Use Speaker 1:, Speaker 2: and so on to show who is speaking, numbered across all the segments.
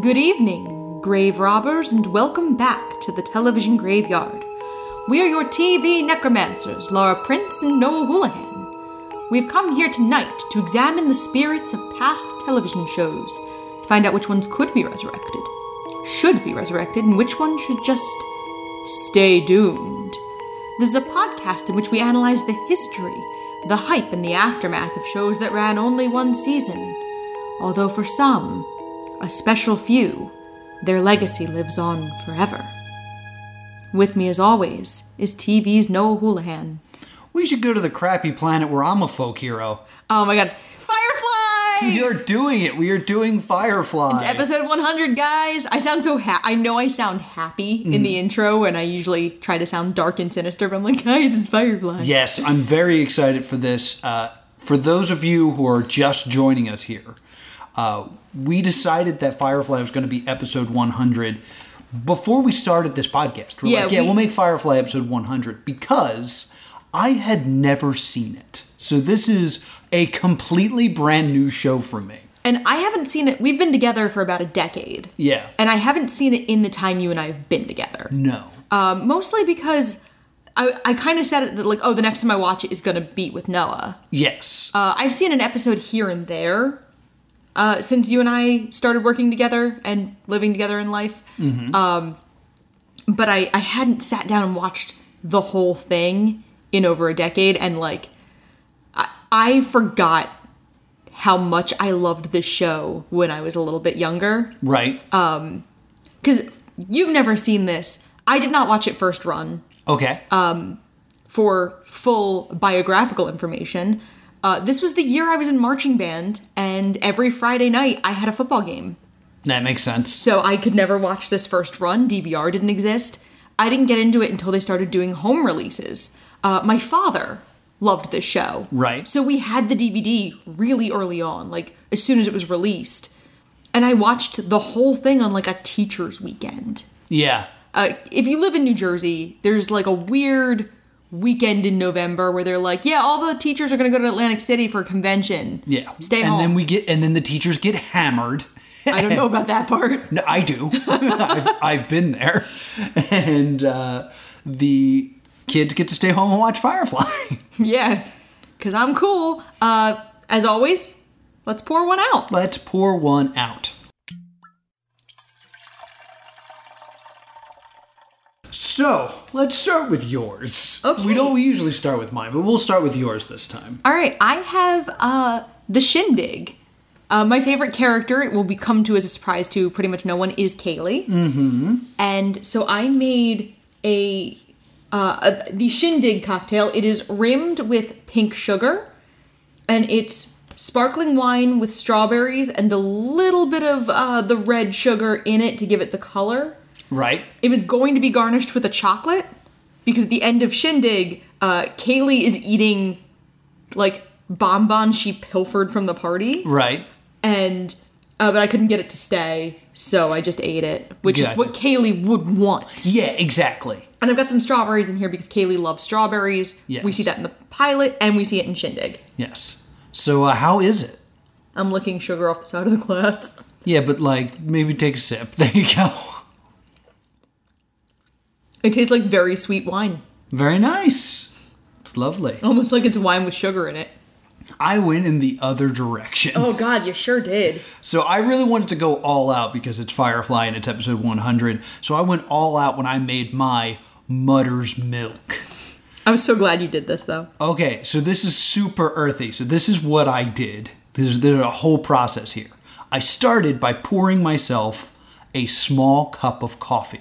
Speaker 1: Good evening, grave robbers, and welcome back to the television graveyard. We are your TV necromancers, Laura Prince and Noah Woolahan. We've come here tonight to examine the spirits of past television shows, to find out which ones could be resurrected, should be resurrected, and which ones should just stay doomed. This is a podcast in which we analyze the history, the hype, and the aftermath of shows that ran only one season. Although for some, a special few, their legacy lives on forever. With me, as always, is TV's Noah Houlihan.
Speaker 2: We should go to the crappy planet where I'm a folk hero.
Speaker 1: Oh my god, Firefly!
Speaker 2: You're doing it. We are doing Firefly.
Speaker 1: It's episode 100, guys. I sound so ha- I know I sound happy in the intro, and I usually try to sound dark and sinister, but I'm like, guys, it's Firefly.
Speaker 2: Yes, I'm very excited for this. Uh, for those of you who are just joining us here, uh, we decided that Firefly was going to be episode 100 before we started this podcast. We're
Speaker 1: Yeah,
Speaker 2: like, yeah,
Speaker 1: we-
Speaker 2: we'll make Firefly episode 100 because I had never seen it. So this is a completely brand new show for me.
Speaker 1: And I haven't seen it. We've been together for about a decade.
Speaker 2: Yeah. Mm.
Speaker 1: And I haven't seen it in the time you and I have been together.
Speaker 2: No.
Speaker 1: Um, mostly because I, I kind of said it that, like, oh, the next time I watch it is going to be with Noah.
Speaker 2: Yes.
Speaker 1: Uh, I've seen an episode here and there uh, since you and I started working together and living together in life. Um, but I, I hadn't sat down and watched the whole thing in over a decade. And like, I, I forgot how much I loved this show when I was a little bit younger.
Speaker 2: right.
Speaker 1: uh, Because you've never seen this. I did not watch it first run
Speaker 2: okay.
Speaker 1: uh, for full biographical information. Uh, this was the year I was in marching band, and every Friday night I had a football game.
Speaker 2: that makes sense.
Speaker 1: So I could never watch this first run. DVR didn't exist. I didn't get into it until they started doing home releases. Uh, my father loved this show.
Speaker 2: Right.
Speaker 1: So we had the DVD really early on, like as soon as it was released. And I watched the whole thing on like a teacher's weekend.
Speaker 2: Yeah.
Speaker 1: uh, if you live in New Jersey, there's like a weird weekend in November where they're like, yeah, all the teachers are going to go to Atlantic City for a convention.
Speaker 2: Yeah.
Speaker 1: Stay
Speaker 2: and
Speaker 1: home.
Speaker 2: then we get and then the teachers get hammered.
Speaker 1: I don't know about that part.
Speaker 2: No, I do. I've, I've been there. And uh, the kids get to stay home and watch Firefly.
Speaker 1: yeah. Because I'm cool. Uh, as always, let's pour one out.
Speaker 2: Let's pour one out. So let's start with yours.
Speaker 1: Okay.
Speaker 2: We don't usually start with mine, but we'll start with yours this time.
Speaker 1: All right. I have uh, The Shindig. Uh, my favorite character, it will be come to as a surprise to pretty much no one, is Kaylee. Mm-hmm. And so I made a uh, a- the Shindig cocktail. It is rimmed with pink sugar, and it's sparkling wine with strawberries and a little bit of uh, the red sugar in it to give it the color.
Speaker 2: Right?
Speaker 1: It was going to be garnished with a chocolate because at the end of Shindig, uh, Kaylee is eating like bonbons she pilfered from the party,
Speaker 2: Right.
Speaker 1: and uh, but I couldn't get it to stay, so I just ate it, which is
Speaker 2: Gotcha.
Speaker 1: what Kaylee would want.
Speaker 2: Yeah, exactly.
Speaker 1: And I've got some strawberries in here because Kaylee loves strawberries.
Speaker 2: Yes.
Speaker 1: We see that in the pilot, and we see it in Shindig.
Speaker 2: Yes. So, uh, how is it?
Speaker 1: I'm licking sugar off the side of the glass.
Speaker 2: Yeah, but like maybe take a sip. There you go.
Speaker 1: It tastes like very sweet wine,
Speaker 2: Very nice. It's lovely.
Speaker 1: almost like it's wine with sugar in it.
Speaker 2: I went in the other direction.
Speaker 1: Oh God, you sure did.
Speaker 2: So I really wanted to go all out because it's Firefly and it's episode 100. So I went all out when I made my Mutter's Milk.
Speaker 1: I was so glad you did this though.
Speaker 2: Okay, so this is super earthy. So this is what I did. There's, there's a whole process here. I started by pouring myself a small cup of coffee.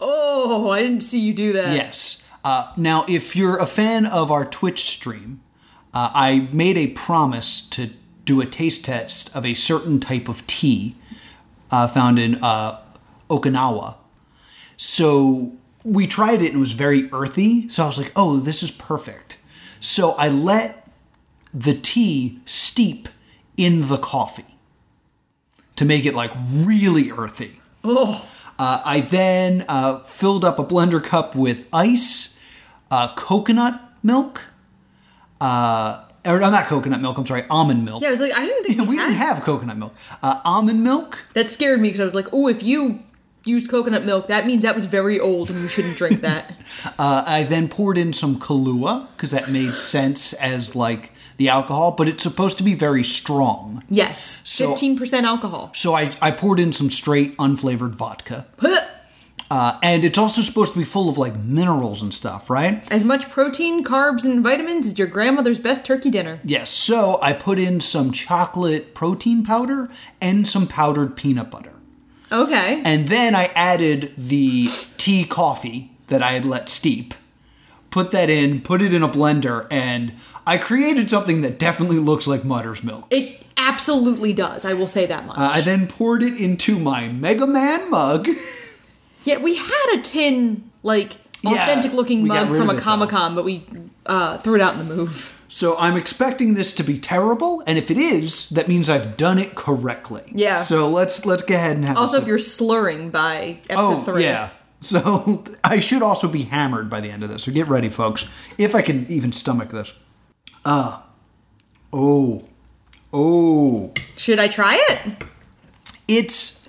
Speaker 1: Oh, I didn't see you do that.
Speaker 2: Yes. Uh, now, if you're a fan of our Twitch stream, uh, I made a promise to do a taste test of a certain type of tea uh, found in uh, Okinawa. So we tried it and it was very earthy. So I was like, oh, this is perfect. So I let the tea steep in the coffee to make it like really earthy.
Speaker 1: Oh.
Speaker 2: Uh, I then uh, filled up a blender cup with ice, uh, coconut milk, uh, or no, not coconut milk. I'm sorry, almond milk.
Speaker 1: Yeah, I was like, I didn't think
Speaker 2: Yeah,
Speaker 1: we,
Speaker 2: we
Speaker 1: had
Speaker 2: didn't have coconut milk. Uh, almond milk.
Speaker 1: That scared me because I was like, oh, if you used coconut milk, that means that was very old and you shouldn't drink that.
Speaker 2: Uh, I then poured in some Kahlua because that made sense as like the alcohol, but it's supposed to be very strong.
Speaker 1: yes,
Speaker 2: So-
Speaker 1: fifteen percent alcohol.
Speaker 2: So I, I poured in some straight unflavored vodka. Uh, and it's also supposed to be full of like minerals and stuff, right?
Speaker 1: As much protein, carbs, and vitamins as your grandmother's best turkey dinner.
Speaker 2: Yes. So I put in some chocolate protein powder and some powdered peanut butter.
Speaker 1: Okay.
Speaker 2: And then I added the tea coffee that I had let steep, put that in, put it in a blender, and I created something that definitely looks like mutter's milk. Uh,
Speaker 1: it absolutely does. I will say that much.
Speaker 2: I then poured it into my Mega Man mug.
Speaker 1: yeah, we had a tin like
Speaker 2: Yeah,
Speaker 1: authentic looking
Speaker 2: we got
Speaker 1: mug
Speaker 2: rid
Speaker 1: from
Speaker 2: of
Speaker 1: a
Speaker 2: it,
Speaker 1: Comic Con, but we uh, threw it out in the move.
Speaker 2: So I'm expecting this to be terrible, and if it is, that means I've done it correctly.
Speaker 1: Yeah.
Speaker 2: So let's let's go ahead and have
Speaker 1: Also,
Speaker 2: a
Speaker 1: if you're slurring by
Speaker 2: Oh
Speaker 1: episode three,
Speaker 2: yeah. So I should also be hammered by the end of this. So get ready, folks. If I can even stomach this. Uh oh. Oh.
Speaker 1: should I try it?
Speaker 2: It's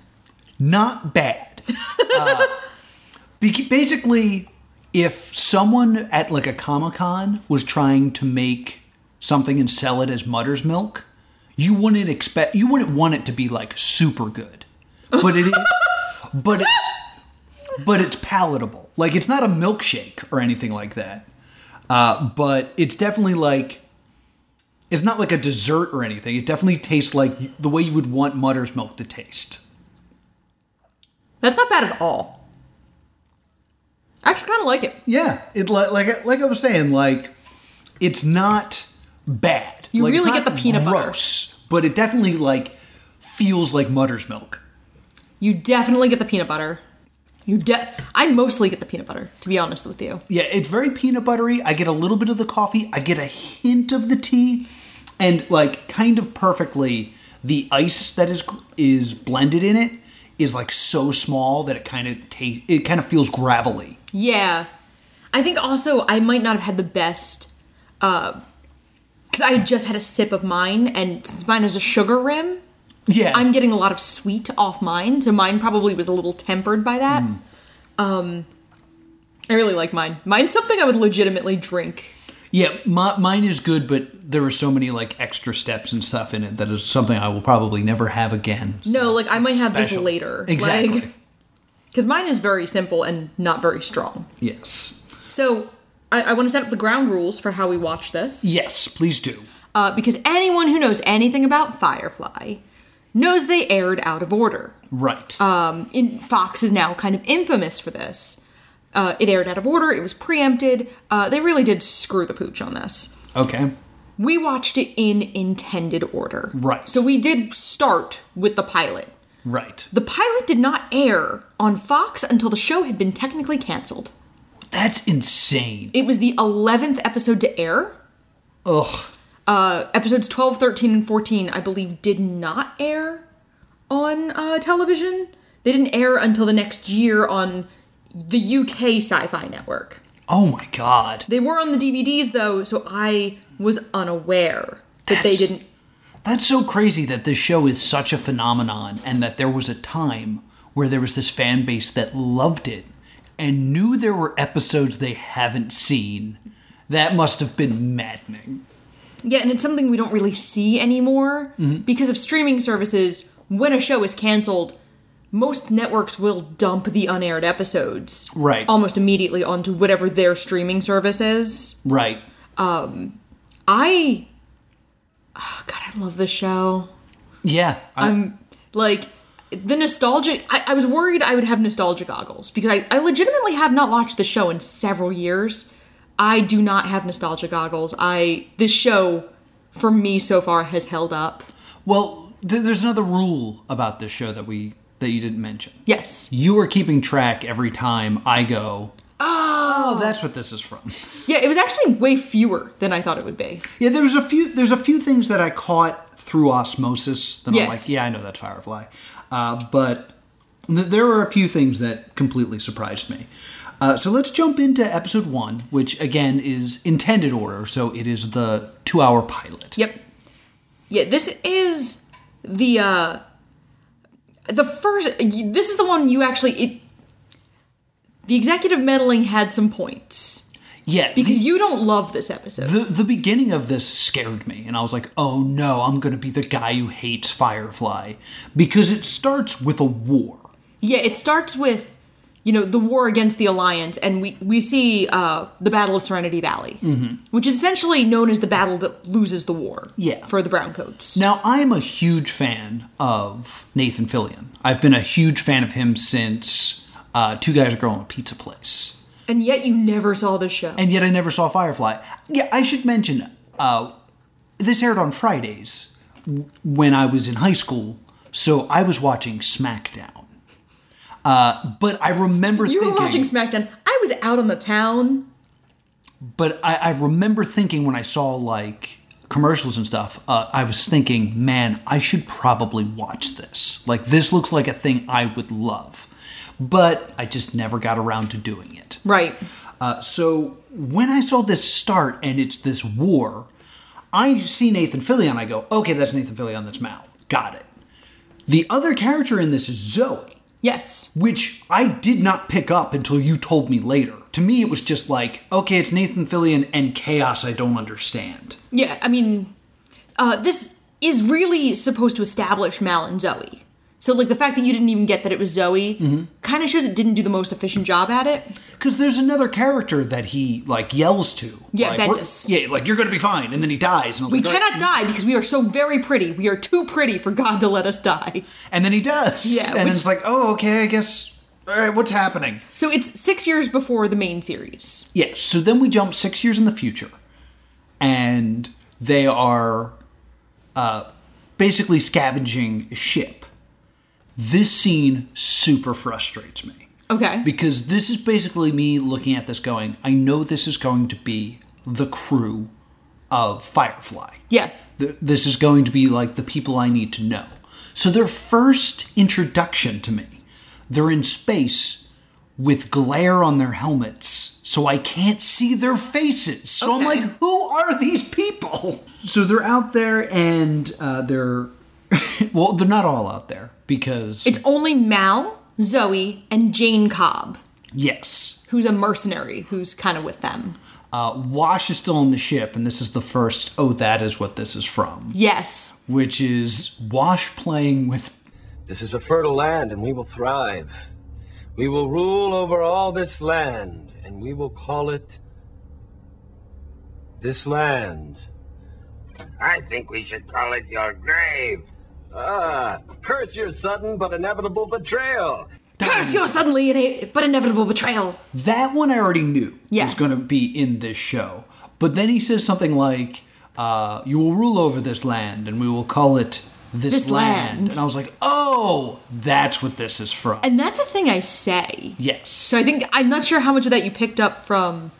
Speaker 2: not bad. Uh, bec- basically, if someone at like a Comic Con was trying to make something and sell it as Mutter's Milk, you wouldn't expect you wouldn't want it to be like super good, but it is. but it's but it's palatable. Like it's not a milkshake or anything like that. Uh, but it's definitely like it's not like a dessert or anything. It definitely tastes like the way you would want mutter's milk to taste.
Speaker 1: That's not bad at all. I actually kind of like it.
Speaker 2: Yeah, it li- like like I was saying, like it's not bad.
Speaker 1: You
Speaker 2: Like, it's
Speaker 1: really get
Speaker 2: not
Speaker 1: the peanut butter.
Speaker 2: gross, but it definitely like feels like mutter's milk.
Speaker 1: You definitely get the peanut butter. You de- I mostly get the peanut butter, to be honest with you.
Speaker 2: Yeah, it's very peanut buttery. I get a little bit of the coffee. I get a hint of the tea, and like kind of perfectly, the ice that is is blended in it is like so small that it kind of ta- it kind of feels gravelly.
Speaker 1: Yeah. I think also I might not have had the best because I had just had a sip of mine, and since mine is a sugar rim,
Speaker 2: Yeah,
Speaker 1: I'm getting a lot of sweet off mine, so mine probably was a little tempered by that. Um, I really like mine. Mine's something I would legitimately drink.
Speaker 2: yeah. My, mine is good, but there are so many like extra steps and stuff in it that is something I will probably never have again.
Speaker 1: No, like I might have
Speaker 2: Special.
Speaker 1: this later.
Speaker 2: Exactly.
Speaker 1: Because mine is very simple and not very strong.
Speaker 2: yes.
Speaker 1: So I, I want to set up the ground rules for how we watch this.
Speaker 2: Yes, please do.
Speaker 1: Uh, because anyone who knows anything about Firefly knows they aired out of order.
Speaker 2: Right.
Speaker 1: Um, in, Fox is now kind of infamous for this. Uh, it aired out of order, it was preempted. Uh, they really did screw the pooch on this.
Speaker 2: okay.
Speaker 1: We watched it in intended order.
Speaker 2: Right.
Speaker 1: So we did start with the pilot.
Speaker 2: Right.
Speaker 1: The pilot did not air on Fox until the show had been technically canceled.
Speaker 2: That's insane.
Speaker 1: It was the 11th episode to air.
Speaker 2: Ugh.
Speaker 1: Uh, episodes 12, 13, and 14, I believe, did not air on uh, television. They didn't air until the next year on the UK Sci Fi Network.
Speaker 2: Oh my god.
Speaker 1: They were on the DVDs, though, so I was unaware that they
Speaker 2: That's-
Speaker 1: didn't.
Speaker 2: That's so crazy that this show is such a phenomenon and that there was a time where there was this fan base that loved it and knew there were episodes they haven't seen. That must have been maddening.
Speaker 1: Yeah, and it's something we don't really see anymore
Speaker 2: Mm-hmm.
Speaker 1: because of streaming services. When a show is canceled, most networks will dump the unaired episodes
Speaker 2: Right.
Speaker 1: almost immediately onto whatever their streaming service is.
Speaker 2: Right.
Speaker 1: I oh God, I love this show.
Speaker 2: Yeah. I,
Speaker 1: Um, Like the nostalgia I, I was worried I would have nostalgia goggles because I, I legitimately have not watched the show in several years. I do not have nostalgia goggles. I this show for me so far has held up.
Speaker 2: well, th- there's another rule about this show that we that you didn't mention.
Speaker 1: Yes.
Speaker 2: You are keeping track every time I go.
Speaker 1: Ah.
Speaker 2: Oh, that's what this is from.
Speaker 1: Yeah, it was actually way fewer than I thought it would be.
Speaker 2: Yeah, there was a few. There's a few things that I caught through osmosis. That I'm
Speaker 1: Yes.
Speaker 2: like, yeah, I know that's Firefly, uh, but th- there were a few things that completely surprised me. Uh, so let's jump into episode one, which again is intended order. So it is the two hour pilot.
Speaker 1: Yep. Yeah, this is the uh the first you- this is the one you actually it the executive meddling had some points
Speaker 2: Yeah.
Speaker 1: because you don't love this episode.
Speaker 2: the, the beginning of this scared me, and I was like, oh no, I'm going to be the guy who hates Firefly. Because it starts with a war.
Speaker 1: yeah, it starts with you know the war against the alliance and we we see uh the battle of Serenity Valley,
Speaker 2: Mm-hmm.
Speaker 1: which is essentially known as the battle that loses the war
Speaker 2: Yeah.
Speaker 1: for the browncoats.
Speaker 2: Now, I'm a huge fan of Nathan Fillion. I've been a huge fan of him since uh, Two Guys, a Girl, and a Pizza Place.
Speaker 1: And yet you never saw the show.
Speaker 2: And yet I never saw Firefly. Yeah, I should mention uh, this aired on Fridays w- when I was in high school, so I was watching SmackDown. Uh, but I remember
Speaker 1: you
Speaker 2: thinking,
Speaker 1: were watching SmackDown. I was out on the town.
Speaker 2: but I, I remember thinking when I saw like commercials and stuff, uh, I was thinking, man, I should probably watch this. Like, this looks like a thing I would love. But I just never got around to doing it.
Speaker 1: Right.
Speaker 2: Uh, so when I saw this start and it's this war, I see Nathan Fillion. I go, okay, that's Nathan Fillion. That's Mal. Got it. The other character in this is Zoe
Speaker 1: Yes.
Speaker 2: which I did not pick up until you told me later. To me, it was just like, okay, it's Nathan Fillion and chaos I don't understand.
Speaker 1: Yeah, I mean, uh, this is really supposed to establish Mal and Zoe. So, like, the fact that you didn't even get that it was Zoe kind of shows it didn't do the most efficient job at it.
Speaker 2: Because there's another character that he like yells to.
Speaker 1: Yeah,
Speaker 2: like, we're-
Speaker 1: Bendis.
Speaker 2: Yeah, like you're gonna be fine, and then he dies, and I was
Speaker 1: We
Speaker 2: like,
Speaker 1: cannot
Speaker 2: "Alright."
Speaker 1: die because we are so very pretty. We are too pretty for God to let us die.
Speaker 2: And then he does.
Speaker 1: Yeah,
Speaker 2: and
Speaker 1: which-
Speaker 2: it's like, oh, okay, I guess. All right, what's happening?
Speaker 1: So, it's six years before the main series.
Speaker 2: Yeah, so then we jump six years in the future, and they are uh, basically scavenging a ship. This scene super frustrates me.
Speaker 1: Okay.
Speaker 2: Because this is basically me looking at this going, I know this is going to be the crew of Firefly.
Speaker 1: yeah.
Speaker 2: Th- This is going to be like the people I need to know. So, their first introduction to me, they're in space with glare on their helmets, so I can't see their faces. So, I'm
Speaker 1: Okay.
Speaker 2: like, who are these people? So, they're out there and uh, they're, well, they're not all out there because,
Speaker 1: It's only Mal, Zoe, and Jane Cobb,
Speaker 2: yes,
Speaker 1: who's a mercenary who's kind of with them.
Speaker 2: Uh, Wash is still on the ship, and this is the first, oh, that is what this is from,
Speaker 1: Yes.
Speaker 2: which is Wash playing with.
Speaker 3: This is a fertile land, and we will thrive. We will rule over all this land, and we will call it this land.
Speaker 4: I think we should call it your grave.
Speaker 3: Ah, curse your sudden but inevitable betrayal.
Speaker 1: Curse your suddenly ina- but inevitable betrayal.
Speaker 2: That one I already knew
Speaker 1: Yeah.
Speaker 2: was going to be in this show. But then he says something like, uh, You will rule over this land, and we will call it this,
Speaker 1: This
Speaker 2: land.
Speaker 1: land.
Speaker 2: And I was like, Oh, that's what this is from.
Speaker 1: And that's a thing I say.
Speaker 2: yes.
Speaker 1: So I think I'm not sure how much of that you picked up from.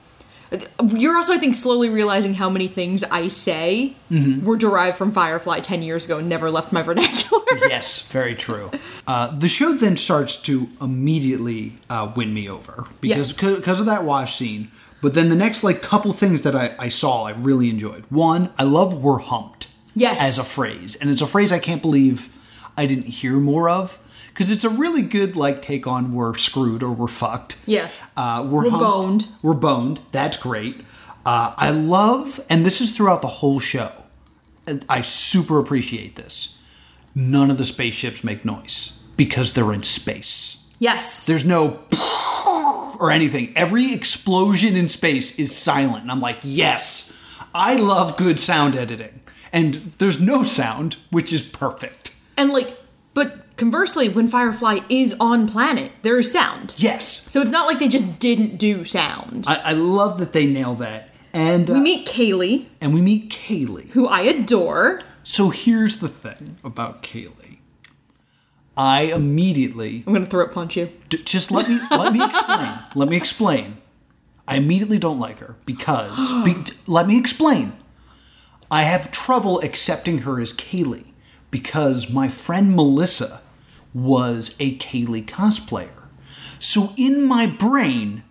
Speaker 1: You're also, I think, slowly realizing how many things I say were derived from Firefly ten years ago and never left my vernacular.
Speaker 2: yes, very true. Uh, the show then starts to immediately uh, win me over because
Speaker 1: Yes.
Speaker 2: because of that wash scene. But then the next like couple things that I, I saw I really enjoyed. One, I love "we're humped"
Speaker 1: Yes.
Speaker 2: as a phrase, and it's a phrase I can't believe I didn't hear more of because it's a really good like take on "we're screwed" or "we're fucked."
Speaker 1: Yeah.
Speaker 2: uh, we're,
Speaker 1: We're
Speaker 2: humped.
Speaker 1: boned.
Speaker 2: We're boned. That's great. Uh, I love, and this is throughout the whole show. and I super appreciate this none of the spaceships make noise because they're in space.
Speaker 1: yes.
Speaker 2: There's no or anything. Every explosion in space is silent. And I'm like, yes, I love good sound editing. And there's no sound, which is perfect.
Speaker 1: and like, but conversely, when Firefly is on planet, there is sound.
Speaker 2: Yes.
Speaker 1: So it's not like they just didn't do sound.
Speaker 2: I, I love that they nail that. And uh,
Speaker 1: we meet Kaylee,
Speaker 2: and we meet Kaylee.
Speaker 1: who I adore.
Speaker 2: So here's the thing about Kaylee. I immediately
Speaker 1: I'm gonna throw it punch you.
Speaker 2: D- just let me let me explain. Let me explain. I immediately don't like her because be, d- let me explain. I have trouble accepting her as Kaylee because my friend Melissa was a Kaylee cosplayer. So in my brain,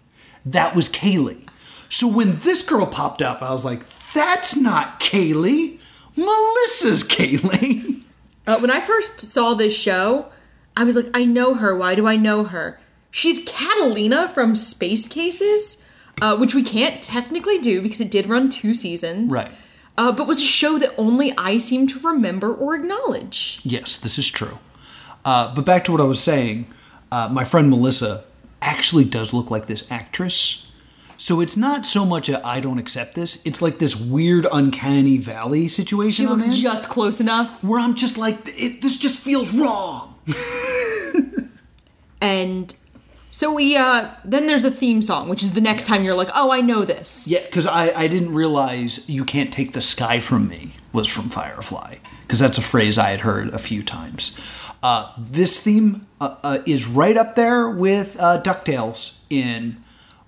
Speaker 2: That was Kaylee. So when this girl popped up, I was like, that's not Kaylee. Melissa's Kaylee.
Speaker 1: Uh, when I first saw this show, I was like, I know her. Why do I know her? She's Catalina from Space Cases, uh, which we can't technically do because it did run two seasons.
Speaker 2: Right.
Speaker 1: Uh, but was a show that only I seem to remember or acknowledge.
Speaker 2: Yes, this is true. Uh, but back to what I was saying, uh, my friend Melissa actually does look like this actress. So it's not so much a I don't accept this. It's like this weird, uncanny valley
Speaker 1: She
Speaker 2: situation. I'm
Speaker 1: looks
Speaker 2: in,
Speaker 1: just close enough.
Speaker 2: where I'm just like, it, this just feels wrong.
Speaker 1: And so we, uh, then there's the theme song, which is the next time you're like, oh, I know this.
Speaker 2: Yeah, because I, I didn't realize you can't take the sky from me was from Firefly, because that's a phrase I had heard a few times. Uh, this theme uh, uh, is right up there with uh, DuckTales in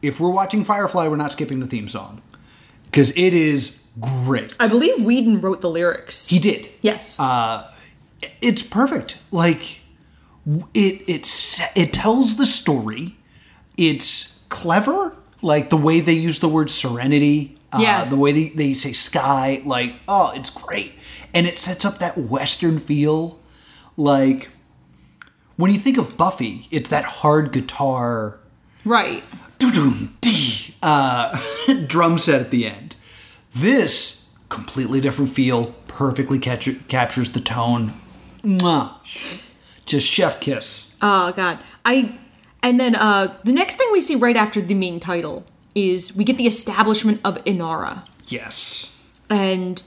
Speaker 2: if we're watching Firefly, we're not skipping the theme song, because it is great.
Speaker 1: I believe Whedon wrote the lyrics.
Speaker 2: he did.
Speaker 1: yes.
Speaker 2: It's perfect. Like it it se- it tells the story. It's clever, like the way they use the word serenity. uh,
Speaker 1: Yeah.
Speaker 2: the way they, they say sky, like oh, it's great, and it sets up that western feel. Like when you think of Buffy, it's that hard guitar
Speaker 1: right.
Speaker 2: doo-doom, dee, uh, drum set at the end. This completely different feel, perfectly catch- captures the tone. Mwah. Just chef kiss.
Speaker 1: Oh god. I and then uh the next thing we see right after the main title is we get the establishment of Inara.
Speaker 2: Yes.
Speaker 1: And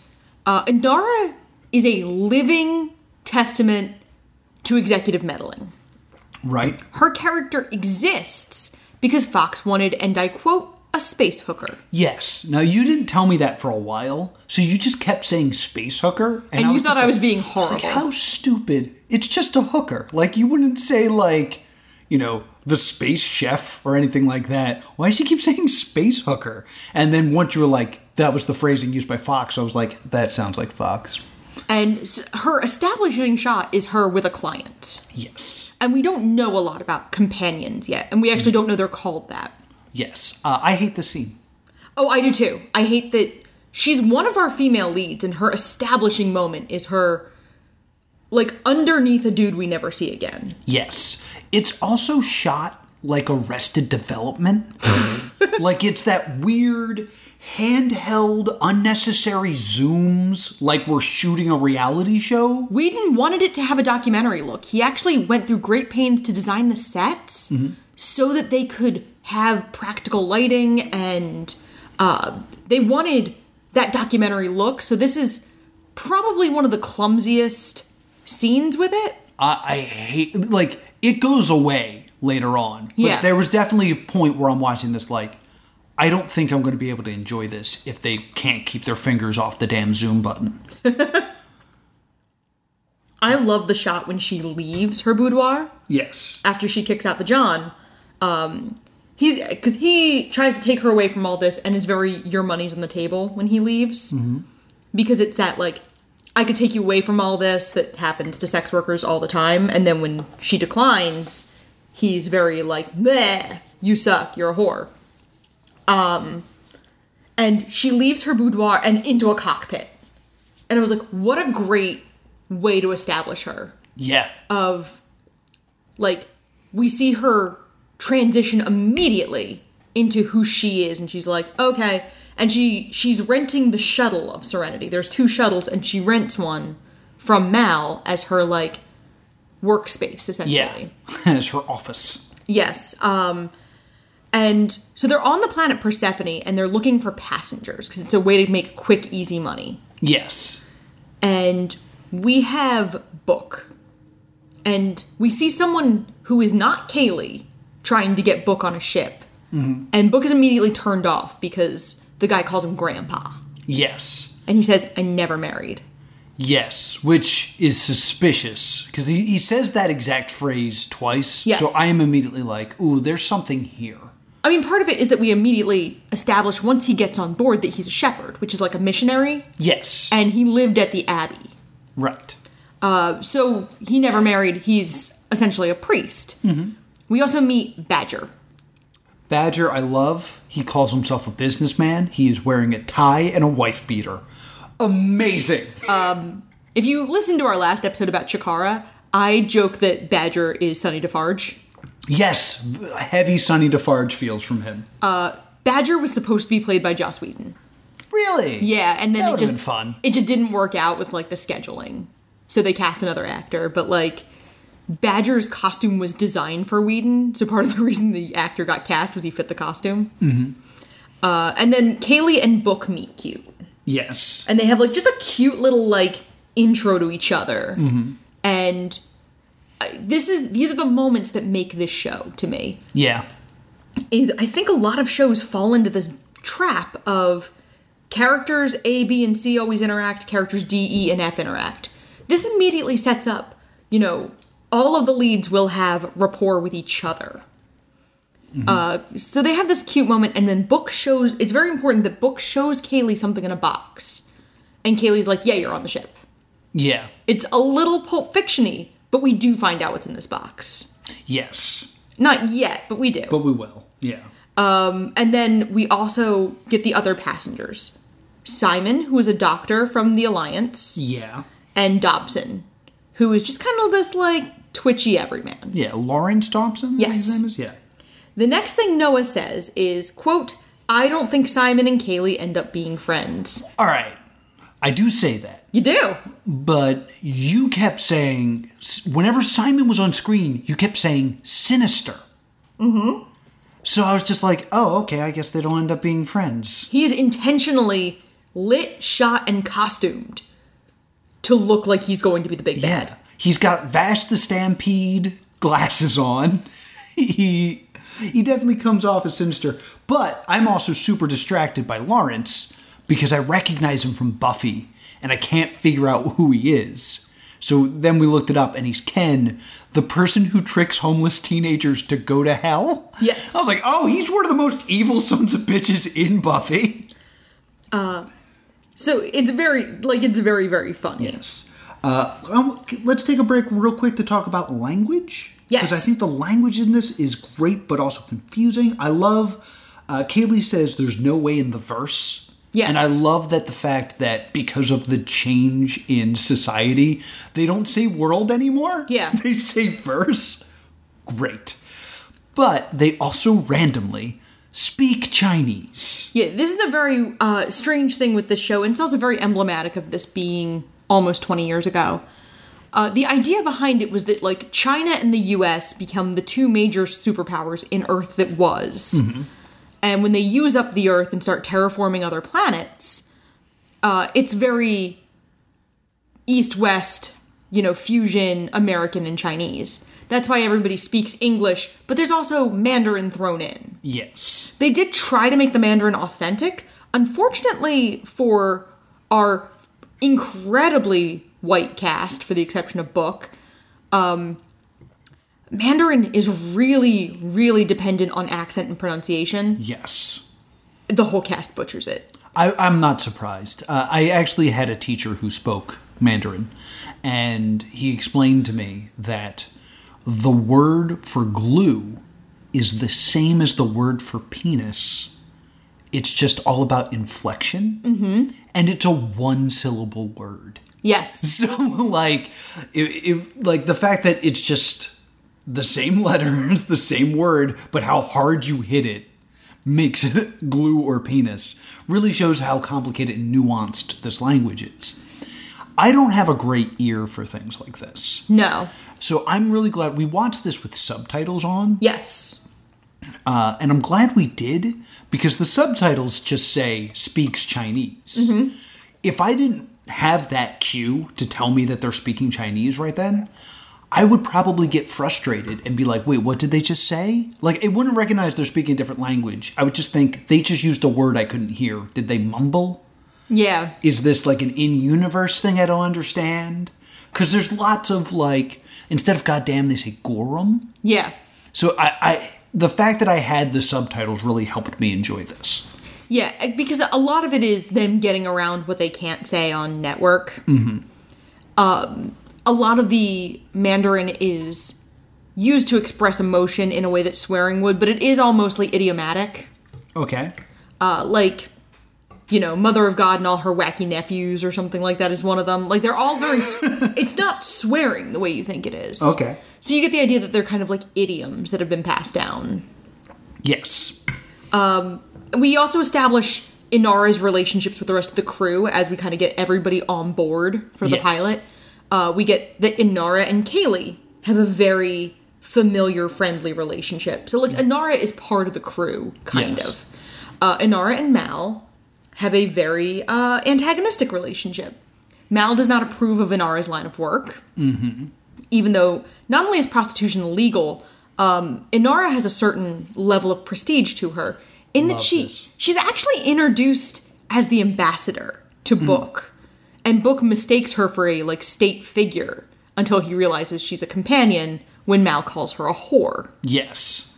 Speaker 1: uh Inara is a living testament to executive meddling.
Speaker 2: Right?
Speaker 1: Her character exists because Fox wanted, and I quote, a space hooker.
Speaker 2: Yes. Now you didn't tell me that for a while, so you just kept saying space hooker,
Speaker 1: And you thought
Speaker 2: just
Speaker 1: I was
Speaker 2: like-
Speaker 1: being
Speaker 2: like,
Speaker 1: horrible.
Speaker 2: How stupid! It's just a hooker. Like you wouldn't say like, you know, the space chef or anything like that. Why does she keep saying space hooker? And then once you were like, that was the phrasing used by Fox. I was like, that sounds like Fox.
Speaker 1: And s- her establishing shot is her with a client.
Speaker 2: Yes.
Speaker 1: And we don't know a lot about companions yet, and we actually don't know they're called that.
Speaker 2: Yes. Uh, I hate this scene.
Speaker 1: Oh, I do too. I hate that she's one of our female leads, and her establishing moment is her like underneath a dude we never see again.
Speaker 2: Yes. It's also shot like arrested development. like it's that weird handheld unnecessary zooms like we're shooting a reality show.
Speaker 1: Whedon wanted it to have a documentary look. He actually went through great pains to design the sets so that they could have practical lighting, and uh, they wanted that documentary look. So this is probably one of the clumsiest scenes with it.
Speaker 2: I, I hate like it goes away later on. But
Speaker 1: Yeah.
Speaker 2: there was definitely a point where I'm watching this like I don't think I'm going to be able to enjoy this if they can't keep their fingers off the damn zoom button.
Speaker 1: I love the shot when she leaves her boudoir.
Speaker 2: Yes.
Speaker 1: after she kicks out the John, um, he's because he tries to take her away from all this and is very your money's on the table when he leaves because it's that like I could take you away from all this that happens to sex workers all the time, and then when she declines, he's very like meh, you suck, you're a whore. Um, and she leaves her boudoir and into a cockpit, and I was like, what a great way to establish her
Speaker 2: Yeah.
Speaker 1: of like we see her transition immediately into who she is and she's like okay and she she's renting the shuttle of serenity there's two shuttles and she rents one from mal as her like workspace essentially
Speaker 2: yeah. it's her office.
Speaker 1: Yes. Um, and so they're on the planet Persephone and they're looking for passengers because it's a way to make quick, easy money.
Speaker 2: Yes.
Speaker 1: And we have Book. And we see someone who is not Kaylee trying to get Book on a ship. And Book is immediately turned off because the guy calls him Grandpa.
Speaker 2: Yes.
Speaker 1: And he says, I never married.
Speaker 2: Yes, which is suspicious because he, he says that exact phrase twice.
Speaker 1: Yes.
Speaker 2: So I am immediately like, ooh, there's something here.
Speaker 1: I mean, part of it is that we immediately establish once he gets on board that he's a shepherd, which is like a missionary,
Speaker 2: Yes.
Speaker 1: and he lived at the Abbey.
Speaker 2: right.
Speaker 1: so he never married. He's essentially a priest. We also meet Badger,
Speaker 2: Badger, I love. He calls himself a businessman. He is wearing a tie and a wife beater. Amazing.
Speaker 1: If you listen to our last episode about Chikara, I joke that Badger is Sonny Defarge.
Speaker 2: yes, heavy Sonny Defarge feels from him.
Speaker 1: Badger was supposed to be played by Joss Whedon.
Speaker 2: really?
Speaker 1: Yeah, and then
Speaker 2: That
Speaker 1: it
Speaker 2: would've
Speaker 1: just
Speaker 2: been fun.
Speaker 1: It just didn't work out with like the scheduling, so they cast another actor. But like, Badger's costume was designed for Whedon, so part of the reason the actor got cast was he fit the costume. Mm-hmm. Uh, and then Kaylee and Book meet cute,
Speaker 2: Yes.
Speaker 1: and they have like just a cute little like intro to each other, and. uh, This is these are the moments that make this show to me
Speaker 2: Yeah.
Speaker 1: is I think a lot of shows fall into this trap of characters A, B, and C always interact, characters D, E, and F interact. This immediately sets up, you know, all of the leads will have rapport with each other. Uh, so they have this cute moment, and then Book shows. It's very important that Book shows Kaylee something in a box, and Kaylee's like, "Yeah, you're on the ship."
Speaker 2: Yeah.
Speaker 1: It's a little Pulp Fictiony, but we do find out what's in this box.
Speaker 2: Yes.
Speaker 1: Not yet, but we do.
Speaker 2: But we will. Yeah.
Speaker 1: and then we also get the other passengers Simon, who is a doctor from the Alliance,
Speaker 2: Yeah.
Speaker 1: and Dobson, who is just kind of this like twitchy everyman.
Speaker 2: Yeah. Lawrence Thompson? is
Speaker 1: Yes.
Speaker 2: His name is? Yeah.
Speaker 1: The next thing Noah says is, quote, I don't think Simon and Kaylee end up being friends.
Speaker 2: All right. I do say that.
Speaker 1: You do.
Speaker 2: but you kept saying whenever Simon was on screen, you kept saying sinister. Mm-hmm. So I was just like, oh, okay, I guess they don't end up being friends.
Speaker 1: He's intentionally lit, shot, and costumed to look like he's going to be the big bad.
Speaker 2: Yeah, he's got Vash the Stampede glasses on. he he definitely comes off as sinister, but I'm also super distracted by Lawrence because I recognize him from Buffy and I can't figure out who he is. So then we looked it up and he's Ken, the person who tricks homeless teenagers to go to hell.
Speaker 1: Yes.
Speaker 2: I was like, "Oh, he's one of the most evil sons of bitches in Buffy."
Speaker 1: So it's very, like, it's very, very funny.
Speaker 2: Yes. Uh, um, let's take a break real quick to talk about language.
Speaker 1: Yes.
Speaker 2: Because I think the language in this is great, but also confusing. I love. Uh, Kaylee says there's no way in the verse.
Speaker 1: Yes.
Speaker 2: And I love that the fact that because of the change in society, they don't say world anymore.
Speaker 1: Yeah.
Speaker 2: They say verse. Great. But they also randomly speak Chinese.
Speaker 1: Yeah, this is a very uh, strange thing with this show, and it's also very emblematic of this being almost 20 years ago. Uh, the idea behind it was that, like, China and the US become the two major superpowers in Earth that was. And when they use up the Earth and start terraforming other planets, uh, it's very East West, you know, fusion American and Chinese. That's why everybody speaks English, but there's also Mandarin thrown in.
Speaker 2: Yes.
Speaker 1: They did try to make the Mandarin authentic. Unfortunately, for our incredibly white cast, for the exception of Book, um, Mandarin is really, really dependent on accent and pronunciation.
Speaker 2: Yes.
Speaker 1: The whole cast butchers it.
Speaker 2: I, I'm not surprised. Uh, I actually had a teacher who spoke Mandarin, and he explained to me that the word for glue is the same as the word for penis. It's just all about inflection, mm-hmm. and it's a one syllable word.
Speaker 1: Yes.
Speaker 2: So, like, it, it, like the fact that it's just the same letters, the same word, but how hard you hit it makes it glue or penis really shows how complicated and nuanced this language is. I don't have a great ear for things like this.
Speaker 1: No.
Speaker 2: So I'm really glad we watched this with subtitles on,
Speaker 1: Yes.
Speaker 2: uh, and I'm glad we did because the subtitles just say speaks Chinese. If I didn't have that cue to tell me that they're speaking Chinese right then, I would probably get frustrated and be like, wait, what did they just say? Like, I wouldn't recognize they're speaking a different language. I would just think they just used a word I couldn't hear. Did they mumble?
Speaker 1: Yeah.
Speaker 2: is this like an in-universe thing I don't understand? Because there's lots of like instead of goddamn they say gorum.
Speaker 1: Yeah.
Speaker 2: So I, I the fact that I had the subtitles really helped me enjoy this.
Speaker 1: Yeah, eh, because a lot of it is them getting around what they can't say on network. Um, a lot of the Mandarin is used to express emotion in a way that swearing would, but it is all mostly idiomatic.
Speaker 2: Okay.
Speaker 1: Uh, like, you know, Mother of God and all her wacky nephews or something like that is one of them. Like, they're all very. s- it's not swearing the way you think it is.
Speaker 2: Okay.
Speaker 1: So you get the idea that they're kind of like idioms that have been passed down.
Speaker 2: Yes.
Speaker 1: We also establish Inara's relationships with the rest of the crew as we kind of get everybody on board for the
Speaker 2: Yes.
Speaker 1: pilot. Uh, we get that Inara and Kaylee have a very familiar, friendly relationship. So, like, Inara is part of the crew, kind
Speaker 2: Yes.
Speaker 1: of. Uh, Inara and Mal have a very uh, antagonistic relationship. Mal does not approve of Inara's line of work, mm-hmm. even though not only is prostitution illegal, um, Inara has a certain level of prestige to her in that
Speaker 2: Love
Speaker 1: she
Speaker 2: this.
Speaker 1: she's actually introduced as the ambassador to
Speaker 2: Mm.
Speaker 1: Book, and Book mistakes her for a like state figure until he realizes she's a companion when Mal calls her a whore
Speaker 2: Yes.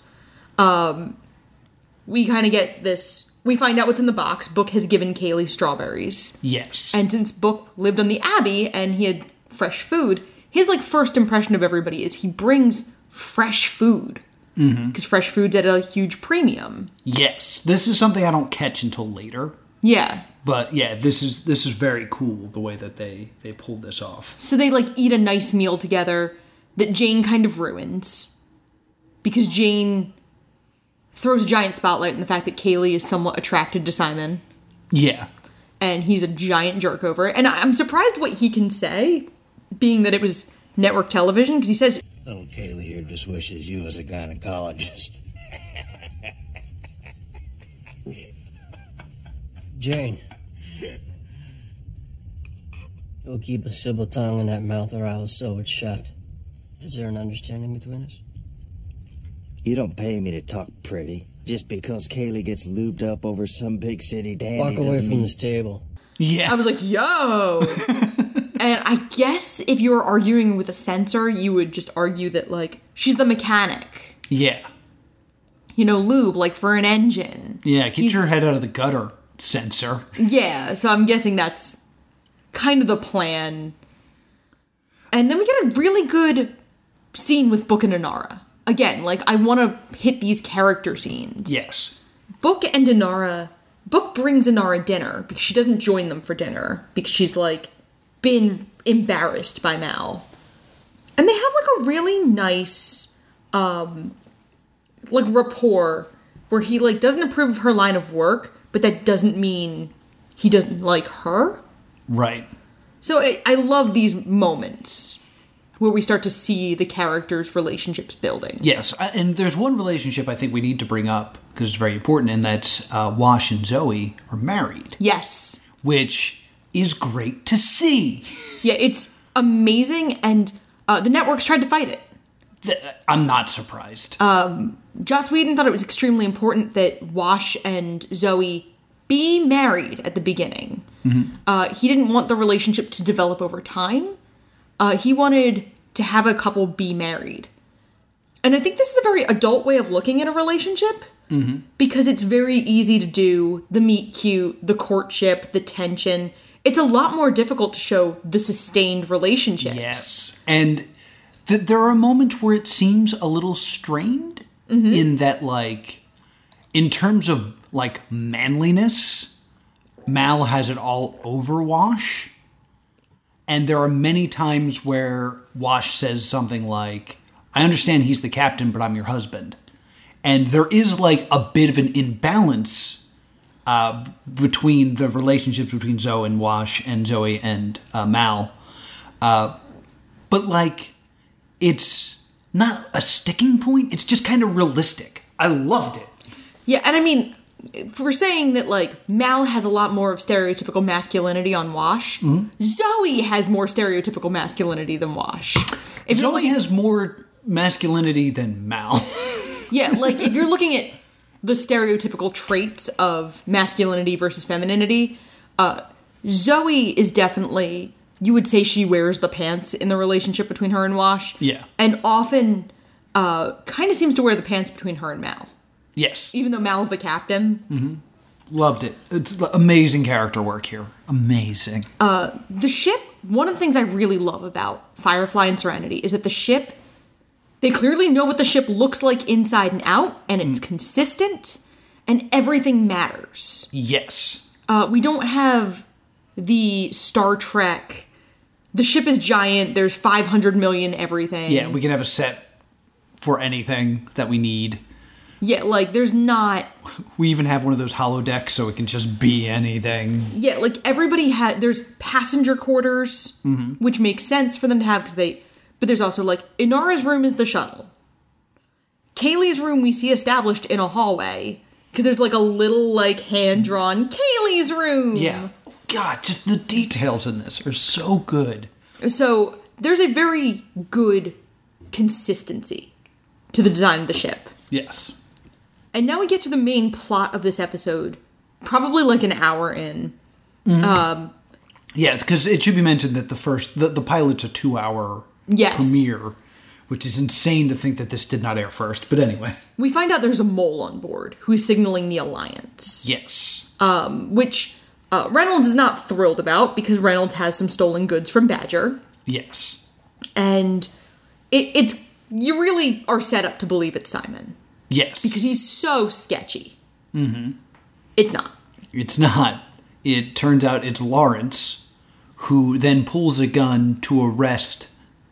Speaker 1: we kind of get this we find out what's in the box book has given kaylee strawberries
Speaker 2: Yes.
Speaker 1: and since book lived on the abbey and he had fresh food his like first impression of everybody is he brings fresh food because fresh food's at a huge premium
Speaker 2: yes. This is something I don't catch until later.
Speaker 1: yeah
Speaker 2: But yeah, this is this is very cool the way that they they pulled this off.
Speaker 1: so they like eat a nice meal together that jane kind of ruins because jane throws a giant spotlight on the fact that kaylee is somewhat attracted to simon
Speaker 2: Yeah.
Speaker 1: and he's a giant jerk over it. And I- I'm surprised what he can say, being that it was network television, because he says,
Speaker 5: Little Kaylee here just wishes you was a gynecologist.
Speaker 6: Jane. You'll keep a civil tongue in that mouth or I will sew it shut. Is there an understanding between us?
Speaker 5: You don't pay me to talk pretty. Just because Kaylee gets lubed up over some big city dandy
Speaker 6: Walk away
Speaker 5: doesn't
Speaker 6: from
Speaker 5: mean-
Speaker 6: this table.
Speaker 2: Yeah.
Speaker 1: I was like, yo. and I guess if you were arguing with a censor, you would just argue that, like, she's the mechanic.
Speaker 2: yeah.
Speaker 1: You know, lube, like for an engine.
Speaker 2: Yeah, get
Speaker 1: He's-
Speaker 2: your head out of the gutter, censor.
Speaker 1: Yeah, so I'm guessing that's kind of the plan. And then we get a really good scene with Book and Inara. Again, like, I want to hit these character scenes.
Speaker 2: Yes.
Speaker 1: Book and Inara. Book brings Inara dinner because she doesn't join them for dinner because she's like been embarrassed by Mal. And they have like a really nice um like rapport where he like doesn't approve of her line of work, but that doesn't mean he doesn't like her.
Speaker 2: Right.
Speaker 1: So I, I love these moments where we start to see the characters' relationships building.
Speaker 2: Yes, I- and there's one relationship I think we need to bring up because it's very important, and that's uh, Wash and Zoe are married,
Speaker 1: Yes.
Speaker 2: which is great to see.
Speaker 1: Yeah, it's amazing, and uh, the networks tried to fight it.
Speaker 2: Th- I'm not surprised.
Speaker 1: Joss Whedon thought it was extremely important that Wash and Zoe be married at the beginning. Uh, he didn't want the relationship to develop over time. Uh, he wanted to have a couple be married. And I think this is a very adult way of looking at a relationship because it's very easy to do the meet cute, the courtship, the tension. It's a lot more difficult to show the sustained relationships.
Speaker 2: yes, and th- there are moments where it seems a little strained in that, like, in terms of like manliness, Mal has it all over Wash. And there are many times where Wash says something like, I understand he's the captain, but I'm your husband. And there is like a bit of an imbalance uh, between the relationships between Zoe and Wash and Zoe and uh, Mal. Uh, but like, it's not a sticking point, it's just kind of realistic. I loved it.
Speaker 1: Yeah, and I mean, if we're saying that like Mal has a lot more of stereotypical masculinity on Wash,
Speaker 2: Mm-hmm.
Speaker 1: Zoe has more stereotypical masculinity than Wash. If you're
Speaker 2: Zoe
Speaker 1: looking-
Speaker 2: has more masculinity than Mal.
Speaker 1: yeah, like if you're looking at the stereotypical traits of masculinity versus femininity, uh, Zoe is definitely you would say she wears the pants in the relationship between her and Wash.
Speaker 2: Yeah.
Speaker 1: and often uh, kind of seems to wear the pants between her and Mal,
Speaker 2: yes.
Speaker 1: even though Mal's the captain.
Speaker 2: Loved it. It's l- amazing character work here. Amazing.
Speaker 1: the ship one of the things i really love about firefly and serenity is that the ship They clearly know what the ship looks like inside and out, and
Speaker 2: Mm.
Speaker 1: it's consistent, and everything matters.
Speaker 2: Yes.
Speaker 1: Uh, we don't have the Star Trek. The ship is giant. There's 500 million everything.
Speaker 2: Yeah, we can have a set for anything that we need.
Speaker 1: yeah, like there's not.
Speaker 2: We even have one of those hollow decks so it can just be anything.
Speaker 1: Yeah, like everybody had. There's passenger quarters,
Speaker 2: Mm-hmm.
Speaker 1: which makes sense for them to have because they. But there's also like Inara's room is the shuttle. Kaylee's room we see established in a hallway because there's like a little like hand drawn Kaylee's room.
Speaker 2: Yeah. God, just the details in this are so good.
Speaker 1: So there's a very good consistency to the design of the ship.
Speaker 2: Yes.
Speaker 1: And now we get to the main plot of this episode, probably like an hour in.
Speaker 2: Yeah, because it should be mentioned that the first the, the pilot's a two hour
Speaker 1: Yes.
Speaker 2: premiere, which is insane to think that this did not air first. But anyway.
Speaker 1: We find out there's a mole on board who is signaling the Alliance,
Speaker 2: Yes.
Speaker 1: which uh, Reynolds is not thrilled about because Reynolds has some stolen goods from Badger.
Speaker 2: yes.
Speaker 1: And it, it's. You really are set up to believe it's Simon
Speaker 2: Yes.
Speaker 1: because he's so sketchy. Mm hmm. It's not.
Speaker 2: It's not. It turns out it's Lawrence, who then pulls a gun to arrest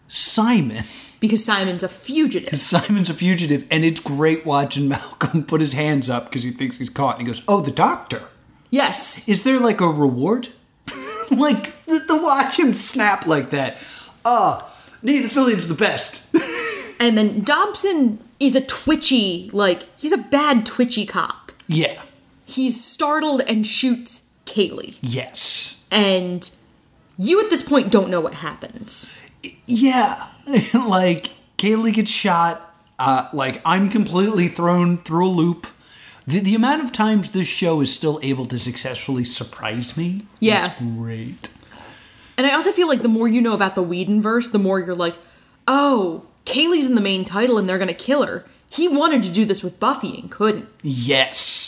Speaker 2: Simon.
Speaker 1: Because Simon's a fugitive.
Speaker 2: Simon's a fugitive, and it's great watching Malcolm put his hands up because he thinks he's caught. And he goes, "Oh, the doctor!
Speaker 1: Yes.
Speaker 2: Is there like a reward? like the, the watch him snap like that? Ah, Nathan Fillion's the best.
Speaker 1: And then Dobson is a twitchy, like, he's a bad twitchy cop.
Speaker 2: yeah.
Speaker 1: He's startled and shoots Kaylee.
Speaker 2: Yes.
Speaker 1: And you at this point don't know what happens.
Speaker 2: Yeah. like Kaylee gets shot. Uh, like I'm completely thrown through a loop. The, the amount of times this show is still able to successfully surprise me
Speaker 1: Yeah.
Speaker 2: is great.
Speaker 1: And I also feel like the more you know about the Whedonverse, the more you're like, oh, Kaylee's in the main title and they're gonna kill her. He wanted to do this with Buffy and couldn't.
Speaker 2: Yes.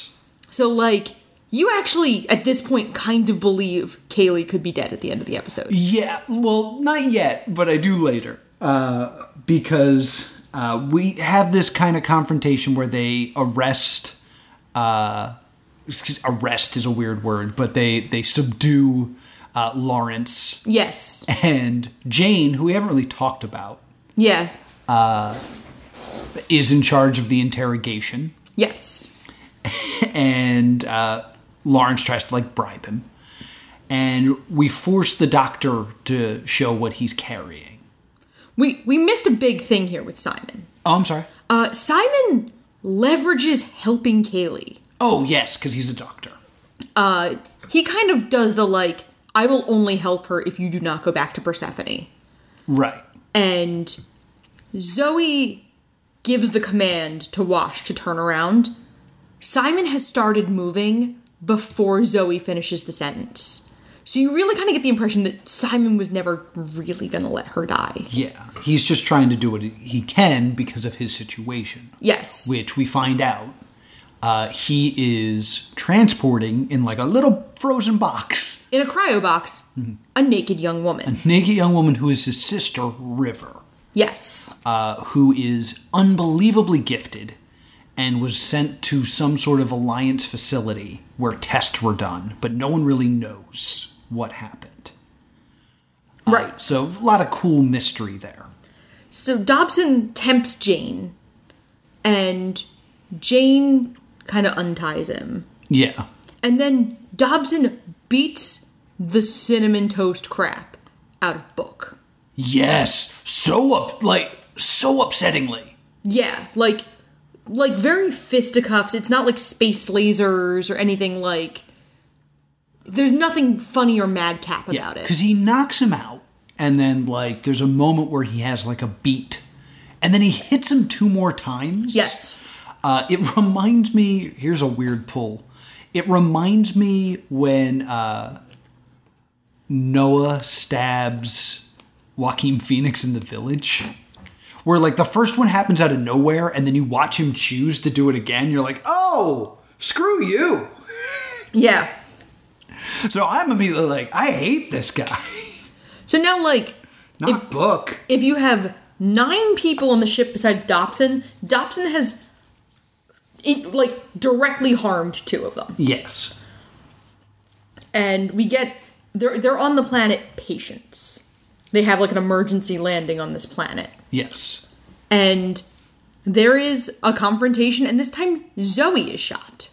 Speaker 1: So, like, you actually at this point kind of believe Kaylee could be dead at the end of the episode.
Speaker 2: Yeah, well, not yet, but I do later. Uh, because uh, we have this kind of confrontation where they arrest. Uh, excuse- arrest is a weird word, but they they subdue uh, Lawrence
Speaker 1: Yes.
Speaker 2: and Jane, who we haven't really talked about,
Speaker 1: Yeah.
Speaker 2: is in charge of the interrogation,
Speaker 1: Yes.
Speaker 2: and uh, Lawrence tries to like bribe him, and we force the doctor to show what he's carrying.
Speaker 1: We we missed a big thing here with Simon.
Speaker 2: Oh, I'm sorry.
Speaker 1: Uh, Simon leverages helping Kaylee.
Speaker 2: Oh, yes, because he's a doctor.
Speaker 1: Uh, he kind of does the like, I will only help her if you do not go back to Persephone.
Speaker 2: Right.
Speaker 1: And Zoe gives the command to Wash to turn around. Simon has started moving before Zoe finishes the sentence. So you really kind of get the impression that Simon was never really going to let her die.
Speaker 2: Yeah. He's just trying to do what he can because of his situation,
Speaker 1: Yes.
Speaker 2: which we find out uh, he is transporting in like a little frozen box
Speaker 1: In a cryo box, a naked young woman.
Speaker 2: naked young woman who is his sister, River,
Speaker 1: Yes.
Speaker 2: uh, who is unbelievably gifted and was sent to some sort of alliance facility where tests were done, but no one really knows what happened. Uh,
Speaker 1: Right.
Speaker 2: So, a lot of cool mystery there.
Speaker 1: So Dobson tempts Jane, and Jane kind of unties him.
Speaker 2: Yeah.
Speaker 1: And then Dobson beats the cinnamon toast crap out of Book.
Speaker 2: Yes, so up like so upsettingly.
Speaker 1: Yeah, like like very fisticuffs. It's not like space lasers or anything like there's nothing funny or madcap about it.
Speaker 2: because he knocks him out, and then like there's a moment where he has like a beat, and then he hits him two more times.
Speaker 1: Yes.
Speaker 2: uh, it reminds me. Here's a weird pull. It reminds me when uh, Noah stabs Joaquin Phoenix in the village. Where like the first one happens out of nowhere, and then you watch him choose to do it again. You're like, "Oh, screw you!"
Speaker 1: Yeah.
Speaker 2: So I'm immediately like, I hate this guy.
Speaker 1: So now like
Speaker 2: Not book.
Speaker 1: if you have nine people on the ship besides Dobson. Dobson has, in, like, directly harmed two of them.
Speaker 2: Yes.
Speaker 1: and we get they're they're on the planet Patience. They have like an emergency landing on this planet,
Speaker 2: Yes.
Speaker 1: and there is a confrontation, and this time Zoe is shot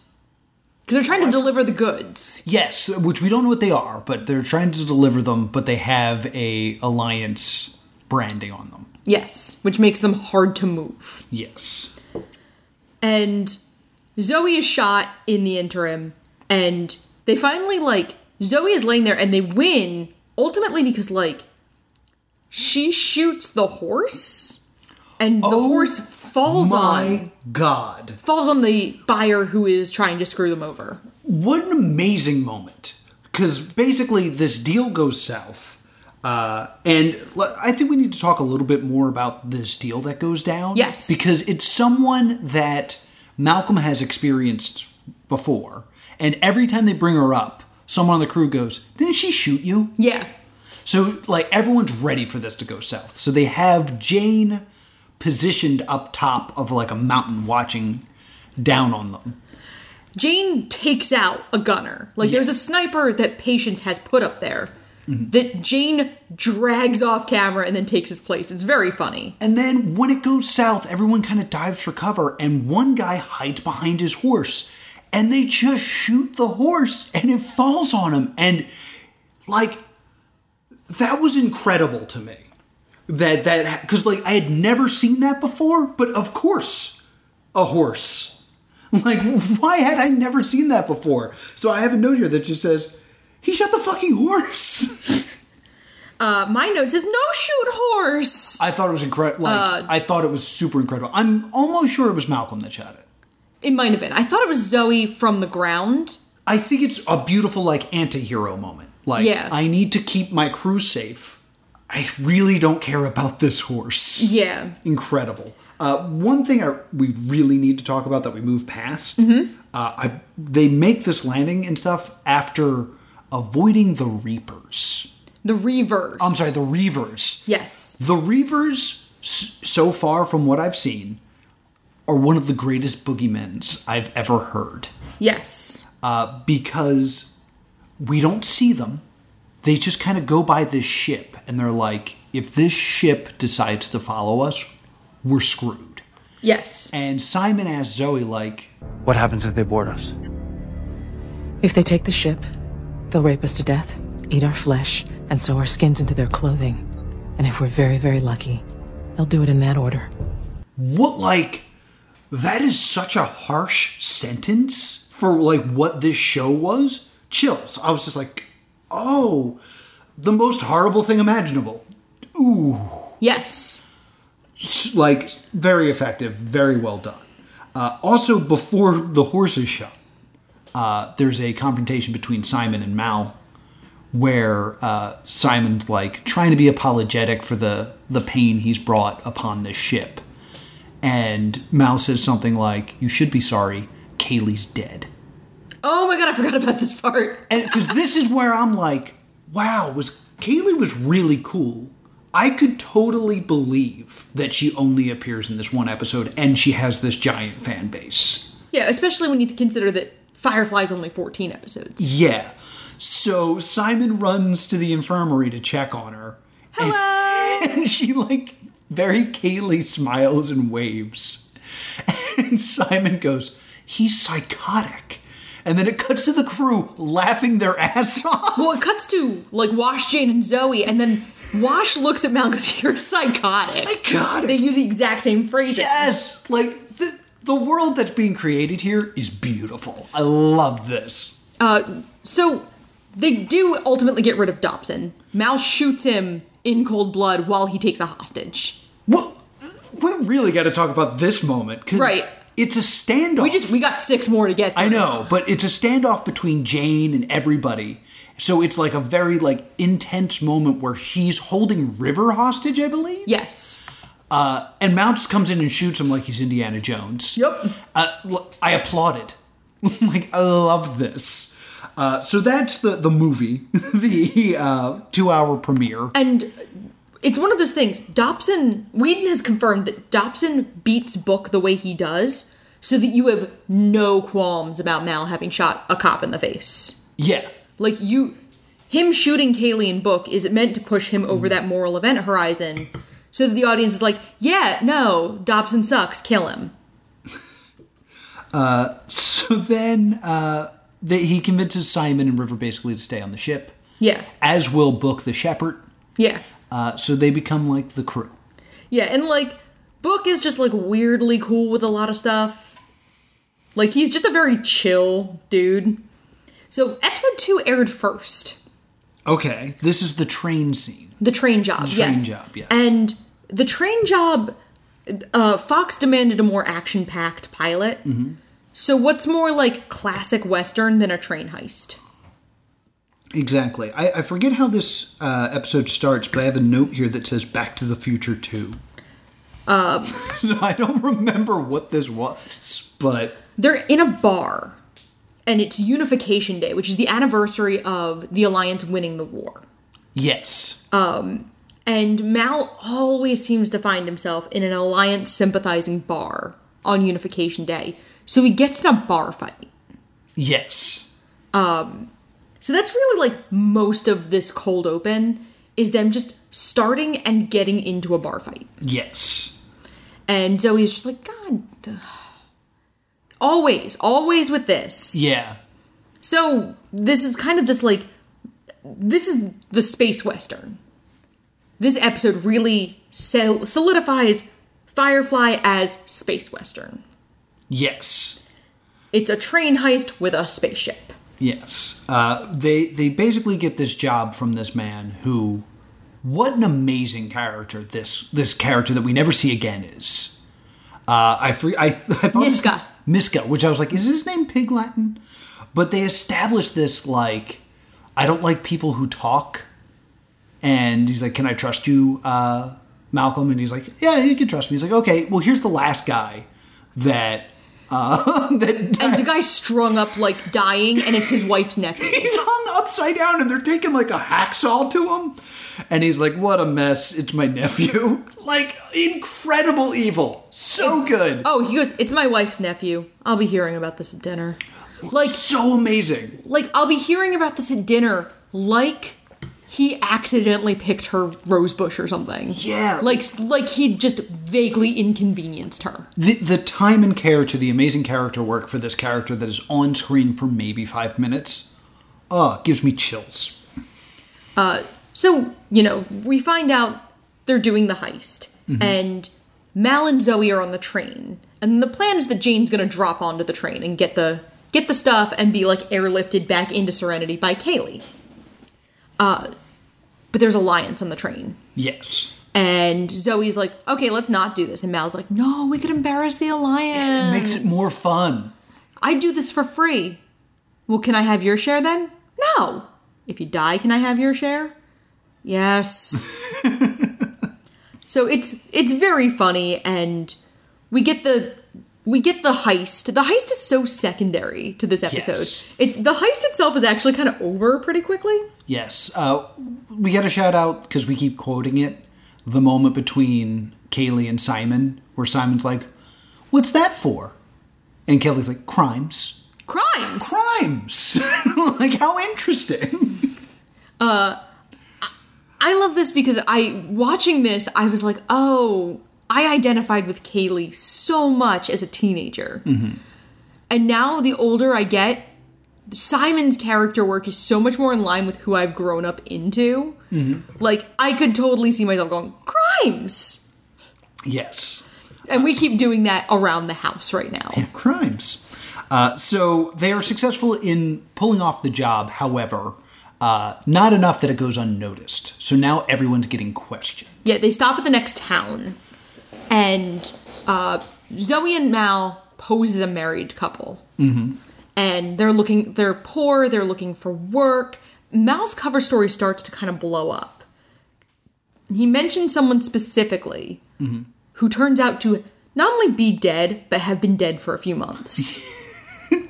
Speaker 1: because they're trying to deliver the goods.
Speaker 2: Yes, which we don't know what they are, but they're trying to deliver them, but they have a alliance branding on them.
Speaker 1: Yes, which makes them hard to move,
Speaker 2: Yes.
Speaker 1: and Zoe is shot in the interim, and they finally like Zoe is laying there, and they win ultimately because like she shoots the horse, and the
Speaker 2: Oh
Speaker 1: horse falls on
Speaker 2: My God.
Speaker 1: falls on the buyer who is trying to screw them over.
Speaker 2: What an amazing moment. Because basically, this deal goes south. Uh, and l- I think we need to talk a little bit more about this deal that goes down.
Speaker 1: Yes.
Speaker 2: Because it's someone that Malcolm has experienced before. And every time they bring her up, someone on the crew goes, Didn't she shoot you?
Speaker 1: Yeah.
Speaker 2: So, like, everyone's ready for this to go south. So they have Jane positioned up top of like a mountain watching down on them.
Speaker 1: Jane takes out a gunner. Like there's a sniper that Patience has put up there
Speaker 2: Mm-hmm.
Speaker 1: that Jane drags off camera and then takes his place. It's very funny.
Speaker 2: And then when it goes south, everyone kind of dives for cover, and one guy hides behind his horse, and they just shoot the horse, and it falls on him. And like, that was incredible to me. That that because like I had never seen that before, but of course, a horse. Like, why had I never seen that before? So I have a note here that just says, "He shot the fucking horse."
Speaker 1: Uh, my note says no shoot horse.
Speaker 2: I thought it was incredible. Like, I thought it was super incredible. I'm almost sure it was Malcolm that shot it.
Speaker 1: It might have been. I thought it was Zoe from the ground.
Speaker 2: I think it's a beautiful like anti-hero moment. Like
Speaker 1: Yeah.
Speaker 2: I need to keep my crew safe. I really don't care about this horse.
Speaker 1: Yeah.
Speaker 2: Incredible. Uh, one thing I, we really need to talk about that we move past. Uh, I, they make this landing and stuff after avoiding the Reapers.
Speaker 1: The reverse.
Speaker 2: I'm sorry, the Reavers.
Speaker 1: Yes.
Speaker 2: The Reavers, s- so far from what I've seen, are one of the greatest boogeymens I've ever heard
Speaker 1: Yes.
Speaker 2: uh, because we don't see them. They just kind of go by this ship and they're like, if this ship decides to follow us, we're screwed.
Speaker 1: Yes.
Speaker 2: And Simon asks Zoe, like,
Speaker 7: What happens if they board us?
Speaker 8: If they take the ship, they'll rape us to death, eat our flesh, and sew our skins into their clothing. And if we're very, very lucky, they'll do it in that order.
Speaker 2: what, like, that is such a harsh sentence for, like, what this show was? Chills. I was just like, oh, the most horrible thing imaginable.
Speaker 1: Yes.
Speaker 2: like very effective, very well done. Uh, also, before the horse is shot, uh, there's a confrontation between Simon and Mal, where uh, Simon's like trying to be apologetic for the the pain he's brought upon this ship, and Mal says something like, "You should be sorry. Kaylee's dead."
Speaker 1: Oh my god, I forgot about this part.
Speaker 2: because this is where I'm like, wow, was Kaylee was really cool. I could totally believe that she only appears in this one episode and she has this giant fan base.
Speaker 1: Yeah, especially when you consider that Firefly's only 14 episodes.
Speaker 2: Yeah. So Simon runs to the infirmary to check on her. and- and she like very Kaylee smiles and waves. And Simon goes, "He's psychotic." And then it cuts to the crew laughing their ass off.
Speaker 1: Well, it cuts to like Wash, Jane, and Zoe, and then Wash looks at Mal and goes, "You're psychotic."
Speaker 2: Psychotic.
Speaker 1: They use the exact same phrase.
Speaker 2: Yes, like the the world that's being created here is beautiful. I love this.
Speaker 1: So they do ultimately get rid of Dobson. Mal shoots him in cold blood while he takes a hostage.
Speaker 2: Well, we really got to talk about this moment because
Speaker 1: Right.
Speaker 2: it's a standoff.
Speaker 1: We just we got six more to get.
Speaker 2: I
Speaker 1: through.
Speaker 2: know, but it's a standoff between Jane and everybody. So it's like a very like intense moment where he's holding River hostage, I believe.
Speaker 1: Yes.
Speaker 2: And Mounts comes in and shoots him like he's Indiana Jones.
Speaker 1: Yep.
Speaker 2: Uh, l- I applauded. like I love this. Uh, so that's the the movie, the uh, two hour premiere.
Speaker 1: And it's one of those things. Dobson, Whedon has confirmed that Dobson beats Book the way he does, so that you have no qualms about Mal having shot a cop in the face.
Speaker 2: Yeah.
Speaker 1: Like you, him shooting Kaylee in Book is meant to push him over that moral event horizon, so that the audience is like, yeah, no, Dobson sucks, kill him.
Speaker 2: So then uh, that he convinces Simon and River basically to stay on the ship,
Speaker 1: Yeah,
Speaker 2: as will Book the Shepherd.
Speaker 1: yeah,
Speaker 2: Uh, so they become like the crew.
Speaker 1: yeah, and like Book is just like weirdly cool with a lot of stuff. Like he's just a very chill dude. So episode two aired first.
Speaker 2: Okay. This is the train scene.
Speaker 1: The train job.
Speaker 2: train
Speaker 1: yes.
Speaker 2: job, yes.
Speaker 1: And the train job. Uh, Fox demanded a more action-packed pilot.
Speaker 2: Mm-hmm.
Speaker 1: So what's more like classic western than a train heist?
Speaker 2: Exactly. I, I forget how this uh, episode starts, but I have a note here that says Back to the Future 2. Um, so I don't remember what this was, but
Speaker 1: They're in a bar, and it's Unification Day, which is the anniversary of the Alliance winning the war.
Speaker 2: yes.
Speaker 1: And Mal always seems to find himself in an Alliance sympathizing bar on Unification Day. So he gets in a bar fight.
Speaker 2: yes.
Speaker 1: So that's really like most of this cold open is them just starting and getting into a bar fight.
Speaker 2: Yes.
Speaker 1: And Zoe's just like, God. ugh." Always, always with this.
Speaker 2: Yeah.
Speaker 1: So this is kind of this like this is the space western. This episode really sol- solidifies Firefly as space western.
Speaker 2: Yes.
Speaker 1: It's a train heist with a spaceship.
Speaker 2: Yes, uh, they they basically get this job from this man who, what an amazing character this this character that we never see again is. Uh, I free I, I thought his-
Speaker 1: Miska.
Speaker 2: Miska, which I was like, is his name Pig Latin? But they established this like, I don't like people who talk, and he's like, can I trust you, uh, Malcolm? And he's like, yeah, you can trust me. He's like, okay, well here's the last guy that uh, that
Speaker 1: And it's a guy strung up like dying, and it's his wife's nephew.
Speaker 2: he's hung upside down and they're taking like a hacksaw to him and he's like what a mess it's my nephew like incredible evil so good
Speaker 1: Oh, he goes, It's my wife's nephew. I'll be hearing about this at dinner. Like
Speaker 2: so amazing
Speaker 1: like I'll be hearing about this at dinner, like he accidentally picked her rosebush or something.
Speaker 2: Yeah.
Speaker 1: Like like he just vaguely inconvenienced her.
Speaker 2: the, the time and character the amazing character work for this character that is on screen for maybe five minutes oh gives me chills
Speaker 1: So, you know, we find out they're doing the heist, and Mal and Zoe are on the train. And the plan is that Jane's gonna drop onto the train and get the get the stuff and be like airlifted back into Serenity by Kaylee. Uh but there's Alliance on the train.
Speaker 2: yes
Speaker 1: And Zoe's like, okay, let's not do this. And Mal's like, no, we could embarrass the Alliance.
Speaker 2: makes it more fun
Speaker 1: I do this for free. Well, can I have your share then? No. If you die, can I have your share? Yes. so it's it's very funny and we get the we get the heist. The heist is so secondary to this episode.
Speaker 2: Yes.
Speaker 1: It's the heist itself is actually kind of over pretty quickly.
Speaker 2: Yes. Uh, we got a shout out because we keep quoting it the moment between Kaylee and Simon, where Simon's like, What's that for? And Kaylee's like, Crimes.
Speaker 1: Crimes.
Speaker 2: Crimes! like, how interesting.
Speaker 1: I love this because I watching this, I was like, oh, I identified with Kaylee so much as a teenager. And now the older I get, Simon's character work is so much more in line with who I've grown up into. Like I could totally see myself going, crimes.
Speaker 2: Yes.
Speaker 1: And we keep doing that around the house right now.
Speaker 2: Crimes. Uh, so they are successful in pulling off the job, however, uh, not enough that it goes unnoticed. So now everyone's getting questioned.
Speaker 1: Yeah, they stop at the next town, and uh, Zoe and Mal pose as a married couple, mm-hmm. and they're looking. They're poor. They're looking for work. Mal's cover story starts to kind of blow up. He mentions someone specifically who turns out to not only be dead but have been dead for a few months.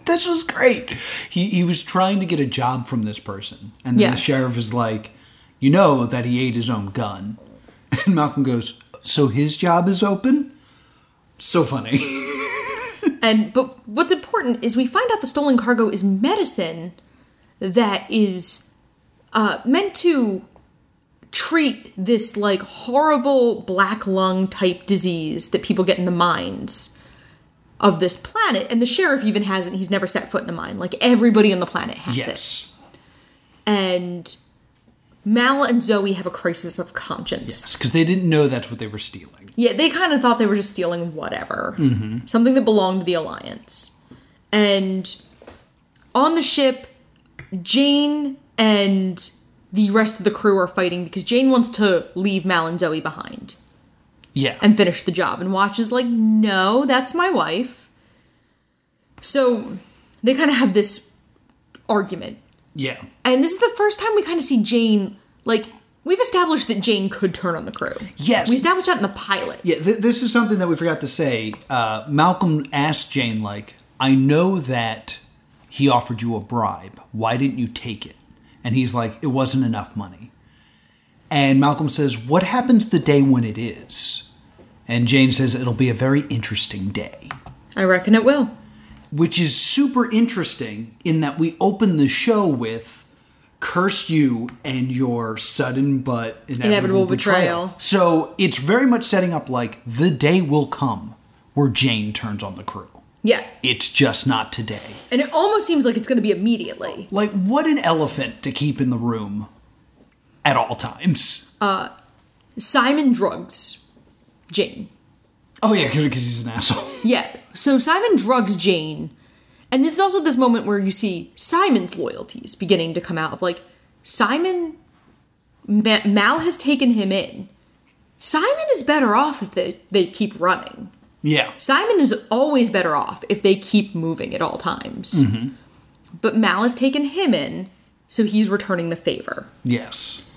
Speaker 2: this was great. He he was trying to get a job from this person, and then
Speaker 1: Yeah.
Speaker 2: the sheriff is like, you know that he ate his own gun. And Malcolm goes, So his job is open? So funny.
Speaker 1: And but what's important is we find out the stolen cargo is medicine that is uh, meant to treat this like horrible black lung type disease that people get in the mines of this planet. And the sheriff even has it. He's never set foot in a mine. Like everybody on the planet has it.
Speaker 2: yes.
Speaker 1: And Mal and Zoe have a crisis of conscience.
Speaker 2: Because they didn't know that's what they were stealing.
Speaker 1: Yeah, they kind of thought they were just stealing whatever.
Speaker 2: Mm-hmm.
Speaker 1: Something that belonged to the Alliance. And on the ship, Jane and the rest of the crew are fighting because Jane wants to leave Mal and Zoe behind
Speaker 2: Yeah.
Speaker 1: and finish the job. And Watch is like, no, that's my wife. So they kind of have this argument.
Speaker 2: yeah.
Speaker 1: And this is the first time we kind of see Jane, like, we've established that Jane could turn on the crew.
Speaker 2: Yes.
Speaker 1: We established that in the pilot.
Speaker 2: Yeah, th- this is something that we forgot to say. Uh, Malcolm asked Jane, like, I know that he offered you a bribe. Why didn't you take it? And he's like, it wasn't enough money. And Malcolm says, What happens the day when it is? And Jane says, It'll be a very interesting day.
Speaker 1: I reckon it will.
Speaker 2: Which is super interesting in that we open the show with curse you and your sudden but inevitable,
Speaker 1: Inevitable
Speaker 2: betrayal.
Speaker 1: betrayal.
Speaker 2: So it's very much setting up like the day will come where Jane turns on the crew.
Speaker 1: Yeah.
Speaker 2: It's just not today.
Speaker 1: And it almost seems like it's going to be immediately.
Speaker 2: Like, what an elephant to keep in the room at all times.
Speaker 1: Simon drugs Jane.
Speaker 2: Oh, yeah, because he's an asshole.
Speaker 1: Yeah. So Simon drugs Jane. And this is also this moment where you see Simon's loyalties beginning to come out of like, Simon, Ma- Mal has taken him in. Simon is better off if they, they keep running.
Speaker 2: Yeah.
Speaker 1: Simon is always better off if they keep moving at all times. But Mal has taken him in, so he's returning the favor.
Speaker 2: Yes.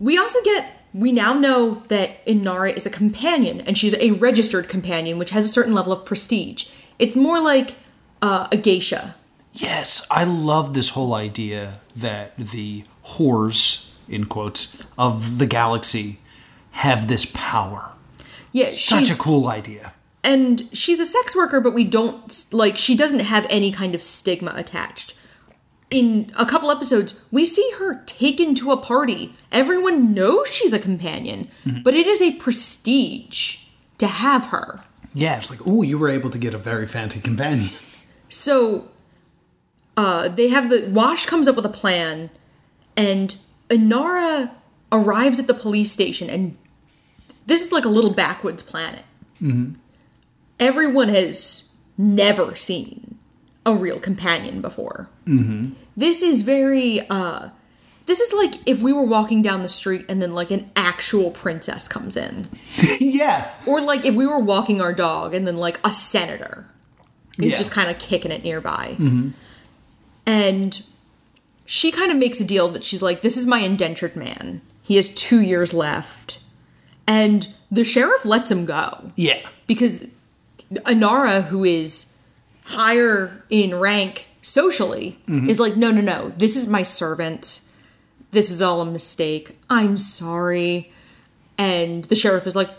Speaker 1: We also get we now know that Inari is a companion, and she's a registered companion, which has a certain level of prestige. It's more like uh, a geisha.
Speaker 2: Yes, I love this whole idea that the whores, in quotes, of the galaxy have this power.
Speaker 1: Yeah,
Speaker 2: Such
Speaker 1: she's,
Speaker 2: a cool idea.
Speaker 1: and she's a sex worker, but we don't like she doesn't have any kind of stigma attached. In a couple episodes, we see her taken to a party. Everyone knows she's a companion,
Speaker 2: Mm-hmm.
Speaker 1: but it is a prestige to have her.
Speaker 2: Yeah, it's like, oh, you were able to get a very fancy companion.
Speaker 1: So uh they have the Wash comes up with a plan and Inara arrives at the police station and this is like a little backwoods planet. Everyone has never seen a real companion before. This is very uh this is like if we were walking down the street and then like an actual princess comes in.
Speaker 2: yeah.
Speaker 1: Or like if we were walking our dog and then like a senator is
Speaker 2: Yeah.
Speaker 1: just kind of kicking it nearby. And she kind of makes a deal that she's like, this is my indentured man. He has two years left. And the sheriff lets him go
Speaker 2: Yeah.
Speaker 1: because Anara, who is higher in rank socially, is like, no, no, no, this is my servant. This is all a mistake. I'm sorry. And the sheriff is like,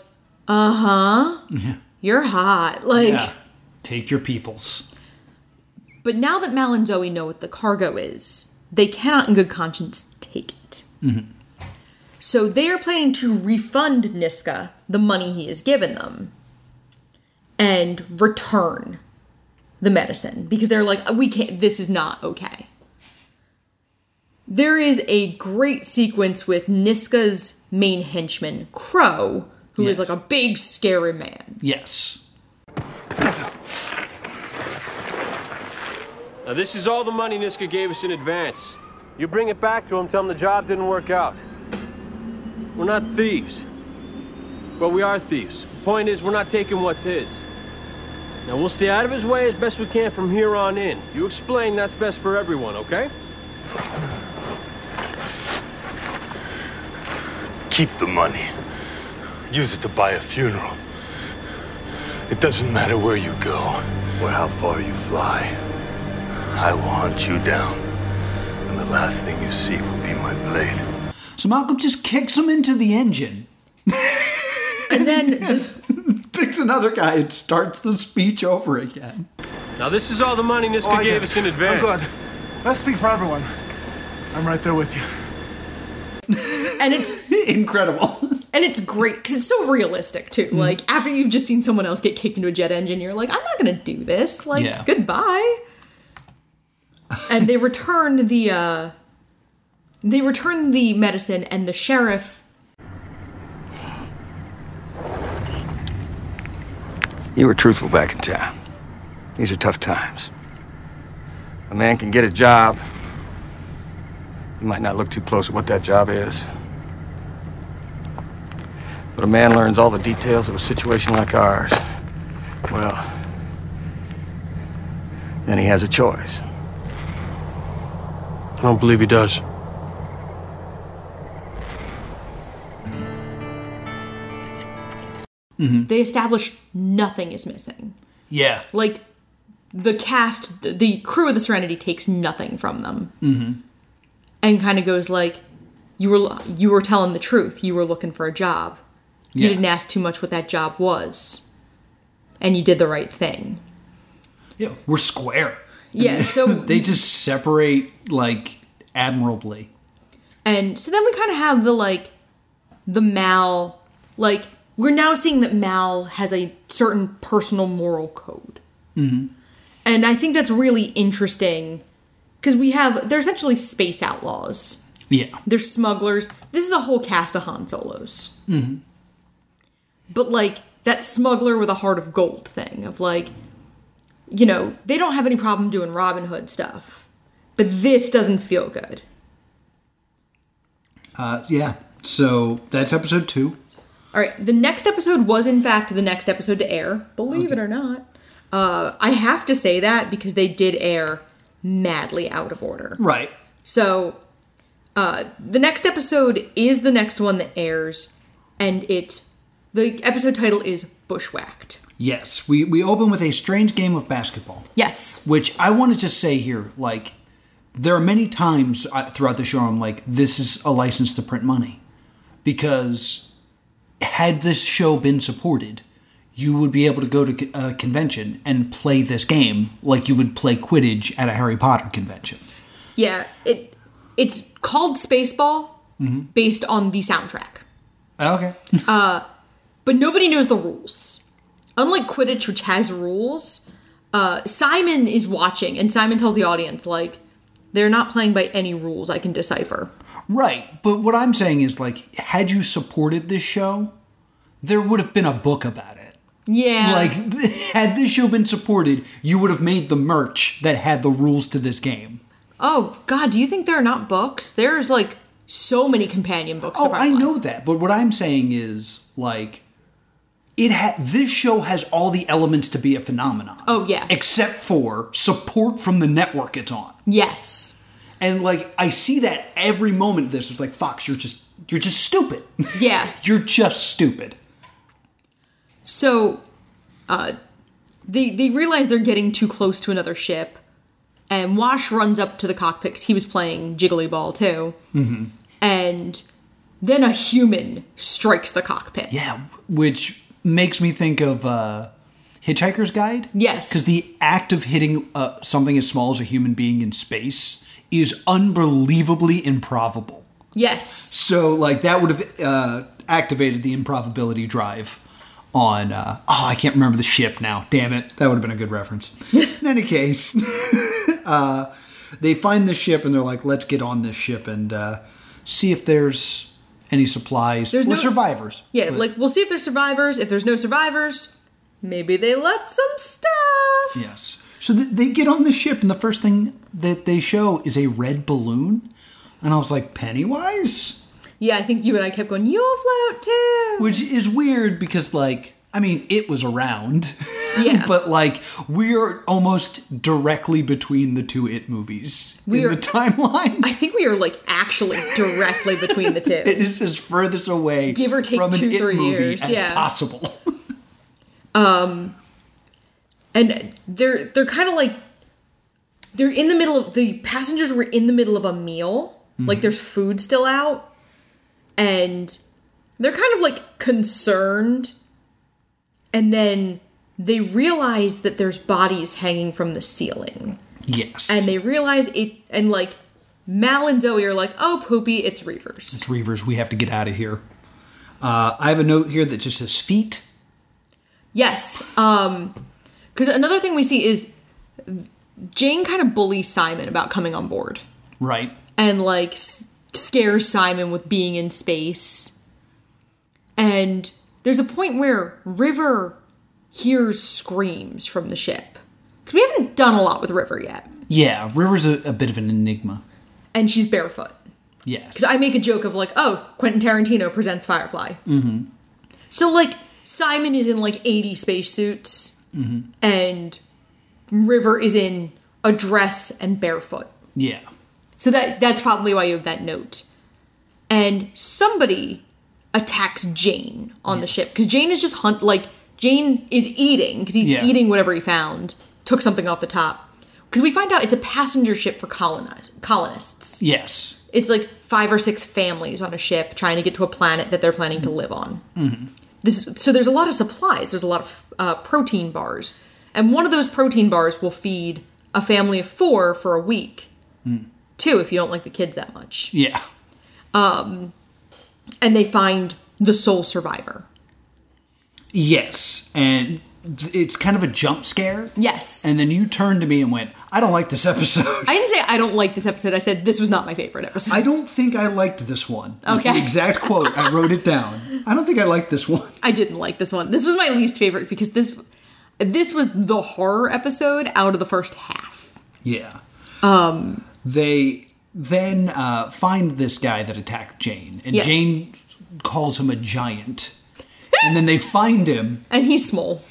Speaker 1: uh huh. You're hot. Like,
Speaker 2: Yeah. Take your peoples.
Speaker 1: but now that Mal and Zoe know what the cargo is, they cannot in good conscience take it. So they are planning to refund Niska the money he has given them and return the medicine because they're like, we can't, this is not okay. There is a great sequence with Niska's main henchman, Crow, who is
Speaker 2: Yes.
Speaker 1: like a big, scary man.
Speaker 2: Yes.
Speaker 3: Now, this is all the money Niska gave us in advance. You bring it back to him, tell him the job didn't work out. We're not thieves. Well, we are thieves. The point is, we're not taking what's his. Now, we'll stay out of his way as best we can from here on in. You explain that's best for everyone, okay?
Speaker 7: Keep the money. Use it to buy a funeral. It doesn't matter where you go or how far you fly. I will hunt you down. And the last thing you see will be my blade.
Speaker 2: So Malcolm just kicks him into the engine,
Speaker 1: And then this
Speaker 2: picks another guy, and starts the speech over again.
Speaker 3: Now, this is all the money Niska
Speaker 9: Oh, I
Speaker 3: gave
Speaker 9: get
Speaker 3: us
Speaker 9: it.
Speaker 3: in advance.
Speaker 9: I'm good. Best thing for everyone. I'm right there with you.
Speaker 1: and it's
Speaker 2: Incredible.
Speaker 1: and it's great because it's so realistic too. Like after you've just seen someone else get kicked into a jet engine, you're like, I'm not gonna do this. Like
Speaker 2: Yeah.
Speaker 1: goodbye. and they return the uh they return the medicine and the sheriff
Speaker 10: You were truthful back in town. These are tough times. A man can get a job. You might not look too close at what that job is. But a man learns all the details of a situation like ours. Well, then he has a choice.
Speaker 3: I don't believe he does.
Speaker 1: they establish nothing is missing.
Speaker 2: Yeah.
Speaker 1: Like the cast, the crew of the Serenity takes nothing from them, mm-hmm. and kind of goes like, "You were you were telling the truth. You were looking for a job. You
Speaker 2: Yeah.
Speaker 1: didn't ask too much what that job was, and you did the right thing."
Speaker 2: Yeah, we're square.
Speaker 1: Yeah. So
Speaker 2: They just separate like admirably.
Speaker 1: And so then we kind of have the like the Mal like we're now seeing that Mal has a certain personal moral code. Mm-hmm. And I think that's really interesting because we have they're essentially space outlaws.
Speaker 2: Yeah.
Speaker 1: They're smugglers. This is a whole cast of Han Solos. Mm-hmm. But like that smuggler with a heart of gold thing of like, you know, they don't have any problem doing Robin Hood stuff, but this doesn't feel good.
Speaker 2: Uh, yeah. So that's episode two.
Speaker 1: All right, the next episode was in fact the next episode to air, believe it or not. Uh, I have to say that because they did air madly out of order.
Speaker 2: Right.
Speaker 1: So uh, the next episode is the next one that airs, and it's the episode title is Bushwhacked.
Speaker 2: Yes. We we open with a strange game of basketball.
Speaker 1: Yes,
Speaker 2: which I want to just say here, like, there are many times I- throughout the show I'm like, this is a license to print money. Because had this show been supported, you would be able to go to a convention and play this game like you would play Quidditch at a Harry Potter convention.
Speaker 1: yeah, it it's called Spaceball based on the soundtrack.
Speaker 2: Okay.
Speaker 1: but nobody knows the rules. Unlike Quidditch, which has rules, uh, Simon is watching, and Simon tells the audience, like, they're not playing by any rules I can decipher.
Speaker 2: right. But what I'm saying is, like, had you supported this show, there would have been a book about it.
Speaker 1: Yeah.
Speaker 2: Like, had this show been supported, you would have made the merch that had the rules to this game.
Speaker 1: oh, God, do you think there are not books? There's, like, so many companion books. to
Speaker 2: Oh, I
Speaker 1: Firefly.
Speaker 2: know that, but what I'm saying is like it ha- this show has all the elements to be a phenomenon.
Speaker 1: Oh, yeah.
Speaker 2: Except for support from the network it's on.
Speaker 1: Yes.
Speaker 2: And like I see that every moment of this is like Fox, you're just you're just stupid.
Speaker 1: Yeah.
Speaker 2: you're just stupid.
Speaker 1: So, uh, they they realize they're getting too close to another ship, and Wash runs up to the cockpit. 'cause He was playing Jiggly Ball too,
Speaker 2: Mm-hmm.
Speaker 1: and then a human strikes the cockpit.
Speaker 2: Yeah, which makes me think of uh Hitchhiker's Guide.
Speaker 1: Yes.
Speaker 2: Cuz the act of hitting uh, something as small as a human being in space is unbelievably improbable.
Speaker 1: Yes.
Speaker 2: So like that would have uh, activated the improbability drive on. Uh, oh, I can't remember the ship now. Damn it, that would have been a good reference. In any case, uh, they find the ship and they're like, "Let's get on this ship and uh, see if there's any supplies
Speaker 1: There's
Speaker 2: or
Speaker 1: no-
Speaker 2: survivors."
Speaker 1: Yeah,
Speaker 2: But-
Speaker 1: like we'll see if there's survivors. If there's no survivors, maybe they left some stuff.
Speaker 2: yes. So th- they get on the ship and the first thing that they show is a red balloon, and I was like, "Pennywise."
Speaker 1: Yeah, I think you and I kept going, You'll float too.
Speaker 2: which is weird because like i mean it was around
Speaker 1: Yeah.
Speaker 2: but like we're almost directly between the two it movies
Speaker 1: We
Speaker 2: in
Speaker 1: are-
Speaker 2: the timeline
Speaker 1: I think we are like actually directly between the two.
Speaker 2: it is as furthest away
Speaker 1: Give or take
Speaker 2: from an
Speaker 1: two,
Speaker 2: it
Speaker 1: three
Speaker 2: movie
Speaker 1: years,
Speaker 2: as
Speaker 1: yeah.
Speaker 2: possible
Speaker 1: and they're they're kind of like they're in the middle of the passengers were in the middle of a meal like there's food still out and they're kind of like concerned. And then they realize that there's bodies hanging from the ceiling.
Speaker 2: Yes.
Speaker 1: And they realize it, and like Mal and Zoe are like, oh, poopy, it's Reavers.
Speaker 2: It's Reavers. We have to get out of here. Uh, I have a note here that just says feet.
Speaker 1: Yes. Um, because another thing we see is Jane kind of bullies Simon about coming on board
Speaker 2: Right.
Speaker 1: and like s- scares Simon with being in space. And there's a point where River hears screams from the ship. Because we haven't done a lot with River yet.
Speaker 2: Yeah, River's a, a bit of an enigma.
Speaker 1: And she's barefoot.
Speaker 2: Yes.
Speaker 1: Because I make a joke of like, oh, Quentin Tarantino presents Firefly.
Speaker 2: Mm-hmm.
Speaker 1: So like Simon is in like 80 spacesuits
Speaker 2: Mm-hmm.
Speaker 1: and River is in a dress and barefoot.
Speaker 2: Yeah.
Speaker 1: So that that's probably why you have that note. And somebody attacks Jane on the ship because Jane is just hunt like Jane is eating because he's
Speaker 11: Yeah.
Speaker 1: eating whatever he found. Took something off the top because we find out it's a passenger ship for colonize, colonists.
Speaker 2: Yes.
Speaker 1: It's like five or six families on a ship trying to get to a planet that they're planning to live on.
Speaker 2: Mm-hmm.
Speaker 1: This is- so there's a lot of supplies. There's a lot of uh, protein bars, and one of those protein bars will feed a family of four for a week.
Speaker 2: Mm.
Speaker 1: Two, if you don't like the kids that much.
Speaker 2: Yeah.
Speaker 1: Um, and they find the sole survivor.
Speaker 2: Yes. And th- it's kind of a jump scare.
Speaker 1: Yes.
Speaker 2: And then you turned to me and went, I don't like this episode.
Speaker 1: I didn't say I don't like this episode. I said this was not my favorite episode.
Speaker 2: I don't think I liked this one. It was
Speaker 1: Okay.
Speaker 2: The exact quote. I wrote it down. I don't think I liked this one.
Speaker 1: I didn't like this one. This was my least favorite because this this was the horror episode out of the first half.
Speaker 2: Yeah.
Speaker 1: Um,
Speaker 2: They then uh, find this guy that attacked Jane, and
Speaker 1: Yes.
Speaker 2: Jane calls him a giant. and then they find him,
Speaker 1: and he's small.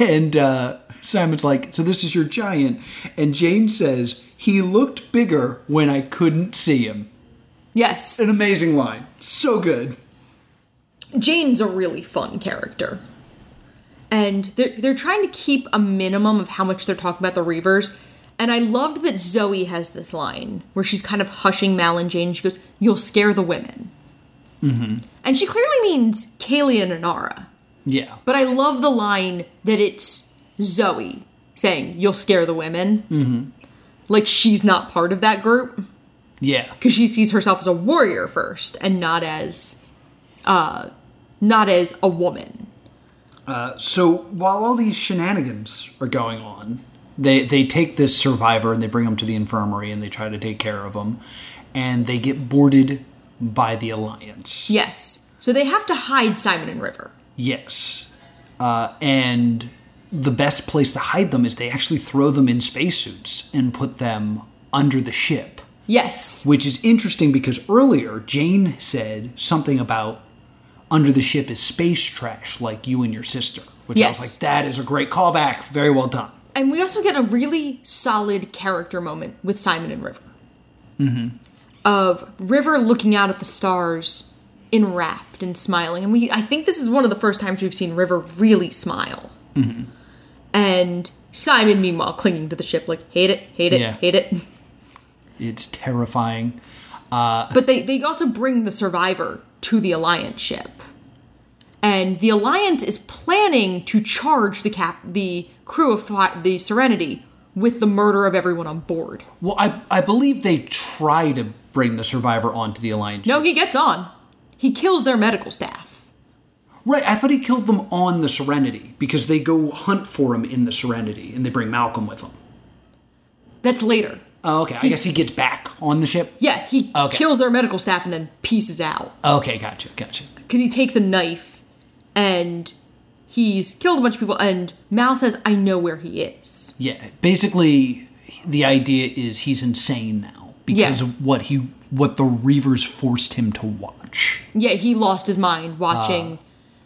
Speaker 2: And uh, Simon's like, "So this is your giant?" And Jane says, "He looked bigger when I couldn't see him."
Speaker 1: Yes. An
Speaker 2: amazing line. So good.
Speaker 1: Jane's a really fun character. And they're, they're trying to keep a minimum of how much they're talking about the Reavers. And I loved that Zoe has this line where she's kind of hushing Mal and Jane. She goes, You'll scare the women.
Speaker 2: Mm-hmm.
Speaker 1: And she clearly means Kaylee and Anara.
Speaker 2: Yeah.
Speaker 1: But I love the line that it's Zoe saying, You'll scare the women.
Speaker 2: Mm-hmm.
Speaker 1: Like she's not part of that group
Speaker 2: Yeah.
Speaker 1: because she sees herself as a warrior first and not as, uh, not as a woman.
Speaker 2: Uh, so while all these shenanigans are going on, they they take this survivor and they bring him to the infirmary and they try to take care of him, and they get boarded by the Alliance.
Speaker 1: Yes. So they have to hide Simon and River.
Speaker 2: Yes. Uh, and the best place to hide them is they actually throw them in spacesuits and put them under the ship.
Speaker 1: Yes.
Speaker 2: Which is interesting because earlier Jane said something about under the ship is space trash, like you and your sister. Which I
Speaker 1: Yes.
Speaker 2: was like, that is a great callback. Very well done.
Speaker 1: And we also get a really solid character moment with Simon and River
Speaker 2: Mm-hmm.
Speaker 1: of River looking out at the stars, enwrapped and smiling. And we I think this is one of the first times we've seen River really smile.
Speaker 2: Mm-hmm.
Speaker 1: And Simon meanwhile clinging to the ship like hate it, hate it,
Speaker 2: Yeah.
Speaker 1: hate it.
Speaker 2: It's terrifying. Uh,
Speaker 1: But they they also bring the survivor to the Alliance ship. And the Alliance is planning to charge the cap the crew of Fi- the Serenity with the murder of everyone on board.
Speaker 2: well, I, I believe they try to bring the survivor onto the Alliance.
Speaker 1: No, he gets on. He kills their medical staff.
Speaker 2: Right, I thought he killed them on the Serenity because they go hunt for him in the Serenity and they bring Malcolm with them.
Speaker 1: That's later.
Speaker 2: Oh, okay. I guess he gets back on the ship.
Speaker 1: Yeah, he
Speaker 2: Okay.
Speaker 1: kills their medical staff and then pieces out
Speaker 2: Okay, gotcha, gotcha.
Speaker 1: because he takes a knife and he's killed a bunch of people. And Mal says, "I know where he is."
Speaker 2: Yeah, basically, the idea is he's insane now because
Speaker 1: Yeah.
Speaker 2: of what he, what the Reavers forced him to watch.
Speaker 1: Yeah, he lost his mind watching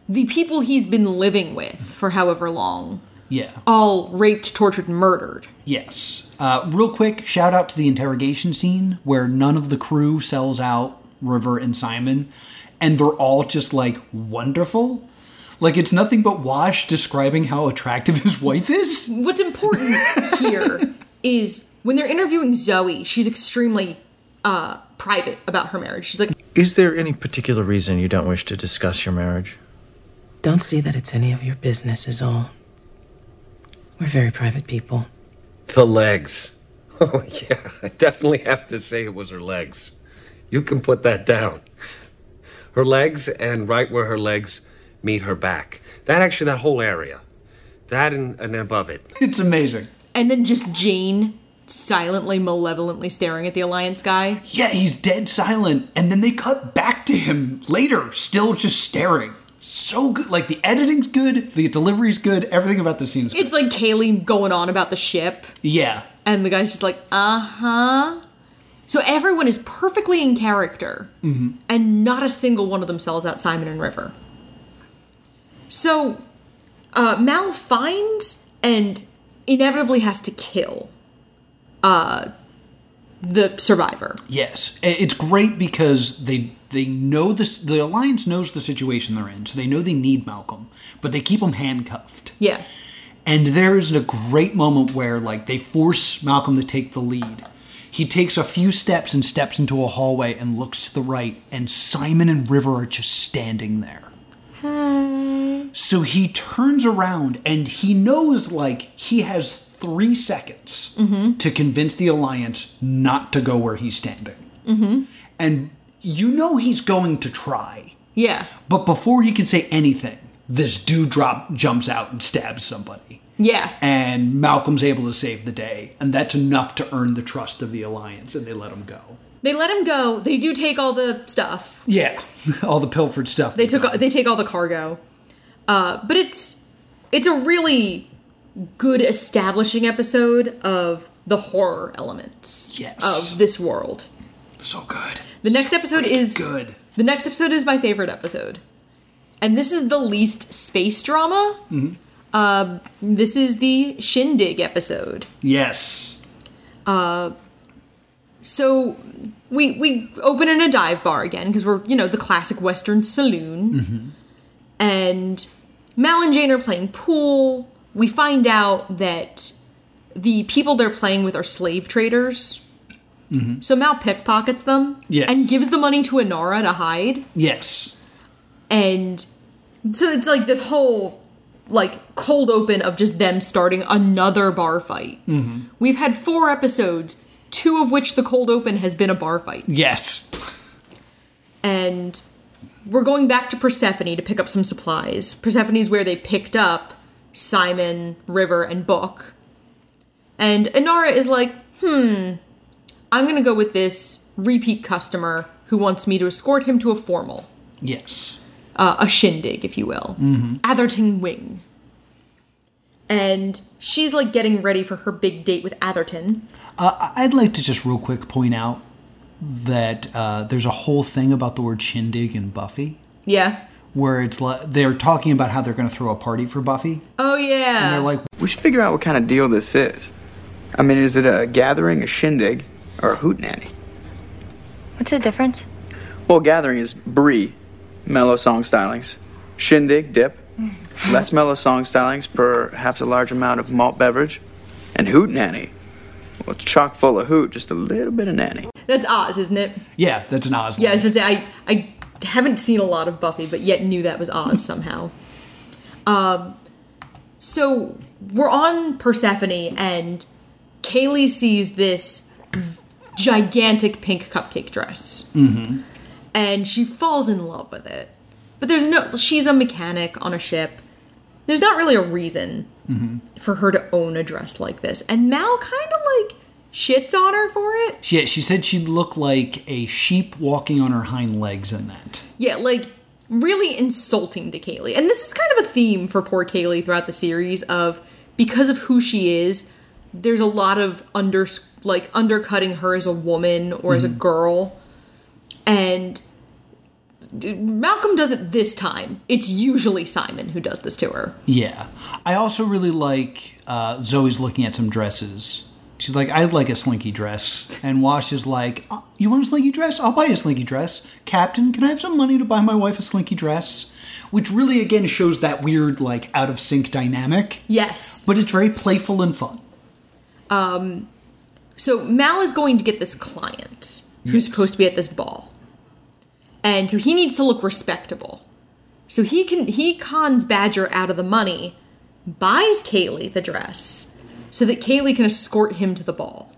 Speaker 1: the people he's been living with for however long,
Speaker 2: Yeah.
Speaker 1: all raped, tortured, and murdered.
Speaker 2: Yes. Uh, real quick, shout out to the interrogation scene where none of the crew sells out River and Simon, and they're all just like wonderful. Like it's nothing but Wash describing how attractive his wife is.
Speaker 1: What's important here is when they're interviewing Zoe, she's extremely uh, private about her marriage. She's like,
Speaker 11: Is there any particular reason you don't wish to discuss your marriage?
Speaker 8: Don't see that it's any of your business, is all. We're very private people.
Speaker 12: The legs. Oh, yeah, I definitely have to say it was her legs. You can put that down. Her legs and right where her legs meet her back. That actually, that whole area. That and, and above it.
Speaker 2: It's amazing.
Speaker 1: And then just Jane silently, malevolently staring at the Alliance guy.
Speaker 2: Yeah, he's dead silent, and then they cut back to him later, still just staring. So good. Like the editing's good, the delivery's good, everything about the scene's good.
Speaker 1: It's like Kaylee going on about the ship,
Speaker 2: Yeah.
Speaker 1: and the guy's just like, uh huh. So everyone is perfectly in character,
Speaker 2: Mm-hmm.
Speaker 1: and not a single one of them sells out Simon and River. So, uh, Mal finds and inevitably has to kill uh, the survivor.
Speaker 2: Yes, I- it's great because they they know this. The alliance knows the situation they're in, so they know they need Malcolm, but they keep him handcuffed.
Speaker 1: Yeah.
Speaker 2: And there is a great moment where like they force Malcolm to take the lead. He takes a few steps and steps into a hallway and looks to the right, and Simon and River are just standing there. So he turns around and he knows like he has three seconds
Speaker 13: Mhm.
Speaker 2: to convince the alliance not to go where he's standing.
Speaker 13: Mm-hmm.
Speaker 2: And you know he's going to try.
Speaker 1: Yeah.
Speaker 2: But before he can say anything, this dewdrop jumps out and stabs somebody.
Speaker 1: Yeah.
Speaker 2: And Malcolm's able to save the day. And that's enough to earn the trust of the Alliance, and they let him go.
Speaker 1: They let him go. They do take all the stuff.
Speaker 2: Yeah. All the pilfered stuff.
Speaker 1: They took they take all the cargo. Uh, but it's it's a really good establishing episode of the horror elements
Speaker 2: Yes.
Speaker 1: of this world.
Speaker 2: So good.
Speaker 1: The next episode is
Speaker 2: good.
Speaker 1: The next episode is my favorite episode. And this is the least space drama.
Speaker 2: Mhm.
Speaker 1: Uh, this is the shindig episode.
Speaker 2: Yes.
Speaker 1: Uh, so we we open in a dive bar again because we're you know the classic Western saloon,
Speaker 13: Mm-hmm.
Speaker 1: and Mal and Jane are playing pool. We find out that the people they're playing with are slave traders.
Speaker 2: Mm-hmm.
Speaker 1: So Mal pickpockets them
Speaker 2: Yes.
Speaker 1: and gives the money to Inara to hide.
Speaker 2: Yes.
Speaker 1: And so it's like this whole like cold open of just them starting another bar fight.
Speaker 2: Mm-hmm.
Speaker 1: We've had four episodes, two of which the cold open has been a bar fight.
Speaker 2: Yes.
Speaker 1: And we're going back to Persephone to pick up some supplies. Persephone's where they picked up Simon, River, and Book. And Inara is like, hmm, I'm going to go with this repeat customer who wants me to escort him to a formal,
Speaker 2: Yes.
Speaker 1: uh, a shindig, if you will.
Speaker 2: Mm-hmm.
Speaker 1: Atherton Wing. And she's like getting ready for her big date with Atherton.
Speaker 2: Uh, I- I'd like to just real quick point out that uh, there's a whole thing about the word shindig in Buffy,
Speaker 1: Yeah.
Speaker 2: where it's like they're talking about how they're going to throw a party for Buffy,
Speaker 1: Oh yeah.
Speaker 2: and they're like,
Speaker 14: We should figure out what kind of deal this is. I mean, is it a gathering, a shindig, or a hootenanny?
Speaker 15: What's the difference?
Speaker 14: Well, gathering is brie, mellow song stylings. Shindig, dip,
Speaker 15: Mm.
Speaker 14: less mellow song stylings, perhaps a large amount of malt beverage. And hootenanny, well, it's chock full of hoot, just a little bit of nanny.
Speaker 1: That's Oz, isn't it?
Speaker 2: "Yeah, that's an Oz."
Speaker 1: Yeah, I was gonna say I I haven't seen a lot of Buffy, but yet knew that was Oz somehow. Um, so we're on Persephone, and Kaylee sees this gigantic pink cupcake dress,
Speaker 13: Mm-hmm.
Speaker 1: and she falls in love with it. But there's no she's a mechanic on a ship. There's not really a reason
Speaker 2: Mm-hmm.
Speaker 1: for her to own a dress like this, and Mal kind of like shits on her for it.
Speaker 2: Yeah, she said she'd look like a sheep walking on her hind legs in that.
Speaker 1: Yeah, like really insulting to Kaylee. And this is kind of a theme for poor Kaylee throughout the series of because of who she is, there's a lot of under like undercutting her as a woman or as a
Speaker 13: Mhm.
Speaker 1: girl. And Malcolm does it this time. It's usually Simon who does this to her.
Speaker 2: Yeah. I also really like uh, Zoe's looking at some dresses. She's like, I'd like a slinky dress. And Wash is like, "Uh, You want a slinky dress? I'll buy you a slinky dress. Captain, can I have some money to buy my wife a slinky dress? Which really, again, shows that weird, like, out of sync dynamic.
Speaker 1: Yes.
Speaker 2: But it's very playful and fun.
Speaker 1: Um so Mal is going to get this client who's supposed to be at this ball. and so he needs to look respectable. So he can he cons Badger out of the money, buys Kaylee the dress, so that Kaylee can escort him to the ball.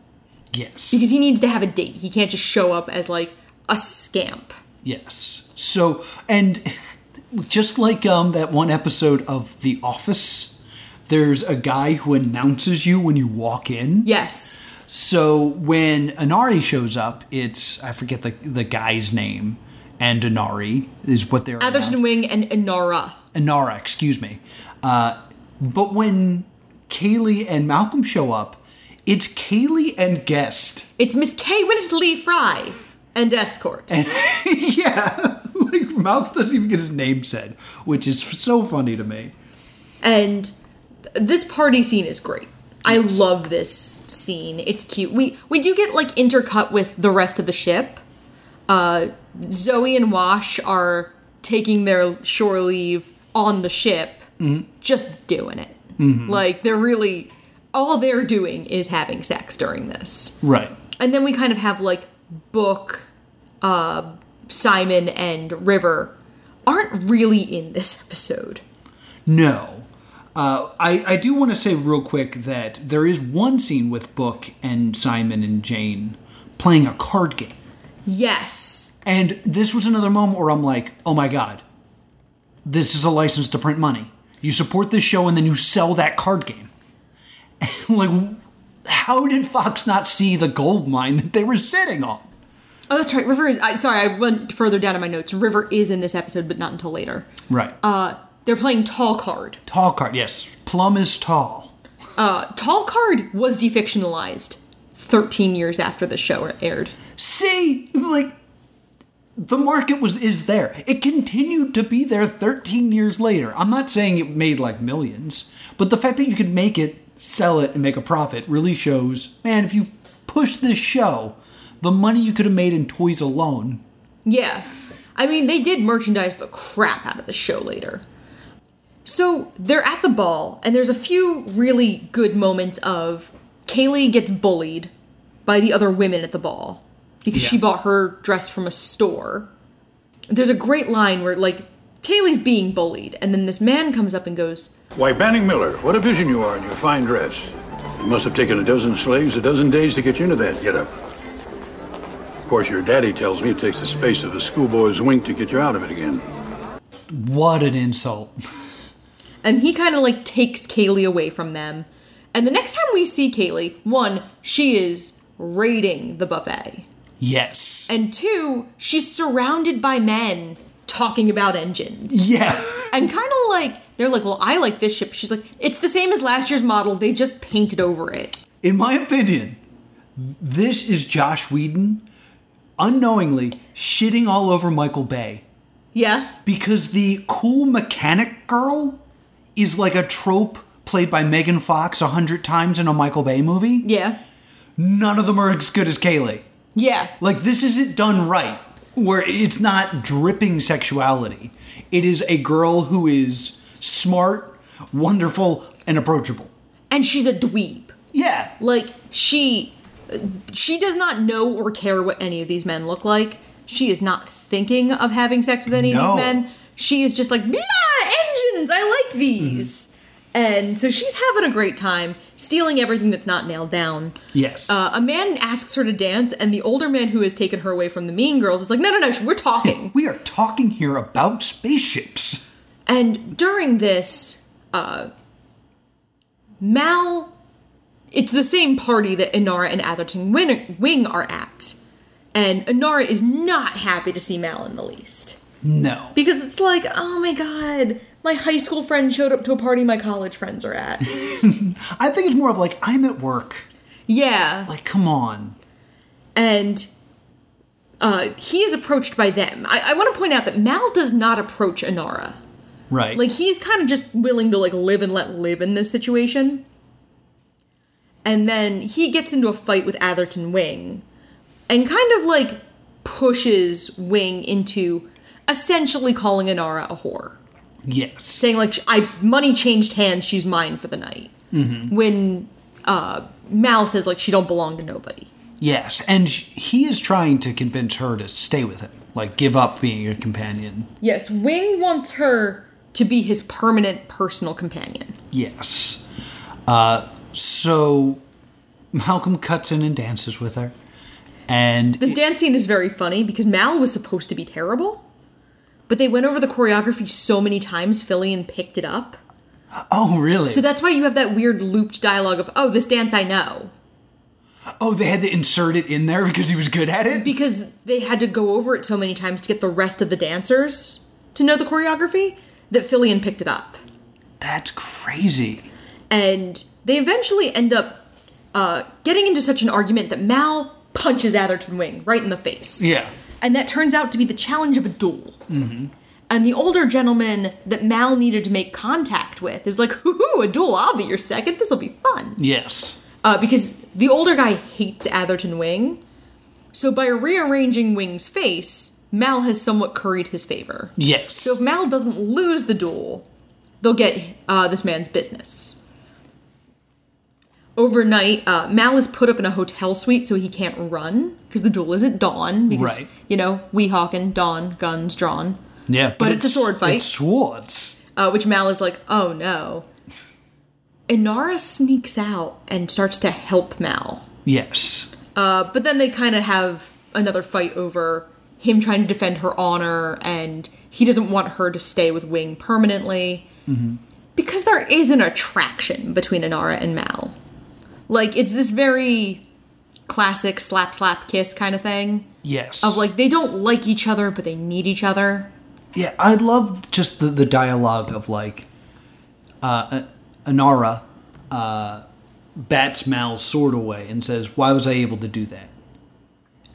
Speaker 2: Yes.
Speaker 1: Because he needs to have a date. He can't just show up as like a scamp.
Speaker 2: Yes. So, and just like um, that one episode of The Office, there's a guy who announces you when you walk in.
Speaker 1: Yes.
Speaker 2: So when Anari shows up, it's I forget the the guy's name, and Anari is what they're
Speaker 1: Atherton Wing and Inara.
Speaker 2: Inara, excuse me. Uh, but when Kaylee and Malcolm show up, it's Kaylee and Guest.
Speaker 1: It's Miss Kay Winnett Lee Fry and escort.
Speaker 2: And yeah, like Malcolm doesn't even get his name said, which is so funny to me.
Speaker 1: and this party scene is great. I love this scene. It's cute. We we do get like intercut with the rest of the ship. Uh, Zoe and Wash are taking their shore leave on the ship, just doing it.
Speaker 2: Mhm.
Speaker 1: Like they're really all they're doing is having sex during this.
Speaker 2: Right.
Speaker 1: And then we kind of have like Book, uh, Simon, and River aren't really in this episode.
Speaker 2: No. Uh, I, I do want to say real quick that there is one scene with Book and Simon and Jane playing a card game.
Speaker 1: Yes.
Speaker 2: And this was another moment where I'm like, oh my God, this is a license to print money. You support this show and then you sell that card game. like, how did Fox not see the gold mine that they were sitting on?
Speaker 1: Oh, that's right. River is. I, sorry, I went further down in my notes. River is in this episode, but not until later.
Speaker 2: Right.
Speaker 1: Uh, they're playing Tall Card.
Speaker 2: Tall card, yes. Plum is tall.
Speaker 1: Uh, Tall Card was defictionalized 13 years after the show aired.
Speaker 2: See, like the market was is there. It continued to be there 13 years later. I'm not saying it made like millions, but the fact that you could make it, sell it and make a profit really shows, man, if you push this show, the money you could have made in toys alone.
Speaker 1: Yeah. I mean, they did merchandise the crap out of the show later. So they're at the ball, and there's a few really good moments of Kaylee gets bullied by the other women at the ball because she
Speaker 13: Yeah.
Speaker 1: bought her dress from a store. There's a great line where, like, Kaylee's being bullied, and then this man comes up and goes,
Speaker 16: Why, Banning Miller, what a vision you are in your fine dress. It must have taken a dozen slaves a dozen days to get you into that getup. Of course, your daddy tells me it takes the space of a schoolboy's wink to get you out of it again.
Speaker 2: What an insult.
Speaker 1: and he kind of like takes Kaylee away from them. And the next time we see Kaylee, one, she is raiding the buffet.
Speaker 2: Yes.
Speaker 1: And two, she's surrounded by men talking about engines.
Speaker 2: Yeah.
Speaker 1: And kind of like, they're like, well, I like this ship. She's like, it's the same as last year's model. They just painted over it.
Speaker 2: In my opinion, this is Josh Whedon unknowingly shitting all over Michael Bay.
Speaker 1: Yeah.
Speaker 2: Because the cool mechanic girl is like a trope played by Megan Fox a hundred times in a Michael Bay movie.
Speaker 1: Yeah.
Speaker 2: None of them are as good as Kaylee.
Speaker 1: Yeah.
Speaker 2: Like this isn't done right, where it's not dripping sexuality. It is a girl who is smart, wonderful, and approachable.
Speaker 1: And she's a dweeb.
Speaker 2: Yeah.
Speaker 1: Like, she. She does not know or care what any of these men look like. She is not thinking of having sex with any of
Speaker 2: No.
Speaker 1: these men. She is just like, yeah, engines, I like these. And so she's having a great time, stealing everything that's not nailed down.
Speaker 2: Yes.
Speaker 1: Uh, a man asks her to dance, and the older man who has taken her away from the mean girls is like, no, no, no, we're talking.
Speaker 2: we are talking here about spaceships.
Speaker 1: And during this, uh, Mal, it's the same party that Inara and Atherton Win- Wing are at. And Inara is not happy to see Mal in the least.
Speaker 2: No.
Speaker 1: Because it's like, oh my god, my high school friend showed up to a party my college friends are at.
Speaker 2: I think it's more of like, I'm at work.
Speaker 1: yeah.
Speaker 2: Like, come on.
Speaker 1: and uh, he is approached by them. I, I want to point out that Mal does not approach Inara.
Speaker 2: Right.
Speaker 1: Like he's kind of just willing to like live and let live in this situation. And then he gets into a fight with Atherton Wing and kind of like pushes Wing into essentially calling Inara a whore.
Speaker 2: yes.
Speaker 1: Saying like I money changed hands, she's mine for the night.
Speaker 2: Mhm.
Speaker 1: When uh Mal says like she don't belong to nobody.
Speaker 2: Yes. And sh- he is trying to convince her to stay with him. like give up being your companion.
Speaker 1: Yes, Wing wants her to be his permanent personal companion.
Speaker 2: Yes. Uh, so Malcolm cuts in and dances with her, and
Speaker 1: This dance scene is very funny because Mal was supposed to be terrible, but they went over the choreography so many times, Fillion picked it up.
Speaker 2: oh really?
Speaker 1: So that's why you have that weird looped dialogue of, oh, this dance I know.
Speaker 2: oh, they had to insert it in there because he was good at it.
Speaker 1: Because they had to go over it so many times to get the rest of the dancers to know the choreography that Fillion picked it up.
Speaker 2: That's crazy.
Speaker 1: And they eventually end up uh, getting into such an argument that Mal punches Atherton Wing right in the face.
Speaker 2: Yeah.
Speaker 1: And that turns out to be the challenge of a duel.
Speaker 2: Mm-hmm.
Speaker 1: And the older gentleman that Mal needed to make contact with is like, hoo, a duel, I'll be your second, this'll be fun.
Speaker 2: Yes.
Speaker 1: Uh, because the older guy hates Atherton Wing. So by rearranging Wing's face, Mal has somewhat curried his favor.
Speaker 2: Yes. So
Speaker 1: if Mal doesn't lose the duel, they'll get uh, this man's business. Overnight, uh, Mal is put up in a hotel suite so he can't run because the duel is at dawn. Because,
Speaker 2: Right.
Speaker 1: you know, we hawking, dawn, guns drawn.
Speaker 2: Yeah,
Speaker 1: But it's a sword fight.
Speaker 2: It's swords.
Speaker 1: Uh, which Mal is like, oh no. Inara sneaks out and starts to help Mal.
Speaker 2: Yes.
Speaker 1: Uh, but then they kind of have another fight over him trying to defend her honor, and he doesn't want her to stay with Wing permanently.
Speaker 2: Mm-hmm.
Speaker 1: Because there is an attraction between Inara and Mal. Like, it's this very classic slap slap kiss kind of thing.
Speaker 2: Yes.
Speaker 1: Of like, they don't like each other, but they need each other.
Speaker 2: Yeah, I love just the, the dialogue of like uh, A- Anara uh, bats Mal's sword away and says, Why was I able to do that?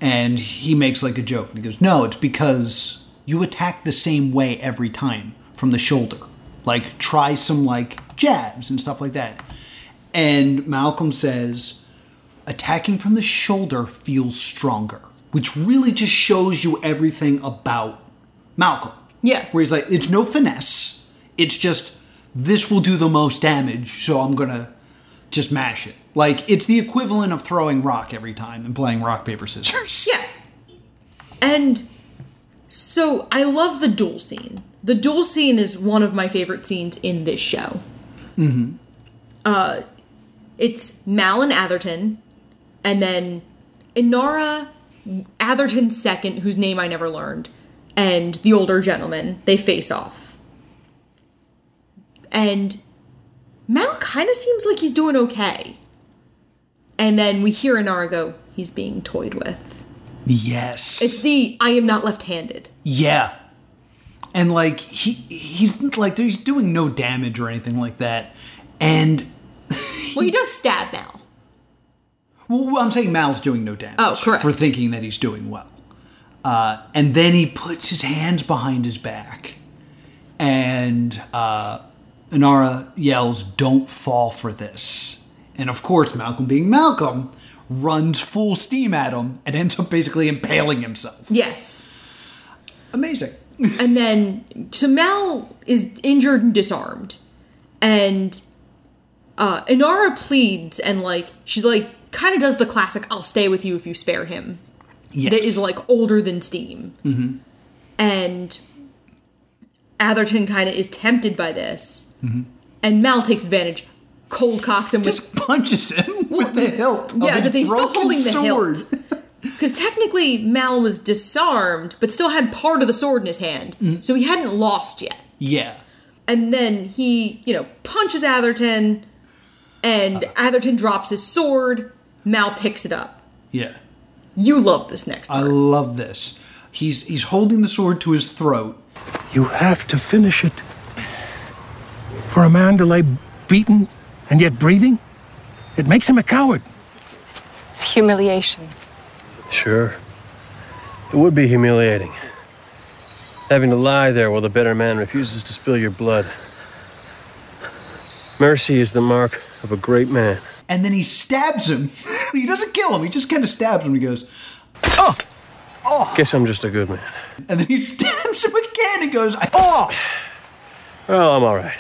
Speaker 2: And he makes like a joke and he goes, No, it's because you attack the same way every time from the shoulder. Like, try some like jabs and stuff like that. And Malcolm says, Attacking from the shoulder feels stronger, which really just shows you everything about Malcolm.
Speaker 1: Yeah.
Speaker 2: Where he's like, it's no finesse. It's just this will do the most damage, so I'm gonna just mash it. Like it's the equivalent of throwing rock every time and playing rock paper scissors.
Speaker 1: Yeah. And so I love the duel scene. The duel scene is one of my favorite scenes in this show.
Speaker 2: Mm-hmm.
Speaker 1: Uh, it's Mal and Atherton, and then Inara, Atherton's second, whose name I never learned, and the older gentleman. They face off. And Mal kind of seems like he's doing okay. And then we hear Inara go, he's being toyed with.
Speaker 2: Yes.
Speaker 1: It's the I am not left-handed.
Speaker 2: Yeah. And like he he's like he's doing no damage or anything like that. And
Speaker 1: Well, he does stab Mal.
Speaker 2: well, I'm saying Mal's doing no damage
Speaker 1: Oh, correct.
Speaker 2: for thinking that he's doing well. Uh, and then he puts his hands behind his back, and uh, Inara yells, "Don't fall for this!" And of course, Malcolm, being Malcolm, runs full steam at him and ends up basically impaling himself.
Speaker 1: Yes.
Speaker 2: Amazing.
Speaker 1: and then so Mal is injured and disarmed, and uh, Inara pleads and like she's like kind of does the classic "I'll stay with you if you spare him."
Speaker 2: Yes.
Speaker 1: That is like older than steam,
Speaker 2: Mm-hmm.
Speaker 1: and Atherton kind of is tempted by this,
Speaker 2: Mm-hmm.
Speaker 1: and Mal takes advantage, cold cocks him with
Speaker 2: Punches him with the hilt. of
Speaker 1: Yeah,
Speaker 2: his
Speaker 1: because he's still
Speaker 2: broken
Speaker 1: holding the
Speaker 2: sword.
Speaker 1: hilt. Because technically, Mal was disarmed, but still had part of the sword in his hand,
Speaker 2: Mm.
Speaker 1: so he hadn't lost yet.
Speaker 2: Yeah.
Speaker 1: And then he, you know, punches Atherton,
Speaker 2: Uh.
Speaker 1: and Atherton drops his sword. Mal picks it up.
Speaker 2: Yeah.
Speaker 1: You love this next
Speaker 2: I love this. He's he's holding the sword to his throat.
Speaker 13: You have to finish it. For a man to lay beaten and yet breathing, it makes him a coward.
Speaker 17: It's humiliation.
Speaker 18: Sure. It would be humiliating. Having to lie there while the better man refuses to spill your blood. Mercy is the mark of a great man.
Speaker 2: and then he stabs him. he doesn't kill him. He just kind of stabs him. He goes, oh,
Speaker 18: Guess I'm just a good man.
Speaker 2: and then he stabs him again. He goes, oh.
Speaker 18: Well, I'm all right.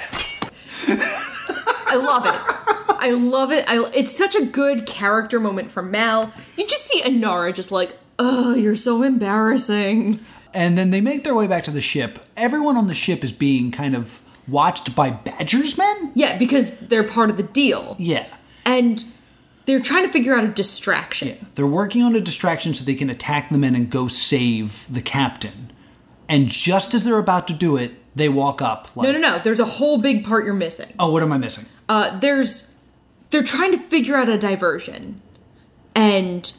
Speaker 1: I love it. I love it. I, it's such a good character moment for Mal. You just see Inara just like, oh, you're so embarrassing.
Speaker 2: and then they make their way back to the ship. Everyone on the ship is being kind of watched by Badger's men?
Speaker 1: Yeah, because they're part of the deal.
Speaker 2: Yeah.
Speaker 1: And they're trying to figure out a distraction.
Speaker 2: They're working on a distraction so they can attack the men and go save the captain. And just as they're about to do it, they walk up like,
Speaker 1: no, no, no. There's a whole big part you're missing.
Speaker 2: oh, what am I missing?
Speaker 1: Uh, there's they're trying to figure out a diversion, and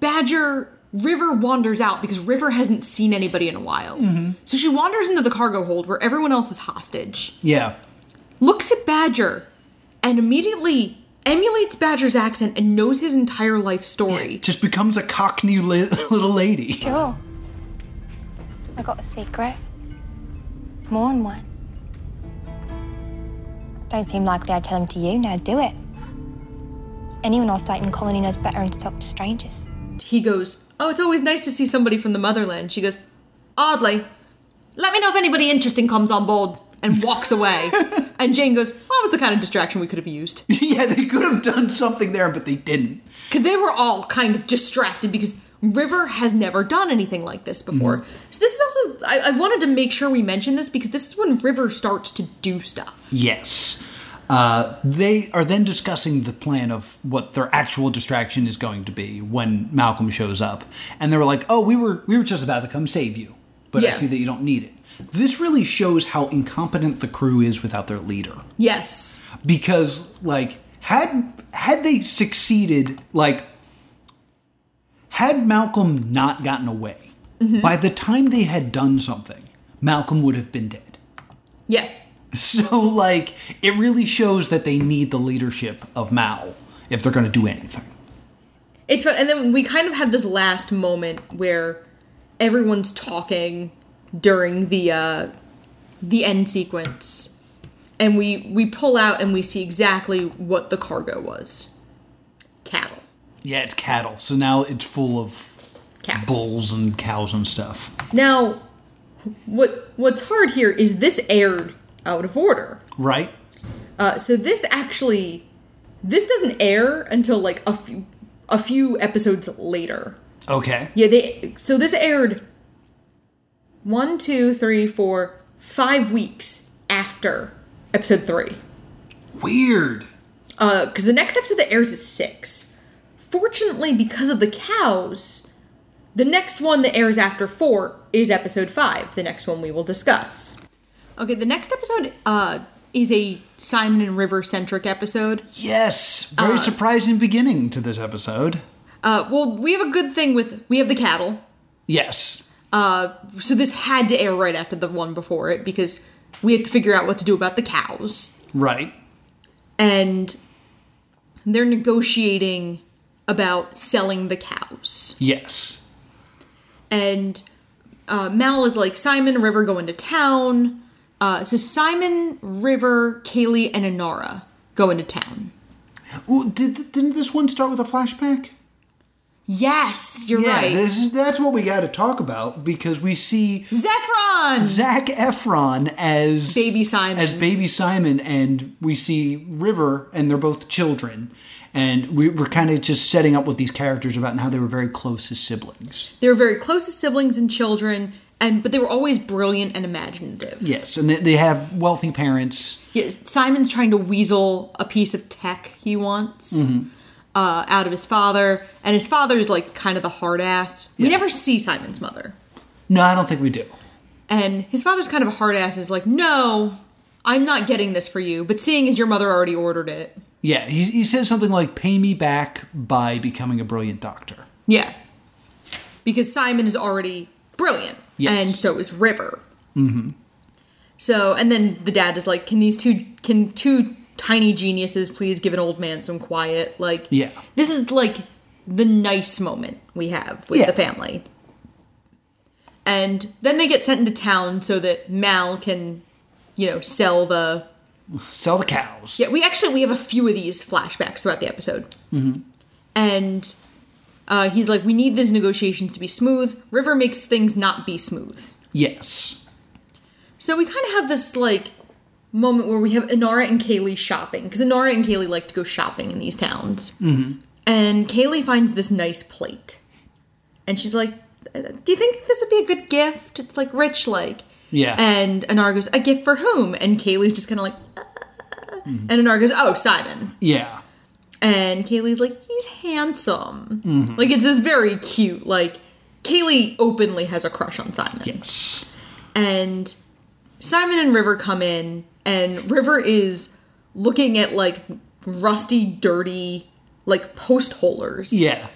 Speaker 1: Badger River wanders out because River hasn't seen anybody in a while.
Speaker 2: Mhm.
Speaker 1: So she wanders into the cargo hold where everyone else is hostage.
Speaker 2: Yeah.
Speaker 1: Looks at Badger, and immediately emulates Badger's accent and knows his entire life story.
Speaker 2: Just becomes a cockney li- little lady.
Speaker 15: Sure. I got a secret. More than one. Don't seem likely I'd tell him to you, now do it. Anyone off Dayton Colony knows better and stops strangers.
Speaker 1: He goes, Oh, it's always nice to see somebody from the motherland. She goes, Oddly, let me know if anybody interesting comes on board and walks away. and Jane goes, Well, that was the kind of distraction we could have used.
Speaker 2: yeah, they could have done something there, but they didn't.
Speaker 1: Because they were all kind of distracted because River has never done anything like this before.
Speaker 2: Mhm.
Speaker 1: So this is also, I, I wanted to make sure we mention this because this is when River starts to do stuff.
Speaker 2: Yes. Uh, they are then discussing the plan of what their actual distraction is going to be when Malcolm shows up, and they were like, "Oh, we were we were just about to come save you, but I
Speaker 1: Yeah.
Speaker 2: see that you don't need it." This really shows how incompetent the crew is without their leader,
Speaker 1: Yes.
Speaker 2: because like had had they succeeded, like had Malcolm not gotten away,
Speaker 1: Mhm.
Speaker 2: by the time they had done something, Malcolm would have been dead.
Speaker 1: Yeah.
Speaker 2: So, like, it really shows that they need the leadership of Mao if they're going to do anything.
Speaker 1: It's fun. And then we kind of have this last moment where everyone's talking during the uh, the end sequence, and we we pull out and we see exactly what the cargo was. Cattle.
Speaker 2: Yeah, it's cattle. So now it's full of
Speaker 1: Cows.
Speaker 2: bulls and cows and stuff.
Speaker 1: Now, what what's hard here is this aired out of order.
Speaker 2: Right?
Speaker 1: Uh, so this actually this doesn't air until like a few a few episodes later.
Speaker 2: Okay.
Speaker 1: Yeah, they so this aired one, two, three, four, five weeks after episode three.
Speaker 2: Weird.
Speaker 1: Uh, because the next episode that airs is six. Fortunately, because of the cows, the next one that airs after four is episode five. The next one we will discuss. Okay, the next episode uh is a Simon and River centric episode.
Speaker 2: Yes. Very
Speaker 1: Uh,
Speaker 2: surprising beginning to this episode.
Speaker 1: Uh, well, we have a good thing with we have the cattle.
Speaker 2: Yes.
Speaker 1: Uh, so this had to air right after the one before it because we had to figure out what to do about the cows.
Speaker 2: Right.
Speaker 1: And they're negotiating about selling the cows.
Speaker 2: Yes.
Speaker 1: And uh, Mal is like, Simon, River go into town. Uh, so Simon, River, Kaylee, and Inara go into town.
Speaker 2: Ooh, did, didn't this one start with a flashback?
Speaker 1: Yes, you're
Speaker 2: yeah,
Speaker 1: right.
Speaker 2: This is, that's what we got to talk about because we see
Speaker 1: Zephron!
Speaker 2: Zach Efron as
Speaker 1: Baby Simon.
Speaker 2: as baby Simon, and we see River, and they're both children, and we, we're kind of just setting up what these characters are about and how they were very close as siblings.
Speaker 1: They were very close as siblings and children, and but they were always brilliant and imaginative.
Speaker 2: Yes, and they, they have wealthy parents.
Speaker 1: Yes, Simon's trying to weasel a piece of tech he wants
Speaker 2: Mhm.
Speaker 1: uh, out of his father, and his father's like kind of the hard ass. We never see Simon's mother,
Speaker 2: No, I don't think we do.
Speaker 1: and his father's kind of a hard ass. and Is like, no, I'm not getting this for you. But seeing as your mother already ordered it,
Speaker 2: Yeah, he, he says something like, "Pay me back by becoming a brilliant doctor."
Speaker 1: yeah, because Simon is already brilliant,
Speaker 2: Yes.
Speaker 1: and so is River.
Speaker 2: Mm-hmm.
Speaker 1: So, and then the dad is like, "Can these two can two tiny geniuses please give an old man some quiet?" Like,
Speaker 2: Yeah.
Speaker 1: this is like the nice moment we have with the family. And then they get sent into town so that Mal can, you know, sell the
Speaker 2: Sell the cows.
Speaker 1: Yeah, we actually we have a few of these flashbacks throughout the episode.
Speaker 2: Mm-hmm.
Speaker 1: And uh, he's like, we need these negotiations to be smooth. River makes things not be smooth.
Speaker 2: Yes.
Speaker 1: So we kind of have this like moment where we have Inara and Kaylee shopping because Inara and Kaylee like to go shopping in these towns.
Speaker 2: Mm-hmm.
Speaker 1: And Kaylee finds this nice plate. And she's like, "Uh, do you think this would be a good gift? It's like rich, like.
Speaker 2: Yeah.
Speaker 1: And Anar goes, a gift for whom? And Kaylee's just kind of like, uh,
Speaker 2: Mm-hmm.
Speaker 1: and Anar goes, oh, Simon.
Speaker 2: Yeah.
Speaker 1: And Kaylee's like, he's handsome.
Speaker 2: Mhm.
Speaker 1: Like, it's this very cute, like, Kaylee openly has a crush on Simon.
Speaker 2: Yes.
Speaker 1: And Simon and River come in, and River is looking at, like, rusty, dirty, like, post holers.
Speaker 2: Yeah.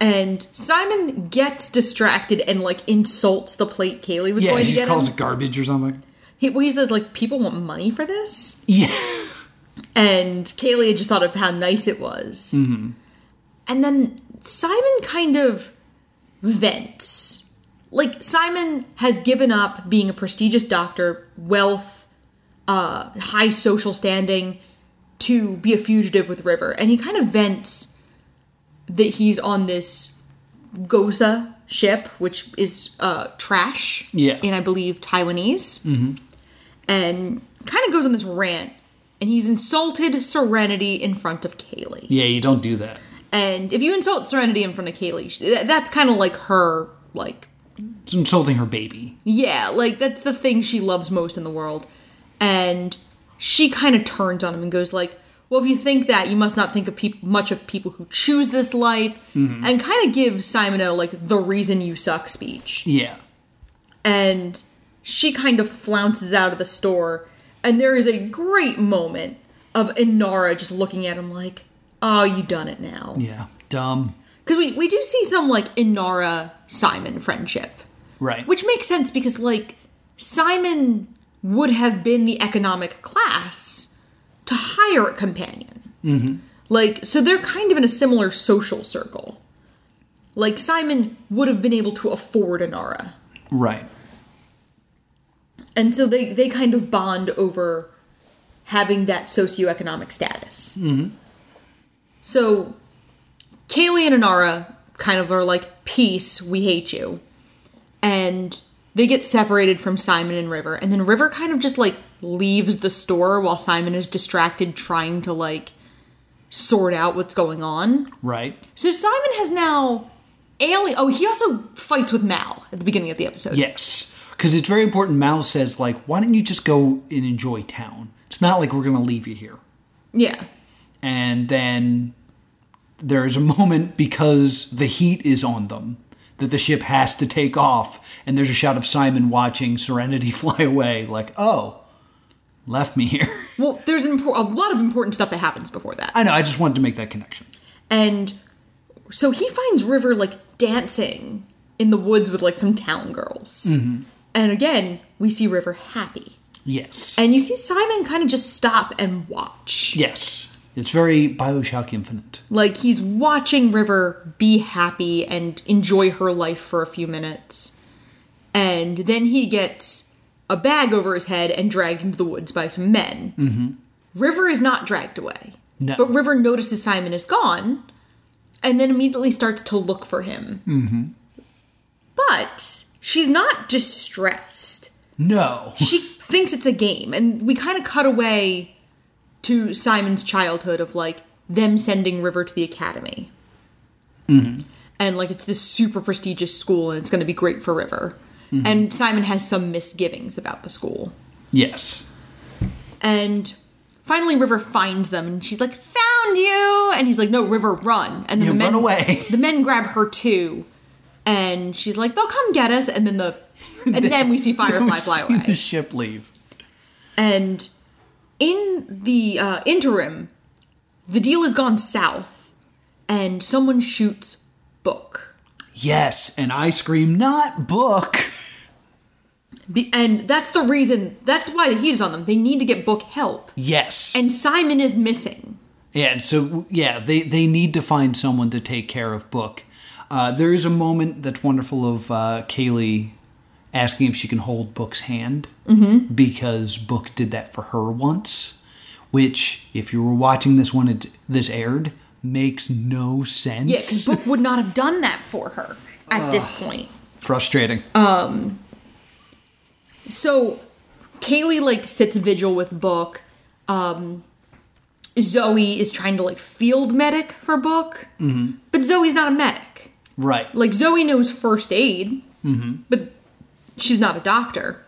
Speaker 1: And Simon gets distracted and, like, insults the plate Kaylee was
Speaker 2: yeah,
Speaker 1: going to
Speaker 2: she
Speaker 1: get
Speaker 2: calls
Speaker 1: him.
Speaker 2: it garbage or something.
Speaker 1: He, well, he says, like, people want money for this?
Speaker 2: Yeah.
Speaker 1: And Kaylee had just thought of how nice it was.
Speaker 2: Mm-hmm.
Speaker 1: And then Simon kind of vents. Like, Simon has given up being a prestigious doctor, wealth, uh, high social standing, to be a fugitive with River. And he kind of vents that he's on this Gosa ship, which is uh, trash
Speaker 2: Yeah.
Speaker 1: in, I believe, Taiwanese
Speaker 2: Mm-hmm.
Speaker 1: and kind of goes on this rant and he's insulted serenity in front of kaylee
Speaker 2: Yeah, you don't do that.
Speaker 1: and if you insult serenity in front of kaylee sh- th- that's kind of like her like
Speaker 2: It's insulting her baby.
Speaker 1: yeah like that's the thing she loves most in the world and she kind of turns on him and goes like well if you think that you must not think of peop much of people who choose this life
Speaker 2: Mhm.
Speaker 1: and kind of gives simon a like the reason you suck speech
Speaker 2: Yeah.
Speaker 1: and she kind of flounces out of the store and there is a great moment of inara just looking at him like oh you done it now
Speaker 2: Yeah. Dumb.
Speaker 1: because we, we do see some like inara simon friendship
Speaker 2: Right.
Speaker 1: which makes sense because like simon would have been the economic class to hire a companion
Speaker 2: Mm-hmm.
Speaker 1: like, so they're kind of in a similar social circle. Like, Simon would have been able to afford Anara.
Speaker 2: Right.
Speaker 1: And so they, they kind of bond over having that socioeconomic status.
Speaker 2: Mm-hmm.
Speaker 1: So Kaylee and Anara kind of are like, peace, we hate you. And they get separated from Simon and River. And then River kind of just like leaves the store while Simon is distracted trying to like sort out what's going on.
Speaker 2: Right.
Speaker 1: So Simon has now alien. Oh, he also fights with Mal at the beginning of the episode.
Speaker 2: Yes. Because it's very important. Mal says, like, why don't you just go and enjoy town? It's not like we're going to leave you here.
Speaker 1: Yeah.
Speaker 2: And then there is a moment because the heat is on them that the ship has to take off. And there's a shot of Simon watching Serenity fly away, like, oh, left me here.
Speaker 1: Well, there's an impor- a lot of important stuff that happens before that.
Speaker 2: I know, I just wanted to make that connection.
Speaker 1: And so he finds River like dancing in the woods with like some town girls.
Speaker 2: Mm-hmm.
Speaker 1: And again, we see River happy.
Speaker 2: Yes.
Speaker 1: And you see Simon kind of just stop and watch.
Speaker 2: Yes. It's very Bioshock Infinite.
Speaker 1: Like he's watching River be happy and enjoy her life for a few minutes. And then he gets a bag over his head and dragged into the woods by some men.
Speaker 2: Mm-hmm.
Speaker 1: River is not dragged away.
Speaker 2: No.
Speaker 1: But River notices Simon is gone and then immediately starts to look for him.
Speaker 2: Mm-hmm.
Speaker 1: But she's not distressed.
Speaker 2: No.
Speaker 1: She thinks it's a game. And we kind of cut away to Simon's childhood of like them sending River to the academy.
Speaker 2: Mm-hmm.
Speaker 1: And like it's this super prestigious school and it's going to be great for River.
Speaker 2: Mhm.
Speaker 1: And Simon has some misgivings about the school.
Speaker 2: Yes.
Speaker 1: And finally, River finds them, and she's like, "Found you!" And he's like, "No, River, run!" And then
Speaker 2: Yeah,
Speaker 1: the men
Speaker 2: run away.
Speaker 1: The men grab her too, and she's like, "They'll come get us!" And then the and then we see Firefly
Speaker 2: We've
Speaker 1: fly
Speaker 2: seen
Speaker 1: away.
Speaker 2: The ship leave.
Speaker 1: And in the uh, interim, the deal has gone south, and someone shoots Book.
Speaker 2: Yes, and I scream, not book.
Speaker 1: Be- and that's the reason. That's why the heat is on them. They need to get Book help,
Speaker 2: Yes.
Speaker 1: and Simon is missing.
Speaker 2: Yeah, and so yeah, they they need to find someone to take care of Book. Uh, there is a moment that's wonderful of uh, Kaylee asking if she can hold Book's hand
Speaker 1: Mm-hmm.
Speaker 19: Mhm.
Speaker 2: because Book did that for her once, which if you were watching this when it this aired makes no sense.
Speaker 1: Yeah, because Book would not have done that for her at this point.
Speaker 2: Frustrating.
Speaker 1: Um. So, Kaylee like sits vigil with Book. Um, Zoe is trying to like field medic for Book,
Speaker 2: Mm-hmm.
Speaker 1: but Zoe's not a medic.
Speaker 2: Right.
Speaker 1: Like Zoe knows first aid,
Speaker 2: Mm-hmm.
Speaker 1: but she's not a doctor.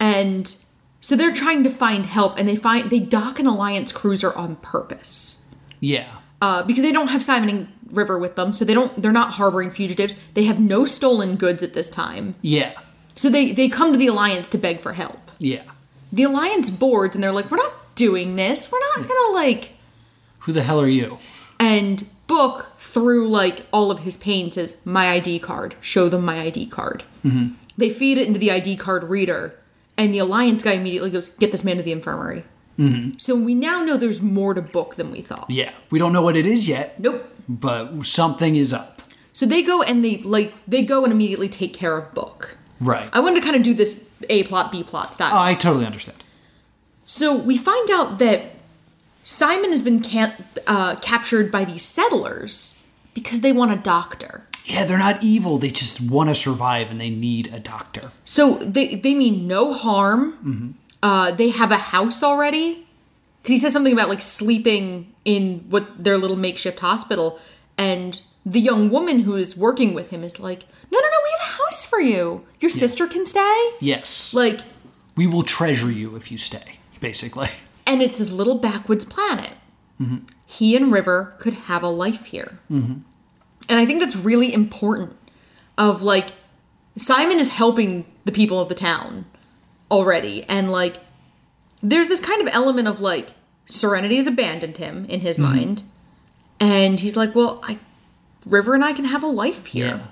Speaker 1: And so they're trying to find help and they find they dock an Alliance cruiser on purpose.
Speaker 2: Yeah.
Speaker 1: Uh, because they don't have Simon and River with them, so they don't they're not harboring fugitives. They have no stolen goods at this time.
Speaker 2: Yeah.
Speaker 1: So they they come to the Alliance to beg for help.
Speaker 2: Yeah.
Speaker 1: The Alliance boards and they're like, "We're not doing this. We're not going to like
Speaker 2: Who the hell are you?
Speaker 1: and book through like all of his pain says my ID card. Show them my ID card.
Speaker 2: Mm-hmm.
Speaker 1: They feed it into the ID card reader, and the Alliance guy immediately goes, Get this man to the infirmary.
Speaker 2: Mm-hmm.
Speaker 1: So we now know there's more to book than we thought.
Speaker 2: Yeah. We don't know what it is yet.
Speaker 1: Nope.
Speaker 2: But something is up.
Speaker 1: So they go and they like they go and immediately take care of book.
Speaker 2: Right.
Speaker 1: I wanted to kind of do this A plot, B plot style.
Speaker 2: I totally understand.
Speaker 1: So we find out that Simon has been ca- uh, captured by these settlers because they want a doctor.
Speaker 2: Yeah, they're not evil. They just want to survive and they need a doctor.
Speaker 1: So they they mean no harm.
Speaker 2: Mm-hmm.
Speaker 1: uh, they have a house already because he says something about like sleeping in what their little makeshift hospital and the young woman who is working with him is like no no no we have a house for you your sister can stay
Speaker 2: Yes.
Speaker 1: like
Speaker 2: We will treasure you if you stay, basically.
Speaker 1: and it's his little backwoods planet
Speaker 2: Mm-hmm.
Speaker 1: he and river could have a life here
Speaker 2: Mm-hmm.
Speaker 1: and i think that's really important of like simon is helping the people of the town already and like there's this kind of element of like serenity has abandoned him in his
Speaker 2: Mhm.
Speaker 1: mind and he's like well i river and i can have a life here
Speaker 2: Yeah.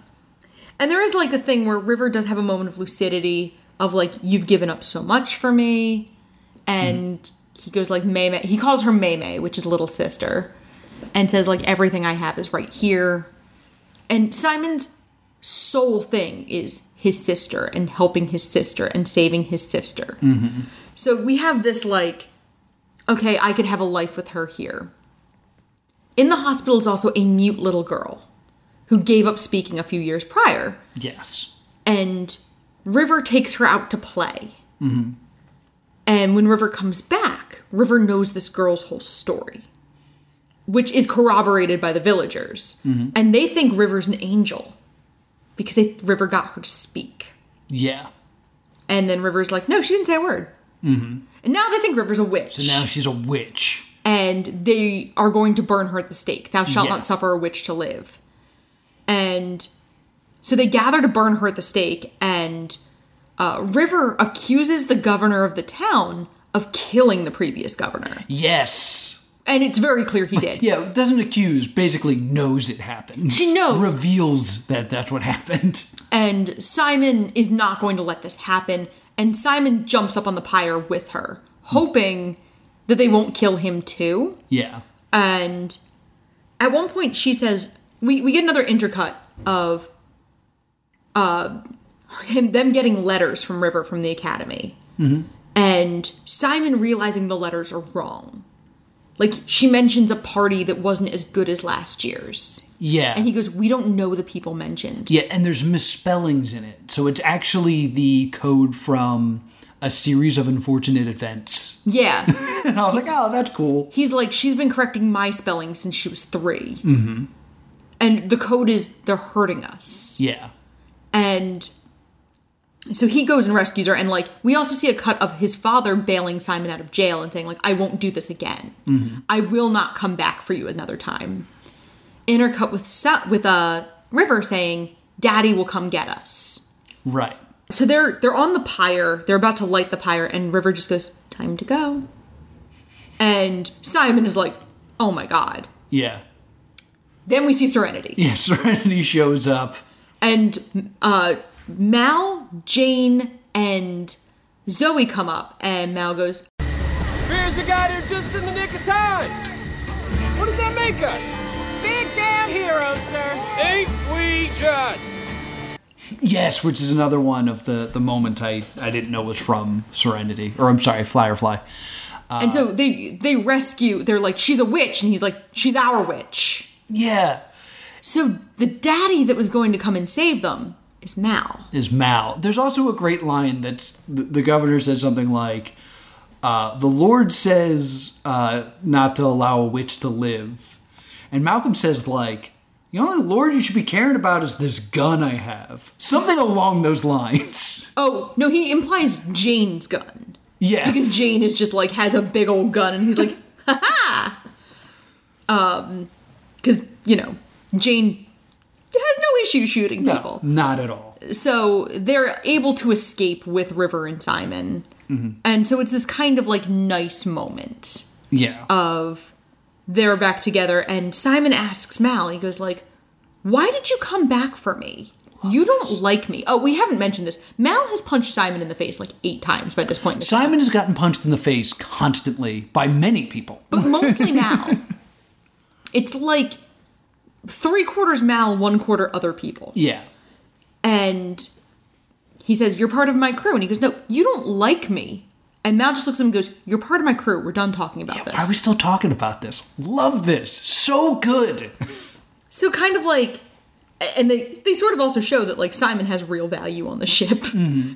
Speaker 1: and there is like the thing where river does have a moment of lucidity of like you've given up so much for me and he goes like may may he calls her may may which is little sister and says like everything i have is right here and simon's sole thing is his sister and helping his sister and saving his sister
Speaker 2: Mm-hmm.
Speaker 1: so we have this like, okay, I could have a life with her here. In the hospital is also a mute little girl who gave up speaking a few years prior,
Speaker 2: Yes.
Speaker 1: and River takes her out to play.
Speaker 2: Mm-hmm.
Speaker 1: And when River comes back, River knows this girl's whole story, which is corroborated by the villagers.
Speaker 2: Mhm.
Speaker 1: And they think River's an angel because they, River got her to speak.
Speaker 2: Yeah.
Speaker 1: And then River's like, no, she didn't say a word.
Speaker 2: Mm-hmm.
Speaker 1: And now they think River's a witch.
Speaker 2: So now she's a witch.
Speaker 1: and they are going to burn her at the stake. Thou shalt
Speaker 2: Yeah.
Speaker 1: not suffer a witch to live. And so they gather to burn her at the stake, and uh, River accuses the governor of the town of killing the previous governor.
Speaker 2: Yes.
Speaker 1: And it's very clear he did.
Speaker 2: Yeah, doesn't accuse, basically knows it happened. She
Speaker 1: knows.
Speaker 2: Reveals that that's what happened.
Speaker 1: And Simon is not going to let this happen, and Simon jumps up on the pyre with her, hoping that they won't kill him too.
Speaker 2: Yeah.
Speaker 1: And at one point, she says, "We we get another intercut of uh, him them getting letters from River from the academy,
Speaker 2: Mm-hmm.
Speaker 1: and Simon realizing the letters are wrong. Like she mentions a party that wasn't as good as last year's,
Speaker 2: Yeah.
Speaker 1: and he goes, "We don't know the people mentioned."
Speaker 2: Yeah, and there's misspellings in it. So it's actually the code from a series of unfortunate events.
Speaker 1: Yeah,
Speaker 2: and I was like, oh, that's cool.
Speaker 1: He's like, "She's been correcting my spelling since she was three,
Speaker 2: Mm-hmm.
Speaker 1: and the code is they're hurting us."
Speaker 2: Yeah.
Speaker 1: and so he goes and rescues her and like we also see a cut of his father bailing simon out of jail and saying like i won't do this again
Speaker 2: Mm-hmm.
Speaker 1: i will not come back for you another time intercut with Sa- with uh, river saying daddy will come get us
Speaker 2: Right.
Speaker 1: so they're they're on the pyre they're about to light the pyre and river just goes time to go and simon is like oh my god
Speaker 2: Yeah.
Speaker 1: then we see serenity
Speaker 2: Yeah, Serenity shows up.
Speaker 1: and uh, Mal, Jane, and Zoe come up, and Mal goes,
Speaker 3: Fears we got here just in the nick of time. What does that make us? Big damn heroes, sir. Ain't we just?
Speaker 2: Yes, which is another one of the, the moment I, I didn't know was from Serenity. Or I'm sorry, Fly or Fly. Uh,
Speaker 1: and so they they rescue. They're like, she's a witch, and he's like, she's our witch.
Speaker 2: Yeah.
Speaker 1: So the daddy that was going to come and save them is Mal.
Speaker 2: is Mao. There's also a great line that's the, the governor says something like, uh, "The Lord says uh, not to allow a witch to live," and Malcolm says like, The only lord you should be caring about is this gun I have. Something along those lines.
Speaker 1: Oh, no, he implies Jane's gun.
Speaker 2: Yeah.
Speaker 1: Because Jane is just like, has a big old gun and he's like, ha ha! Um, because, you know, Jane has no issue shooting people.
Speaker 2: Not at all.
Speaker 1: So they're able to escape with River and Simon.
Speaker 2: Mhm.
Speaker 1: And so it's this kind of like nice moment Oh,
Speaker 2: Yeah.
Speaker 1: of they're back together and Simon asks Mal, he goes like, Why did you come back for me? You don't like me. Oh, we haven't mentioned this. Mal has punched Simon in the face like eight times by this point. in the
Speaker 2: Simon has gotten punched in the face constantly by many people.
Speaker 1: but mostly Mal. It's like three quarters Mal, one quarter other people.
Speaker 2: Yeah.
Speaker 1: And he says, You're part of my crew. And he goes, No, you don't like me. And Mal just looks at him and goes, You're part of my crew. We're done talking about this.
Speaker 2: Why are we still talking about this? Love this. So good.
Speaker 1: So kind of like and they they sort of also show that like Simon has real value on the ship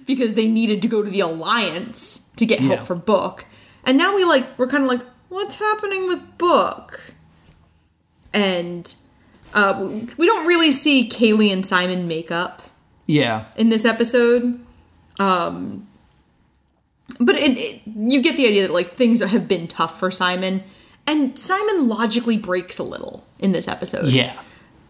Speaker 1: because they needed to go to the Alliance to get help
Speaker 2: Yeah.
Speaker 1: for Book. And now we like we're kind of like what's happening with Book? And uh, we don't really see Kaylee and Simon make up
Speaker 2: Yeah.
Speaker 1: in this episode. Um but it, it, you get the idea that like things have been tough for Simon and Simon logically breaks a little in this episode.
Speaker 2: Yeah.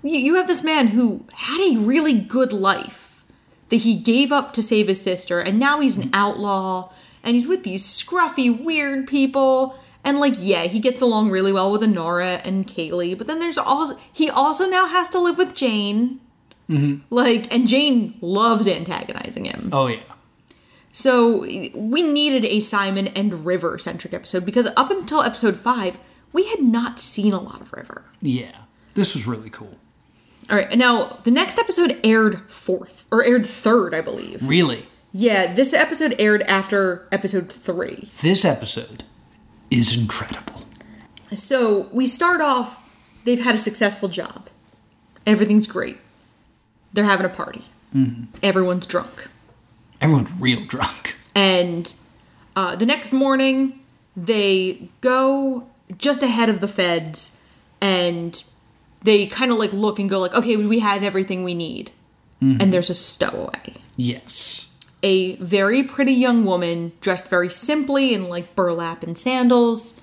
Speaker 1: You, you have this man who had a really good life that he gave up to save his sister, and now he's an outlaw, and he's with these scruffy, weird people. And like, yeah, he gets along really well with Honora and Kaylee, but then there's also he also now has to live with Jane.
Speaker 2: Mhm.
Speaker 1: Like, and Jane loves antagonizing him.
Speaker 2: Oh, yeah.
Speaker 1: So we needed a Simon and River centric episode because up until episode five, we had not seen a lot of River.
Speaker 2: Yeah. This was really cool.
Speaker 1: All right, now the next episode aired fourth or aired third, I believe.
Speaker 2: Really.
Speaker 1: Yeah, this episode aired after episode three.
Speaker 2: This episode is incredible.
Speaker 1: So we start off, they've had a successful job. Everything's great. They're having a party.
Speaker 2: Mhm.
Speaker 1: Everyone's drunk.
Speaker 2: Everyone's real drunk.
Speaker 1: And uh, the next morning, they go just ahead of the feds and they kind of like look and go like, okay, we have everything we need.
Speaker 2: Mhm.
Speaker 1: And there's a stowaway.
Speaker 2: Yes.
Speaker 1: a very pretty young woman dressed very simply in like burlap and sandals.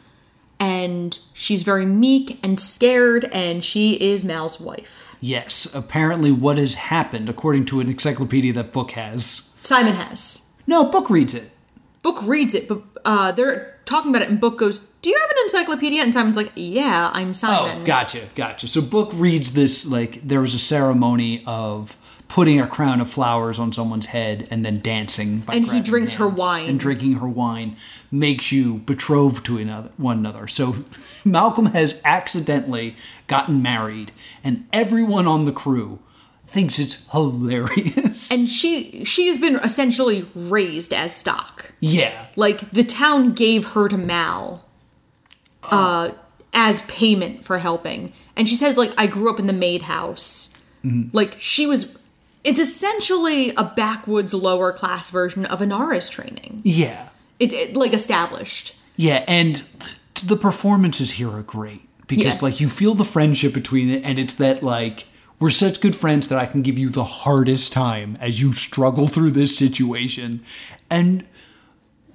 Speaker 1: And she's very meek and scared, and she is Mal's wife.
Speaker 2: Yes. Apparently, what has happened, according to an encyclopedia that Book has.
Speaker 1: Simon has.
Speaker 2: No, Book reads it.
Speaker 1: Book reads it, but uh, they're talking about it, and Book goes, Do you have an encyclopedia? And Simon's like, Yeah, I'm Simon.
Speaker 2: Oh, Gotcha, gotcha. So Book reads this like there was a ceremony of putting a crown of flowers on someone's head and then dancing. By
Speaker 1: And he
Speaker 2: grabbing
Speaker 1: drinks her
Speaker 2: hands.
Speaker 1: wine.
Speaker 2: And drinking her wine makes you betrothed to another, one another. So Malcolm has accidentally gotten married, and everyone on the crew thinks it's hilarious.
Speaker 1: And she she has been essentially raised as stock.
Speaker 2: yeah,
Speaker 1: Like the town gave her to Mal uh, as payment for helping. And she says, like, I grew up in the maid house.
Speaker 2: Mhm.
Speaker 1: Like she was it's essentially a backwoods lower class version of Anara's training.
Speaker 2: yeah,
Speaker 1: It, it like established.
Speaker 2: yeah. And th- the performances here are great because
Speaker 1: Yes.
Speaker 2: like you feel the friendship between it, and it's that like. We're such good friends that I can give you the hardest time as you struggle through this situation. And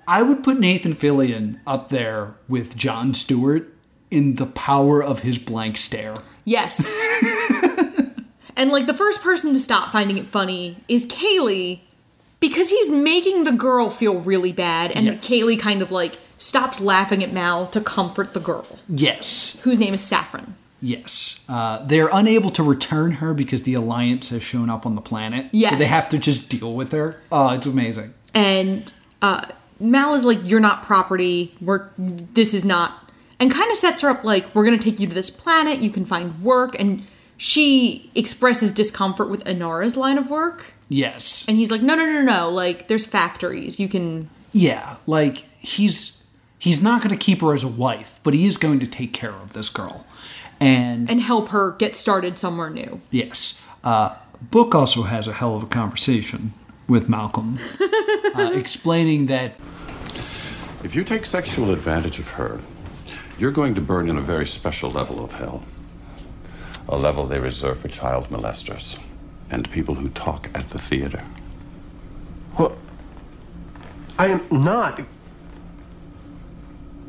Speaker 2: I would put Nathan Fillion up there with John Stewart in the power of his blank stare.
Speaker 1: Yes. and like the first person to stop finding it funny is Kaylee because he's making the girl feel really bad and
Speaker 2: Yes.
Speaker 1: Kaylee kind of like stops laughing at Mal to comfort the girl
Speaker 2: Yes,
Speaker 1: whose name is Saffron.
Speaker 2: yes. Uh, they're unable to return her because the Alliance has shown up on the planet. So
Speaker 1: Yes.
Speaker 2: they have to just deal with her. Oh, it's amazing.
Speaker 1: and uh, Mal is like, "You're not property. We're this is not," and kind of sets her up like, "We're gonna take you to this planet. You can find work." And she expresses discomfort with Inara's line of work,
Speaker 2: Yes.
Speaker 1: and he's like, "No, no, no, no. Like, there's factories. You can."
Speaker 2: Yeah, like he's he's not going to keep her as a wife, but he is going to take care of this girl. And
Speaker 1: And help her get started somewhere new.
Speaker 2: yes, uh, Book also has a hell of a conversation with Malcolm, uh, explaining that
Speaker 19: If you take sexual advantage of her, you're going to burn in a very special level of hell. a level they reserve for child molesters and people who talk at the theater.
Speaker 20: I am not.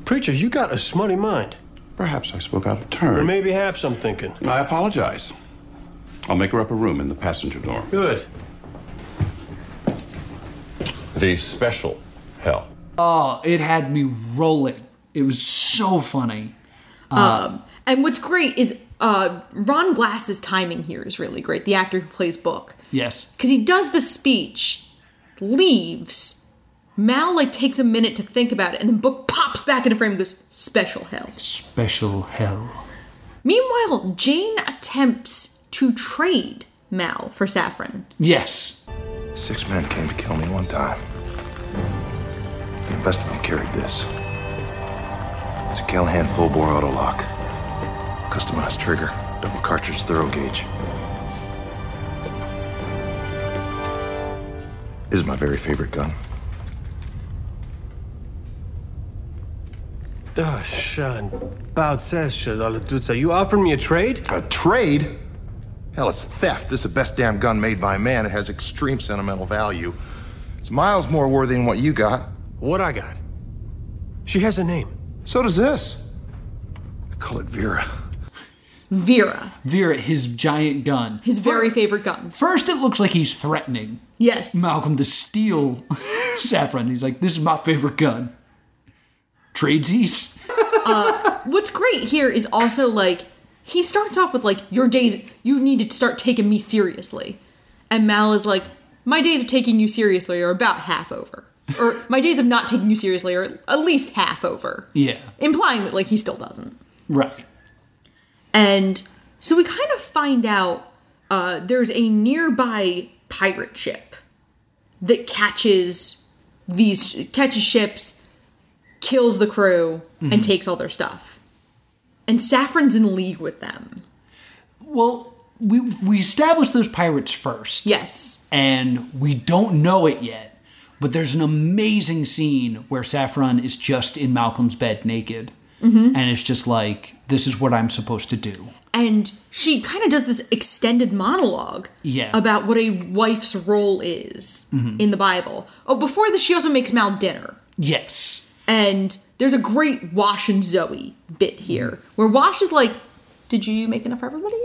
Speaker 20: Preacher, you got a smutty mind.
Speaker 19: Perhaps I spoke out of
Speaker 20: Or
Speaker 19: turn.
Speaker 20: maybe perhaps I'm thinking.
Speaker 19: I apologize. I'll make her up a room in the passenger dorm.
Speaker 20: Good.
Speaker 19: The special hell.
Speaker 2: Oh, it had me rolling. It was so funny. Uh,
Speaker 1: Um, and what's great is uh, Ron Glass's timing here is really great. The actor who plays Book,
Speaker 2: yes.
Speaker 1: because he does the speech, leaves. Mal like takes a minute to think about it, and then Book pops back into frame and goes, "Special hell."
Speaker 2: Special hell.
Speaker 1: Meanwhile, Jane attempts to trade Mal for Saffron.
Speaker 2: Yes.
Speaker 10: Six men came to kill me one time. And the best of them carried this. It's a Callahan full bore auto lock. Customized trigger, double cartridge thorough gauge. It is my very favorite gun.
Speaker 20: Oh, Sean, about says Shadalutza, you offering me a trade?
Speaker 10: A trade? Hell, it's theft. This is the best damn gun made by man. It has extreme sentimental value. It's miles more worthy than what you got.
Speaker 20: What I got? She has a name.
Speaker 10: So does this. I call it Vera.
Speaker 1: Vera,
Speaker 2: Vera, his giant gun.
Speaker 1: his very favorite gun.
Speaker 2: First, it looks like he's threatening
Speaker 1: Yes.
Speaker 2: Malcolm to steal Saffron. He's like, "This is my favorite gun." Tradesies.
Speaker 1: uh, what's great here is also like he starts off with like your days you need to start taking me seriously and mal is like my days of taking you seriously are about half over or my days of not taking you seriously are at least half over
Speaker 2: Yeah.
Speaker 1: implying that like he still doesn't
Speaker 2: Right.
Speaker 1: and so we kind of find out uh, there's a nearby pirate ship that catches these catches ships, kills the crew,
Speaker 2: Mhm.
Speaker 1: and takes all their stuff. And Saffron's in league with them.
Speaker 2: Well, we we established those pirates first.
Speaker 1: Yes.
Speaker 2: And we don't know it yet, but there's an amazing scene where Saffron is just in Malcolm's bed naked.
Speaker 1: Mhm.
Speaker 2: And it's just like, this is what I'm supposed to do.
Speaker 1: And she kind of does this extended monologue
Speaker 2: Yeah.
Speaker 1: about what a wife's role is
Speaker 2: Mhm.
Speaker 1: in the Bible. Oh, before this, she also makes Mal dinner.
Speaker 2: Yes.
Speaker 1: And there's a great Wash and Zoe bit here where Wash is like, Did you make enough for everybody?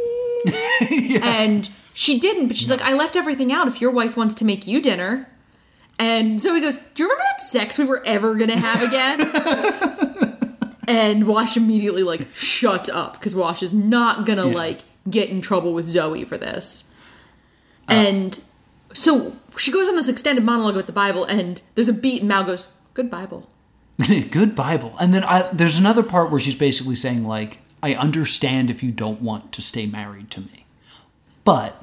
Speaker 1: And she didn't, but she's like, I left everything out if your wife wants to make you dinner. And Zoe goes, Do you remember that sex we were ever going to have again? and Wash immediately, like, shuts up because Wash is not going to,
Speaker 2: Yeah.
Speaker 1: like, get in trouble with Zoe for this. And so she goes on this extended monologue about the Bible, and there's a beat, and Mal goes, Good Bible.
Speaker 2: Good Bible. And then I, there's another part where she's basically saying, like, I understand if you don't want to stay married to me, but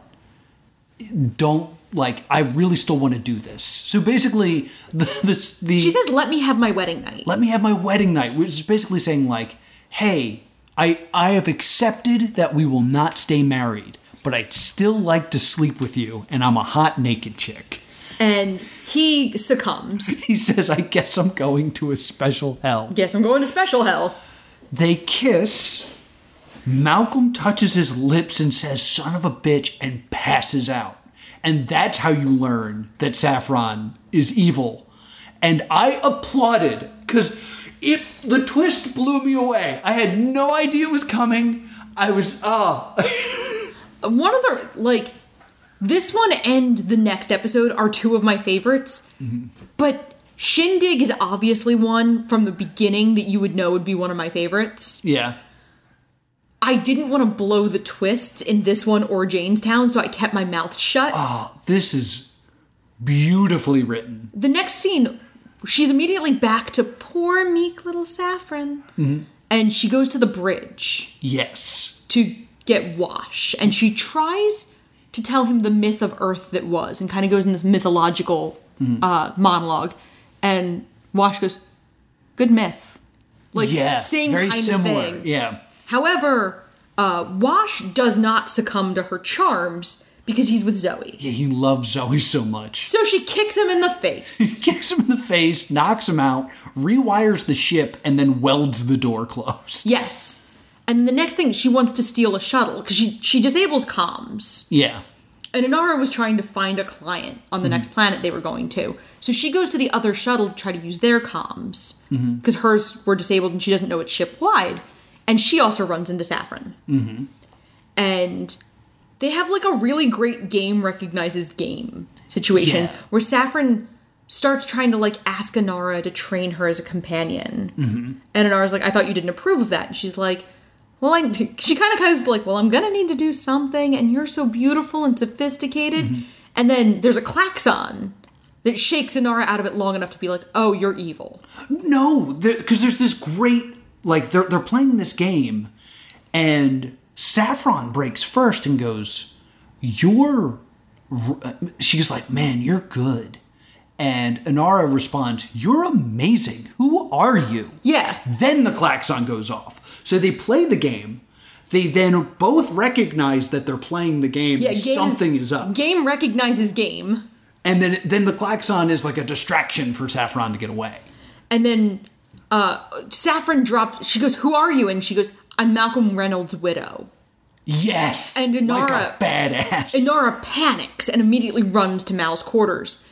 Speaker 2: don't, like, I really still want to do this. So basically, the, this, the.
Speaker 1: She says, Let me have my wedding night.
Speaker 2: let me have my wedding night which is basically saying like hey i i have accepted that we will not stay married but i'd still like to sleep with you and i'm a hot naked chick
Speaker 1: And he succumbs.
Speaker 2: he says i guess i'm going to a special hell
Speaker 1: Guess I'm going to special hell.
Speaker 2: they kiss malcolm touches his lips and says son of a bitch and passes out and that's how you learn that saffron is evil and i applauded because it the twist blew me away i had no idea it was coming i was ah
Speaker 1: One of the, like, this one and the next episode are two of my favorites, but Shindig is obviously one from the beginning that you would know would be one of my favorites.
Speaker 2: yeah
Speaker 1: I didn't want to blow the twists in this one or Janestown, so I kept my mouth shut.
Speaker 2: oh this is beautifully written
Speaker 1: The next scene, she's immediately back to poor, meek little Saffron,
Speaker 2: Mhm.
Speaker 1: and she goes to the bridge.
Speaker 2: yes
Speaker 1: to get Wash, and she tries to tell him the myth of Earth that was, and kind of goes in this mythological
Speaker 2: Mhm.
Speaker 1: uh, monologue. And Wash goes, "Good myth," like
Speaker 2: yeah
Speaker 1: same
Speaker 2: very
Speaker 1: kind
Speaker 2: similar
Speaker 1: of thing.
Speaker 2: yeah
Speaker 1: However, uh, Wash does not succumb to her charms because he's with Zoe.
Speaker 2: yeah he loves zoe so much
Speaker 1: So she kicks him in the face.
Speaker 2: kicks him in the face, knocks him out, rewires the ship, and then welds the door closed.
Speaker 1: Yes. And the next thing, she wants to steal a shuttle because she, she disables comms.
Speaker 2: Yeah.
Speaker 1: And Inara was trying to find a client on the
Speaker 2: Mhm.
Speaker 1: next planet they were going to. So she goes to the other shuttle to try to use their comms
Speaker 2: Mm-hmm.
Speaker 1: because hers were disabled and she doesn't know it's ship wide. And she also runs into Saffron.
Speaker 2: Mm-hmm.
Speaker 1: And they have like a really great game recognizes game situation
Speaker 2: Yeah.
Speaker 1: where Saffron starts trying to like ask Inara to train her as a companion.
Speaker 2: Mm-hmm.
Speaker 1: And Inara's like, I thought you didn't approve of that. And she's like, Well, I. She kind of goes like, Well, I'm gonna need to do something, and you're so beautiful and sophisticated.
Speaker 2: Mm-hmm.
Speaker 1: And then there's a klaxon that shakes Inara out of it long enough to be like, Oh, you're evil.
Speaker 2: No, because there's this great like they're they're playing this game, and Saffron breaks first and goes, "You're," r- she's like, "Man, you're good," and Inara responds, "You're amazing. Who are you?"
Speaker 1: Yeah.
Speaker 2: Then the klaxon goes off. So they play the game. They then both recognize that they're playing the game.
Speaker 1: Yeah, game-
Speaker 2: Something is up.
Speaker 1: Game recognizes game.
Speaker 2: And then then the klaxon is like a distraction for Saffron to get away.
Speaker 1: And then uh, Saffron dropped. She goes, "Who are you?" And she goes, "I'm Malcolm Reynolds' widow."
Speaker 2: Yes.
Speaker 1: And Inara
Speaker 2: Like a badass.
Speaker 1: Inara panics and immediately runs to Mal's quarters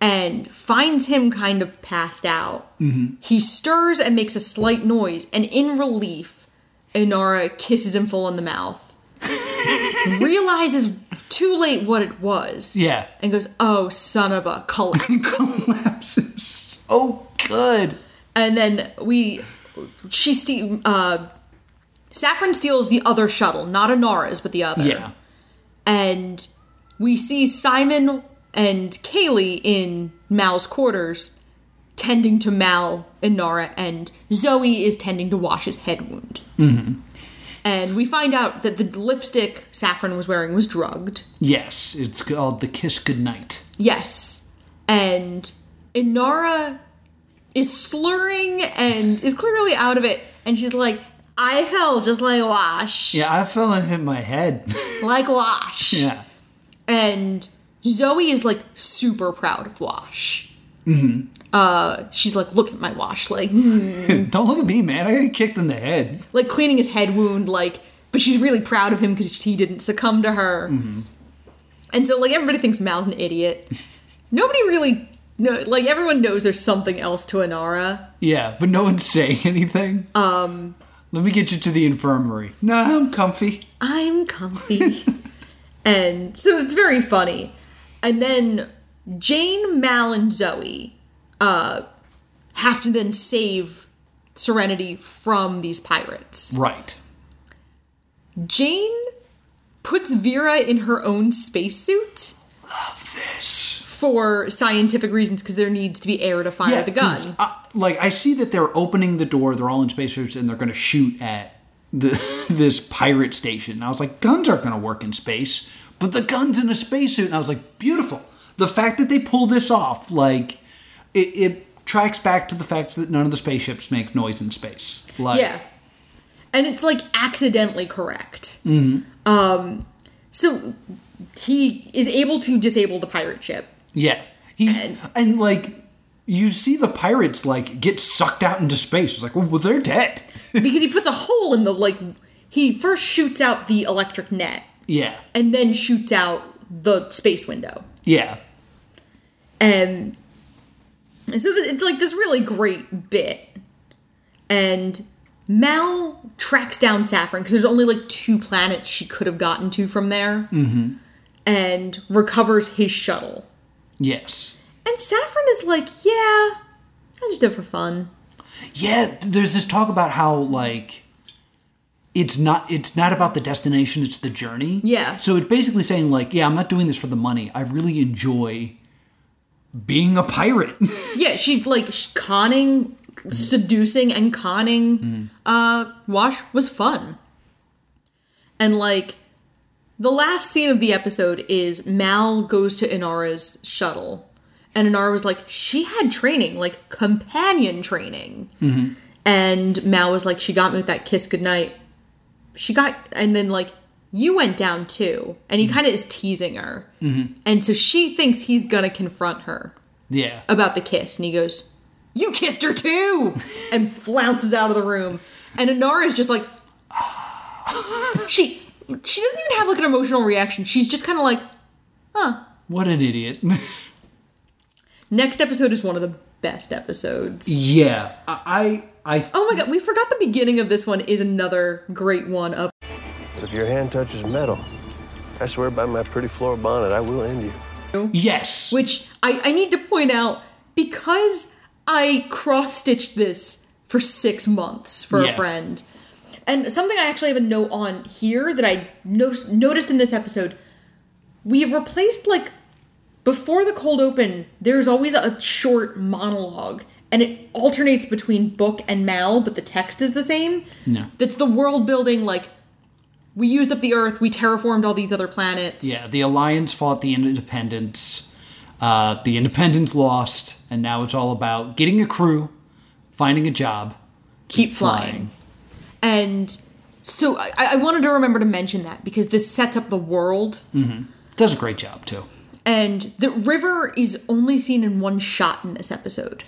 Speaker 1: and finds him kind of passed out.
Speaker 2: Mm-hmm.
Speaker 1: He stirs and makes a slight noise, and in relief, Inara kisses him full in the mouth. realizes too late what it was.
Speaker 2: Yeah.
Speaker 1: And goes, Oh, son of a collapse.
Speaker 2: collapses. Oh, good.
Speaker 1: And then we. She. Ste- uh, Saffron steals the other shuttle, not Inara's, but the other.
Speaker 2: Yeah.
Speaker 1: and we see Simon and Kaylee in Mal's quarters tending to Mal and Nara, and Zoe is tending to Wash's head wound.
Speaker 2: Mm-hmm.
Speaker 1: And we find out that the lipstick Saffron was wearing was drugged.
Speaker 2: Yes, it's called the Kiss Goodnight.
Speaker 1: Yes. And Inara is slurring and is clearly out of it, and she's like, I fell just like Wash.
Speaker 2: Yeah, I fell and hit my head.
Speaker 1: Like Wash.
Speaker 2: yeah.
Speaker 1: And Zoe is like super proud of Wash.
Speaker 2: Mm-hmm.
Speaker 1: uh she's like look at my wash like hmm.
Speaker 2: Don't look at me, man. I got kicked in the head.
Speaker 1: like cleaning his head wound like but she's really proud of him because he didn't succumb to her
Speaker 2: Mm-hmm.
Speaker 1: and so like everybody thinks mal's an idiot nobody really no like everyone knows there's something else to anara
Speaker 2: Yeah, but no one's saying anything.
Speaker 1: um
Speaker 2: Let me get you to the infirmary. No, I'm comfy.
Speaker 1: i'm comfy and so it's very funny and then jane mal and zoe uh have to then save serenity from these pirates
Speaker 2: Right.
Speaker 1: Jane puts Vera in her own spacesuit.
Speaker 2: Love this.
Speaker 1: For scientific reasons, because there needs to be air to fire the
Speaker 2: 'cause,
Speaker 1: gun.
Speaker 2: uh, like I see that they're opening the door. They're all in spacesuits and they're going to shoot at the, this pirate station. And I was like, guns aren't going to work in space, but the guns in a spacesuit. And I was like, beautiful. The fact that they pull this off, like it, it tracks back to the fact that none of the spaceships make noise in space. Like,
Speaker 1: yeah. And it's like accidentally correct.
Speaker 2: mhm.
Speaker 1: Um, so he is able to disable the pirate ship.
Speaker 2: Yeah. He and, like you see the pirates like get sucked out into space. It's like, well, they're dead.
Speaker 1: because he puts a hole in the, like, he first shoots out the electric net
Speaker 2: Yeah.
Speaker 1: and then shoots out the space window.
Speaker 2: Yeah.
Speaker 1: Um, and so th- it's like this really great bit. And Mal tracks down Saffron because there's only like two planets she could have gotten to from there
Speaker 2: Mm-hmm.
Speaker 1: and recovers his shuttle.
Speaker 2: Yes.
Speaker 1: And Saffron is like, yeah, I just did it for fun.
Speaker 2: Yeah, there's this talk about how like it's not it's not about the destination, it's the journey.
Speaker 1: Yeah.
Speaker 2: So it's basically saying like, yeah, I'm not doing this for the money. I really enjoy being a pirate.
Speaker 1: Yeah, she's like sh- conning, seducing, and conning. Uh, Wash was fun. And like, the last scene of the episode is Mal goes to Inara's shuttle, and Inara was like, she had training, like companion training.
Speaker 13: Mm-hmm.
Speaker 1: And Mal was like, she got me with that kiss goodnight. She got, and then like, you went down too. And he kind of is teasing her.
Speaker 2: Mm-hmm.
Speaker 1: And so she thinks he's gonna confront her
Speaker 2: Yeah.
Speaker 1: about the kiss, and he goes, "You kissed her too," and flounces out of the room. And Inara's just like, she she doesn't even have like an emotional reaction. She's just kind of like, huh.
Speaker 2: What an idiot.
Speaker 1: Next episode is one of the best episodes.
Speaker 2: yeah. I, I, I
Speaker 1: Oh my god, we forgot the beginning of this one is another great one of
Speaker 21: If your hand touches metal, I swear by my pretty floral bonnet, I will end you.
Speaker 2: Yes.
Speaker 1: Which I, I need to point out because I cross stitched this for six months for
Speaker 2: Yeah.
Speaker 1: a friend. And something I actually have a note on here that I no- noticed in this episode we have replaced, like, before the cold open, there's always a short monologue. And it alternates between book and Mal, but the text is the same.
Speaker 2: No.
Speaker 1: That's the world building, like, we used up the Earth, we terraformed all these other planets.
Speaker 2: Yeah, the Alliance fought the Independents. Uh, the Independents lost, and now it's all about getting a crew, finding a job,
Speaker 1: keep flying. And so I, I wanted to remember to mention that because this sets up the world.
Speaker 2: hmm Does a great job too.
Speaker 1: And the river is only seen in one shot in this episode.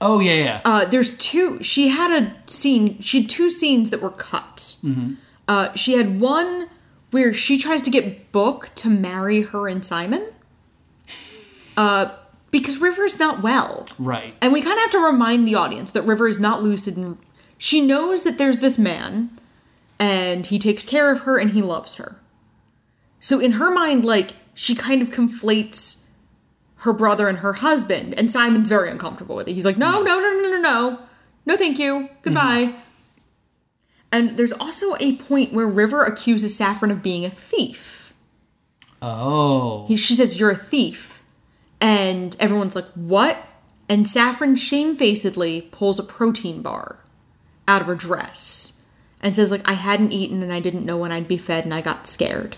Speaker 2: Oh yeah, yeah.
Speaker 1: Uh, there's two. She had a scene. She had two scenes that were cut.
Speaker 2: hmm
Speaker 1: Uh, she had one where she tries to get Book to marry her and Simon. Uh, because River's not well.
Speaker 2: Right.
Speaker 1: And we kind of have to remind the audience that River is not lucid and she knows that there's this man and he takes care of her and he loves her. So in her mind, like, she kind of conflates her brother and her husband, and Simon's very uncomfortable with it. He's like, no, no, no, no, no, no. No, thank you. Goodbye. And there's also a point where River accuses Saffron of being a thief.
Speaker 2: Oh.
Speaker 1: He, she says, You're a thief. And everyone's like, What? And Saffron shamefacedly pulls a protein bar out of her dress and says, like, I hadn't eaten and I didn't know when I'd be fed and I got scared.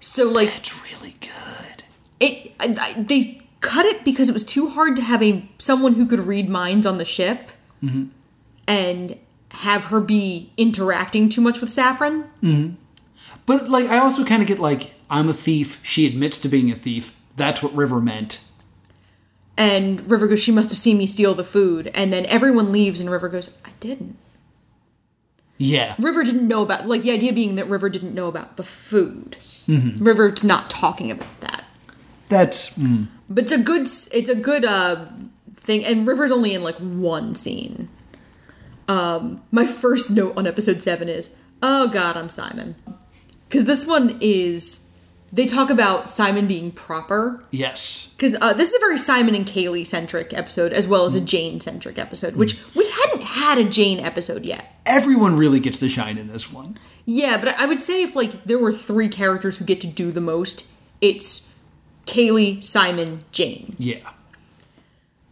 Speaker 1: So, like,
Speaker 2: it's really good.
Speaker 1: It I, I, they cut it because it was too hard to have a someone who could read minds on the ship
Speaker 2: hmm
Speaker 1: and have her be interacting too much with Saffron.
Speaker 2: hmm But like, I also kind of get like, I'm a thief. She admits to being a thief. That's what River meant.
Speaker 1: And River goes, She must have seen me steal the food. And then everyone leaves, and River goes, I didn't.
Speaker 2: Yeah.
Speaker 1: River didn't know about, like, the idea being that River didn't know about the food.
Speaker 2: hmm
Speaker 1: River's not talking about that.
Speaker 2: That's mm.
Speaker 1: But it's a good, s- it's a good, uh, thing. And River's only in, like, one scene. Um, my first note on episode seven is, Oh god, I'm Simon. Because this one is, they talk about Simon being proper.
Speaker 2: yes.
Speaker 1: because uh, this is a very Simon and Kaylee centric episode, as well as a Jane centric episode, which we hadn't had a Jane episode yet.
Speaker 2: Everyone really gets to shine in this one.
Speaker 1: Yeah, but I would say if like there were three characters who get to do the most, it's Kaylee, Simon, Jane.
Speaker 2: Yeah.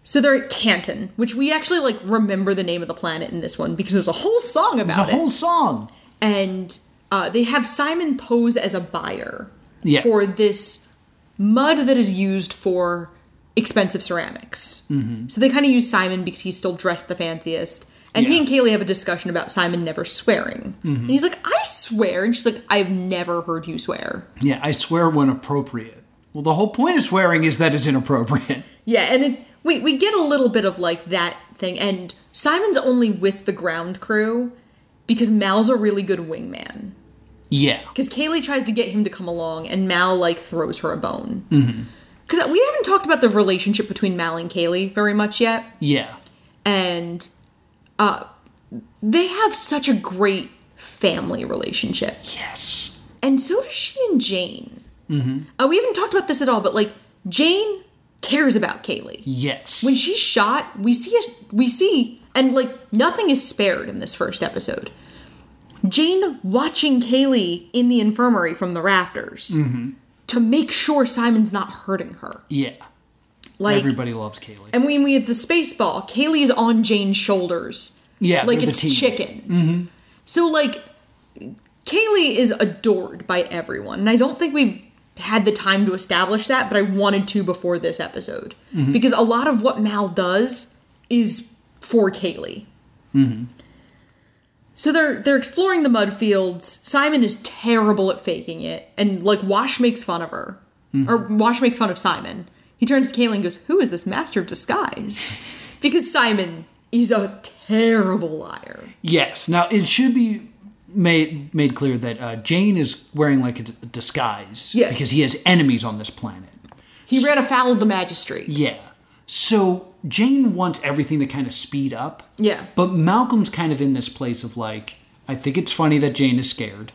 Speaker 1: So they're at Canton, which we actually like remember the name of the planet in this one because there's a whole song about
Speaker 2: There's a
Speaker 1: it.
Speaker 2: whole song.
Speaker 1: And uh, they have Simon pose as a buyer
Speaker 2: Yeah.
Speaker 1: for this mud that is used for expensive ceramics.
Speaker 2: hmm
Speaker 1: So they kind of use Simon because he's still dressed the fanciest. And he
Speaker 2: Yeah.
Speaker 1: and Kaylee have a discussion about Simon never swearing.
Speaker 2: Mhm.
Speaker 1: And he's like, I swear. And she's like, I've never heard you swear.
Speaker 2: Yeah, I swear when appropriate. Well, the whole point of swearing is that it's inappropriate.
Speaker 1: Yeah, and it, we, we get a little bit of like that thing. And Simon's only with the ground crew because Mal's a really good wingman.
Speaker 2: Yeah.
Speaker 1: Because Kaylee tries to get him to come along and Mal like throws her a bone.
Speaker 2: hmm
Speaker 1: Because we haven't talked about the relationship between Mal and Kaylee very much yet.
Speaker 2: Yeah.
Speaker 1: and uh they have such a great family relationship.
Speaker 2: Yes.
Speaker 1: And so does she and Jane.
Speaker 2: hmm
Speaker 1: Uh, we haven't talked about this at all, but like Jane cares about Kaylee.
Speaker 2: Yes.
Speaker 1: When she's shot, we see a, we see and like nothing is spared in this first episode. Jane watching Kaylee in the infirmary from the rafters
Speaker 2: hmm
Speaker 1: to make sure Simon's not hurting her.
Speaker 2: Yeah.
Speaker 1: Like
Speaker 2: Everybody loves Kaylee.
Speaker 1: and when we have the space ball, Kaylee is on Jane's shoulders.
Speaker 2: Yeah,
Speaker 1: Like
Speaker 2: they're the
Speaker 1: it's
Speaker 2: team.
Speaker 1: chicken.
Speaker 2: hmm
Speaker 1: So like Kaylee is adored by everyone. And I don't think we've had the time to establish that, but I wanted to before this episode.
Speaker 2: Mhm.
Speaker 1: Because a lot of what Mal does is for Kaylee.
Speaker 2: hmm
Speaker 1: So they're they're exploring the mud fields. Simon is terrible at faking it, and like Wash makes fun of her.
Speaker 2: Mhm.
Speaker 1: Or Wash makes fun of Simon. He turns to Kaylee and goes, Who is this master of disguise? Because Simon is a terrible liar.
Speaker 2: Yes. Now it should be made made clear that uh, Jane is wearing like a d- disguise
Speaker 1: Yeah.
Speaker 2: because he has enemies on this planet.
Speaker 1: He ran afoul of the magistrate.
Speaker 2: Yeah. So Jane wants everything to kind of speed up.
Speaker 1: Yeah.
Speaker 2: But Malcolm's kind of in this place of like, I think it's funny that Jane is scared.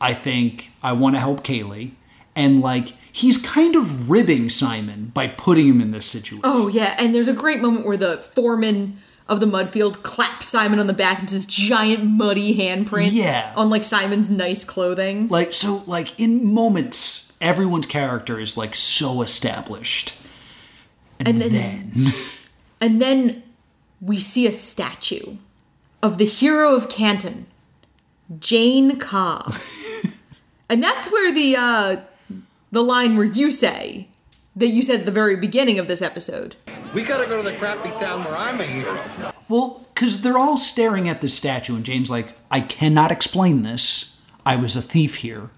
Speaker 2: I think I want to help Kaylee. And like, he's kind of ribbing Simon by putting him in this situation.
Speaker 1: Oh yeah, and there's a great moment where the foreman of the mudfield claps Simon on the back into this giant muddy handprint.
Speaker 2: Yeah.
Speaker 1: On like Simon's nice clothing.
Speaker 2: Like, so, like, in moments, everyone's character is like so established. And,
Speaker 1: And then-
Speaker 2: then,
Speaker 1: And then we see a statue of the hero of Canton, Jane Cobb. and that's where the uh the line where you say that you said at the very beginning of this episode.
Speaker 4: We gotta go to the crappy town where I'm a hero.
Speaker 2: well, because they're all staring at this statue, and Jane's like, I cannot explain this. I was a thief here.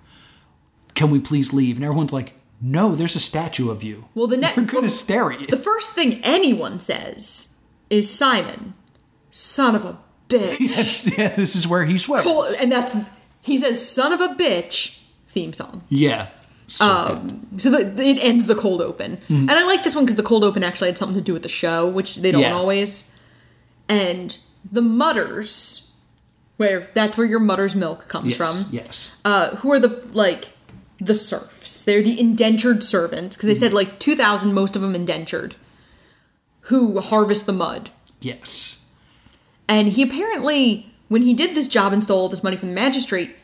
Speaker 2: Can we please leave? And everyone's like, No, there's a statue of you.
Speaker 1: Well, the next
Speaker 2: We're gonna stare at you.
Speaker 1: The first thing anyone says is Simon, son of a bitch.
Speaker 2: Yes, yeah, this is where he sweats.
Speaker 1: Col- and that's he says son of a bitch theme song.
Speaker 2: Yeah.
Speaker 1: um, so the, it ends the cold open,
Speaker 2: Mhm.
Speaker 1: and I like this one because the cold open actually had something to do with the show, which they don't
Speaker 2: Yeah.
Speaker 1: always. And the mutters, where that's where your mutter's milk comes
Speaker 2: Yes,
Speaker 1: from.
Speaker 2: yes.
Speaker 1: Uh, who are the like the serfs? They're the indentured servants because they
Speaker 2: Hmm.
Speaker 1: said like two thousand, most of them indentured, who harvest the mud.
Speaker 2: Yes.
Speaker 1: And he apparently, when he did this job and stole all this money from the magistrate,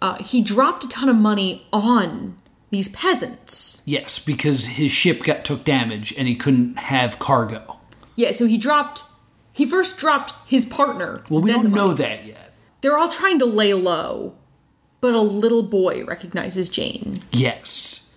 Speaker 1: uh, he dropped a ton of money on these peasants.
Speaker 2: Yes, because his ship got took damage and he couldn't have cargo.
Speaker 1: Yeah, so he dropped. He first dropped his partner.
Speaker 2: Well, we don't know that yet.
Speaker 1: They're all trying to lay low, but a little boy recognizes Jane.
Speaker 2: Yes.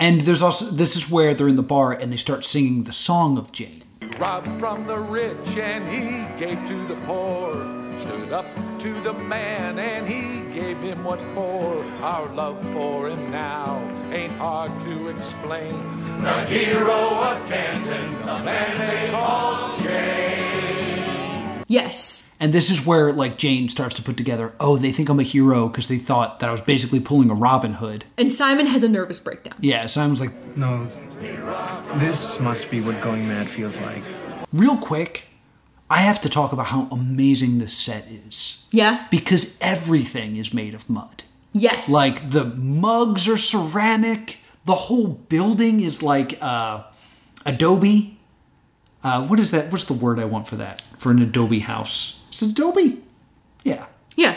Speaker 2: And there's also this is where they're in the bar and they start singing the song of Jane.
Speaker 22: Robbed from the rich and he gave to the poor. Stood up to the man and he gave him what for. Our love for him now ain't hard to explain. The hero of Canton, the man they call Jane.
Speaker 1: Yes.
Speaker 2: And this is where like Jane starts to put together, "Oh, they think I'm a hero because they thought that I was basically pulling a Robin Hood."
Speaker 1: And Simon has a nervous breakdown.
Speaker 2: Yeah, so I was like,
Speaker 23: No. This must be what going mad feels like.
Speaker 2: "Real quick, I have to talk about how amazing this set is."
Speaker 1: Yeah?
Speaker 2: Because everything is made of mud.
Speaker 1: Yes.
Speaker 2: Like the mugs are ceramic. The whole building is like uh, Adobe. Uh, what is that? What's the word I want for that? For an Adobe house? It's Adobe. Yeah.
Speaker 1: Yeah.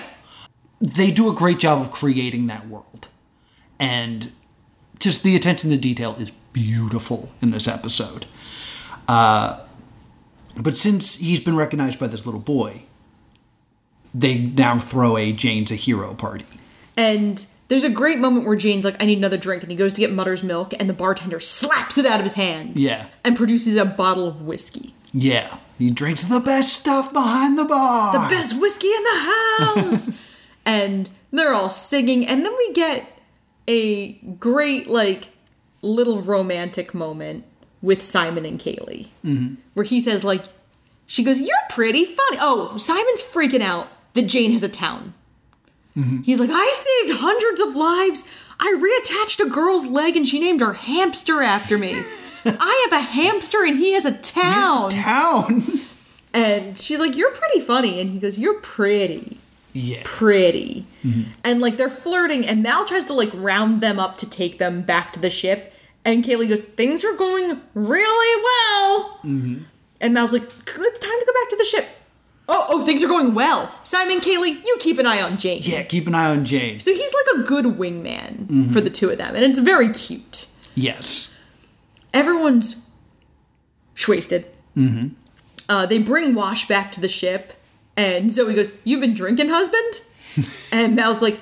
Speaker 2: They do a great job of creating that world, and just the attention to detail is beautiful in this episode. Uh, but since he's been recognized by this little boy, they now throw a Jane's a hero party.
Speaker 1: And there's a great moment where Jane's like, I need another drink. And he goes to get Mutter's milk, and the bartender slaps it out of his hands
Speaker 2: Yeah.
Speaker 1: and produces a bottle of whiskey.
Speaker 2: Yeah. He drinks the best stuff behind the bar.
Speaker 1: The best whiskey in the house. and they're all singing. And then we get a great, like, little romantic moment with Simon and Kaylee
Speaker 24: Mm-hmm.
Speaker 1: where he says, like, she goes, You're pretty funny. Oh, Simon's freaking out that Jane has a town.
Speaker 24: Mm-hmm.
Speaker 1: He's like, I saved hundreds of lives. I reattached a girl's leg and she named her hamster after me. I have a hamster and he has a town.
Speaker 2: town.
Speaker 1: and she's like, You're pretty funny. And he goes, You're pretty.
Speaker 2: Yeah.
Speaker 1: Pretty.
Speaker 2: Mhm.
Speaker 1: And like they're flirting, and Mal tries to like round them up to take them back to the ship. And Kaylee goes, Things are going really well.
Speaker 2: Mm-hmm.
Speaker 1: And Mal's like, It's time to go back to the ship. Oh, oh, things are going well. Simon, Kaylee, you keep an eye on Jane.
Speaker 2: Yeah, keep an eye on Jane.
Speaker 1: So he's like a good wingman
Speaker 2: Mhm.
Speaker 1: for the two of them, and it's very cute.
Speaker 2: Yes.
Speaker 1: Everyone's wasted.
Speaker 2: Mm-hmm.
Speaker 1: Uh, they bring Wash back to the ship, and Zoe goes, "You've been drinking, husband?" and Mal's like,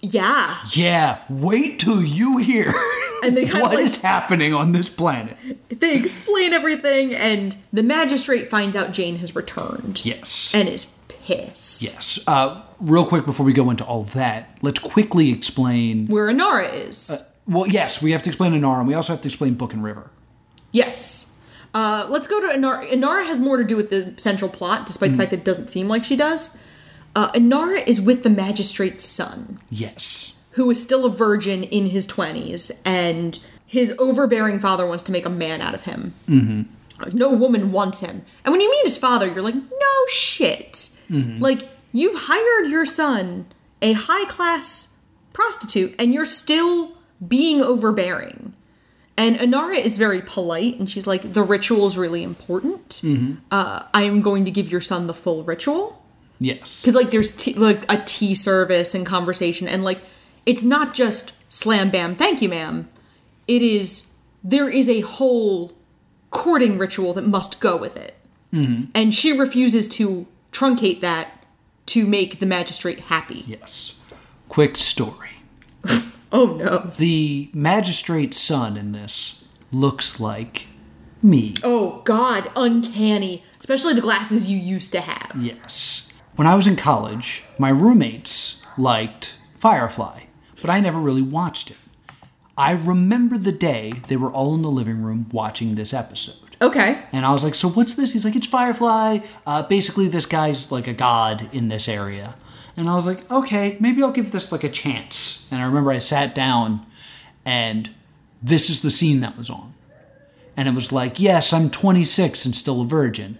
Speaker 1: "Yeah."
Speaker 2: Yeah. Wait till you hear
Speaker 1: And they kind
Speaker 2: what
Speaker 1: of like
Speaker 2: is happening on this planet.
Speaker 1: they explain everything, and the magistrate finds out Jane has returned.
Speaker 2: Yes.
Speaker 1: and is pissed.
Speaker 2: Yes. Uh, real quick before we go into all that, let's quickly explain.
Speaker 1: Where Inara is.
Speaker 2: Uh, Well, yes, we have to explain Inara, and we also have to explain Book and River.
Speaker 1: Yes. Uh, let's go to Inara. Inara has more to do with the central plot, despite
Speaker 2: Mm.
Speaker 1: the fact that it doesn't seem like she does. Uh, Inara is with the magistrate's son,
Speaker 2: Yes.
Speaker 1: who is still a virgin in his 20s, and his overbearing father wants to make a man out of him.
Speaker 2: Mm
Speaker 1: No woman wants him. And when you meet his father, you're like, no shit.
Speaker 2: Mhm.
Speaker 1: Like, you've hired your son, a high class prostitute, and you're still being overbearing. And Inara is very polite, and she's like, the ritual is really important.
Speaker 2: hmm. Mm hmm.
Speaker 1: Uh, I am going to give your son the full ritual.
Speaker 2: Yes.
Speaker 1: Because, like, there's tea, like a tea service and conversation, and like, it's not just slam bam, thank you, ma'am. It is, there is a whole courting ritual that must go with it
Speaker 2: Mm
Speaker 1: and she refuses to truncate that to make the magistrate happy.
Speaker 2: Yes. hmm. Quick story.
Speaker 1: Oh no.
Speaker 2: The magistrate's son in this looks like me.
Speaker 1: Oh god, uncanny, especially the glasses you used to have.
Speaker 2: Yes. When I was in college, my roommates liked Firefly, but I never really watched it. I remember the day they were all in the living room watching this episode.
Speaker 1: Okay.
Speaker 2: And I was like, so what's this? He's like, it's Firefly. Uh, basically, this guy's like a god in this area. And I was like, okay, maybe I'll give this like a chance. And I remember I sat down and this is the scene that was on. And it was like, yes, I'm 26 and still a virgin.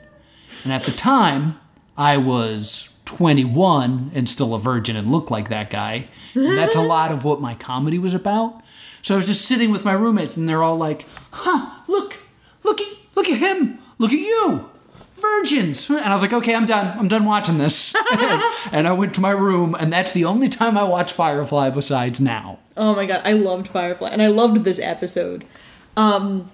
Speaker 2: And at the time, I was 21 and still a virgin and looked like that guy. And that's a lot of what my comedy was about. So I was just sitting with my roommates and they're all like, huh, look, look at, look at him, look at you, virgins. And I was like, okay, I'm done. I'm done watching this. and I went to my room and that's the only time I watch Firefly besides now.
Speaker 1: Oh my god, I loved Firefly and I loved this episode. Um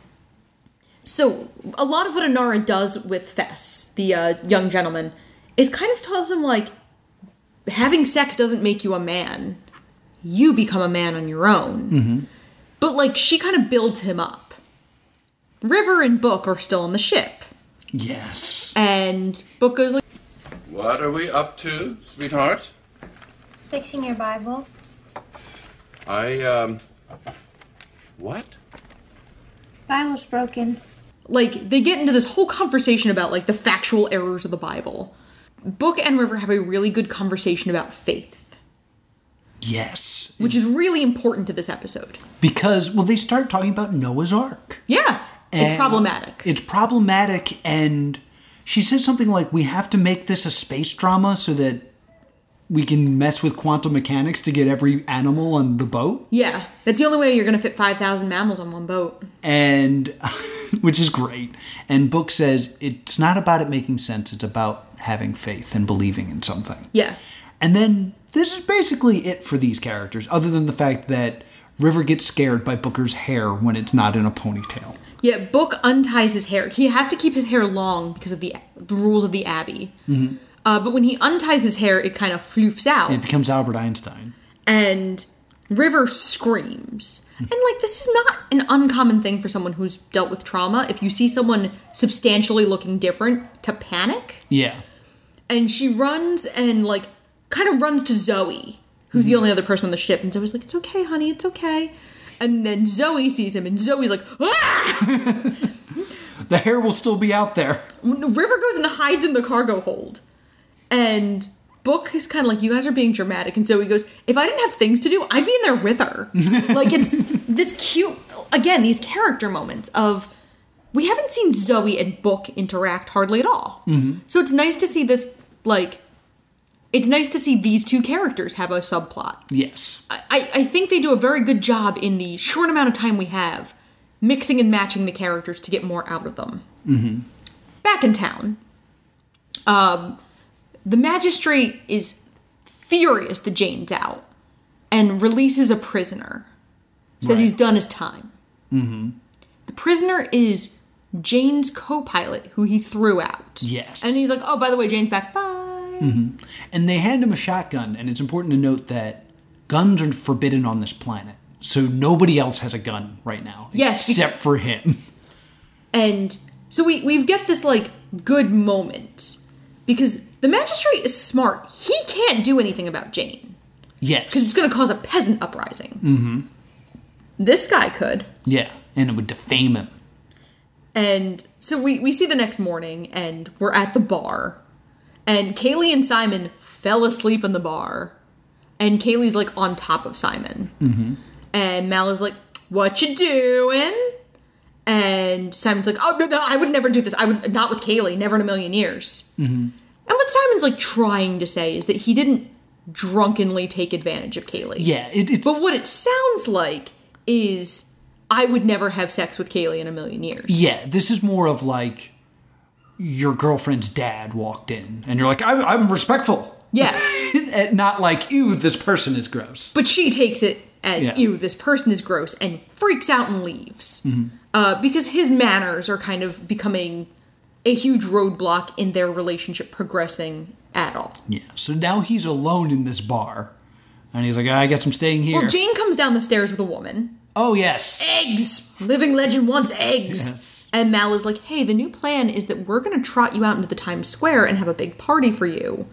Speaker 1: so a lot of what Anara does with Fess, the uh, young gentleman, is kind of tells him like having sex doesn't make you a man. You become a man on your own.
Speaker 5: Mm-hmm.
Speaker 1: But like she kind of builds him up. River and Book are still on the ship.
Speaker 2: Yes.
Speaker 1: And Book goes like
Speaker 6: What are we up to, sweetheart?
Speaker 15: Fixing your Bible.
Speaker 6: I, um. What?
Speaker 15: Bible's broken.
Speaker 1: like they get into this whole conversation about like the factual errors of the Bible. Book and River have a really good conversation about faith,
Speaker 2: Yes.
Speaker 1: which is really important to this episode.
Speaker 2: Because, well, they start talking about Noah's Ark.
Speaker 1: Yeah. it's
Speaker 2: And
Speaker 1: problematic.
Speaker 2: It's problematic, and she says something like, "We have to make this a space drama so that we can mess with quantum mechanics to get every animal on the boat,"
Speaker 1: Yeah. That's the only way you're going to fit 5,000 mammals on one boat.
Speaker 2: and which is great. And Book says it's not about it making sense; it's about having faith and believing in something.
Speaker 1: Yeah.
Speaker 2: And then this is basically it for these characters, other than the fact that River gets scared by Booker's hair when it's not in a ponytail.
Speaker 1: Yeah, Book unties his hair. He has to keep his hair long because of the, the rules of the Abbey.
Speaker 2: Mm-hmm.
Speaker 1: Uh, but when he unties his hair, it kind of floofs out.
Speaker 2: It becomes Albert Einstein.
Speaker 1: and River screams. And like this is not an uncommon thing for someone who's dealt with trauma. If you see someone substantially looking different, to panic.
Speaker 2: Yeah.
Speaker 1: And she runs and like kind of runs to Zoe, who's the only other person on the ship, and Zoe's like, It's okay, honey, it's okay. And then Zoe sees him and Zoe's like, ah!
Speaker 2: The hair will still be out there.
Speaker 1: River goes and hides in the cargo hold. And Book is kind of like, you guys are being dramatic. And Zoe goes, if I didn't have things to do, I'd be in there with her. like, it's this cute, again, these character moments of, we haven't seen Zoe and Book interact hardly at all.
Speaker 5: Mm-hmm.
Speaker 1: So it's nice to see this, like, it's nice to see these two characters have a subplot.
Speaker 2: Yes.
Speaker 1: I, I I think they do a very good job in the short amount of time we have mixing and matching the characters to get more out of them
Speaker 2: Mm-hmm.
Speaker 1: back in town. Um, the magistrate is furious that Jane's out and releases a prisoner. Says
Speaker 5: Right.
Speaker 1: he's done his time.
Speaker 5: Mm-hmm.
Speaker 1: The prisoner is Jane's co pilot, who he threw out.
Speaker 2: Yes.
Speaker 1: And he's like, oh, by the way, Jane's back. Bye.
Speaker 2: hmm And they hand him a shotgun, and it's important to note that guns are forbidden on this planet. So nobody else has a gun right now,
Speaker 1: Yes, be-
Speaker 2: except for him.
Speaker 1: And so we, we get this like good moment because the magistrate is smart. He can't do anything about Jane
Speaker 2: Yes.
Speaker 1: because it's going to cause a peasant uprising.
Speaker 2: Mm-hmm.
Speaker 1: This guy could.
Speaker 2: Yeah, and it would defame him.
Speaker 1: And so we, we see the next morning, and we're at the bar. And Kaylee and Simon fell asleep in the bar. And Kaylee's like on top of Simon.
Speaker 2: Mm-hmm.
Speaker 1: And Mal is like, What you doing? And Simon's like, Oh, no, no, I would never do this. I would not with Kaylee, never in a million years.
Speaker 2: Mm-hmm.
Speaker 1: And what Simon's like trying to say is that he didn't drunkenly take advantage of Kaylee.
Speaker 2: Yeah, it, it's.
Speaker 1: But what it sounds like is I would never have sex with Kaylee in a million years.
Speaker 2: Yeah, this is more of like your girlfriend's dad walked in and you're like, I'm, I'm respectful.
Speaker 1: Yeah.
Speaker 2: And Not like, ew, this person is gross.
Speaker 1: But she takes it as,
Speaker 2: Yeah.
Speaker 1: ew, this person is gross, and freaks out and leaves.
Speaker 2: Mhm.
Speaker 1: Uh, because his manners are kind of becoming a huge roadblock in their relationship progressing at all.
Speaker 2: Yeah, so now he's alone in this bar and he's like, I guess I'm staying here.
Speaker 1: Well, Jane Eh. comes down the stairs with a woman.
Speaker 2: Oh, yes.
Speaker 1: Eggs! Living legend wants eggs!
Speaker 2: Yes.
Speaker 1: And Mal is like, hey, the new plan is that we're gonna trot you out into the Times Square and have a big party for you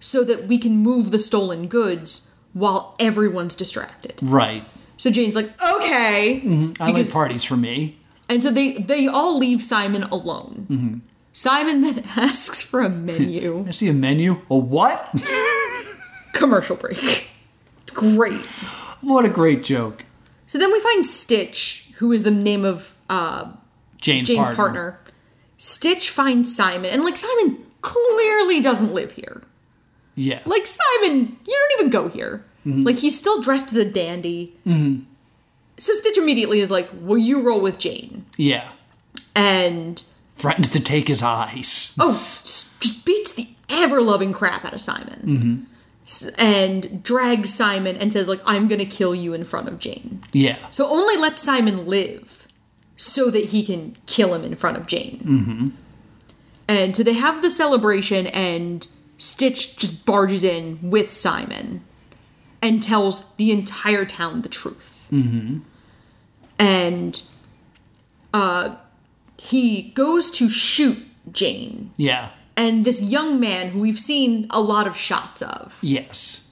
Speaker 1: so that we can move the stolen goods while everyone's distracted.
Speaker 2: Right.
Speaker 1: So Jane's like, okay.
Speaker 2: hmm I like
Speaker 1: Because-
Speaker 2: parties for me.
Speaker 1: And so they, they all leave Simon alone.
Speaker 2: hmm
Speaker 1: Simon then asks for a menu.
Speaker 2: I see a menu. A what?
Speaker 1: Commercial break. It's great.
Speaker 2: What a great joke.
Speaker 1: So then we find Stitch, who is the name of uh,
Speaker 2: Jane's,
Speaker 1: Jane's partner. Stitch finds Simon, and like Simon clearly doesn't live here.
Speaker 2: Yeah.
Speaker 1: Like Simon, you don't even go here.
Speaker 2: Mhm.
Speaker 1: Like he's still dressed as a dandy.
Speaker 2: hmm
Speaker 1: So Stitch immediately is like, "Will you roll with Jane?"
Speaker 2: Yeah.
Speaker 1: And
Speaker 2: Threatens to take his eyes.
Speaker 1: oh, s- just beats the ever loving crap out of Simon,
Speaker 2: hmm
Speaker 1: S- and drags Simon and says like, "I'm gonna kill you in front of Jane."
Speaker 2: Yeah.
Speaker 1: So only let Simon live, so that he can kill him in front of Jane.
Speaker 2: hmm
Speaker 1: And so they have the celebration, and Stitch just barges in with Simon and tells the entire town the truth.
Speaker 2: hmm
Speaker 1: And uh, he goes to shoot Jane.
Speaker 2: Yeah.
Speaker 1: And this young man, who we've seen a lot of shots of,
Speaker 2: Yes.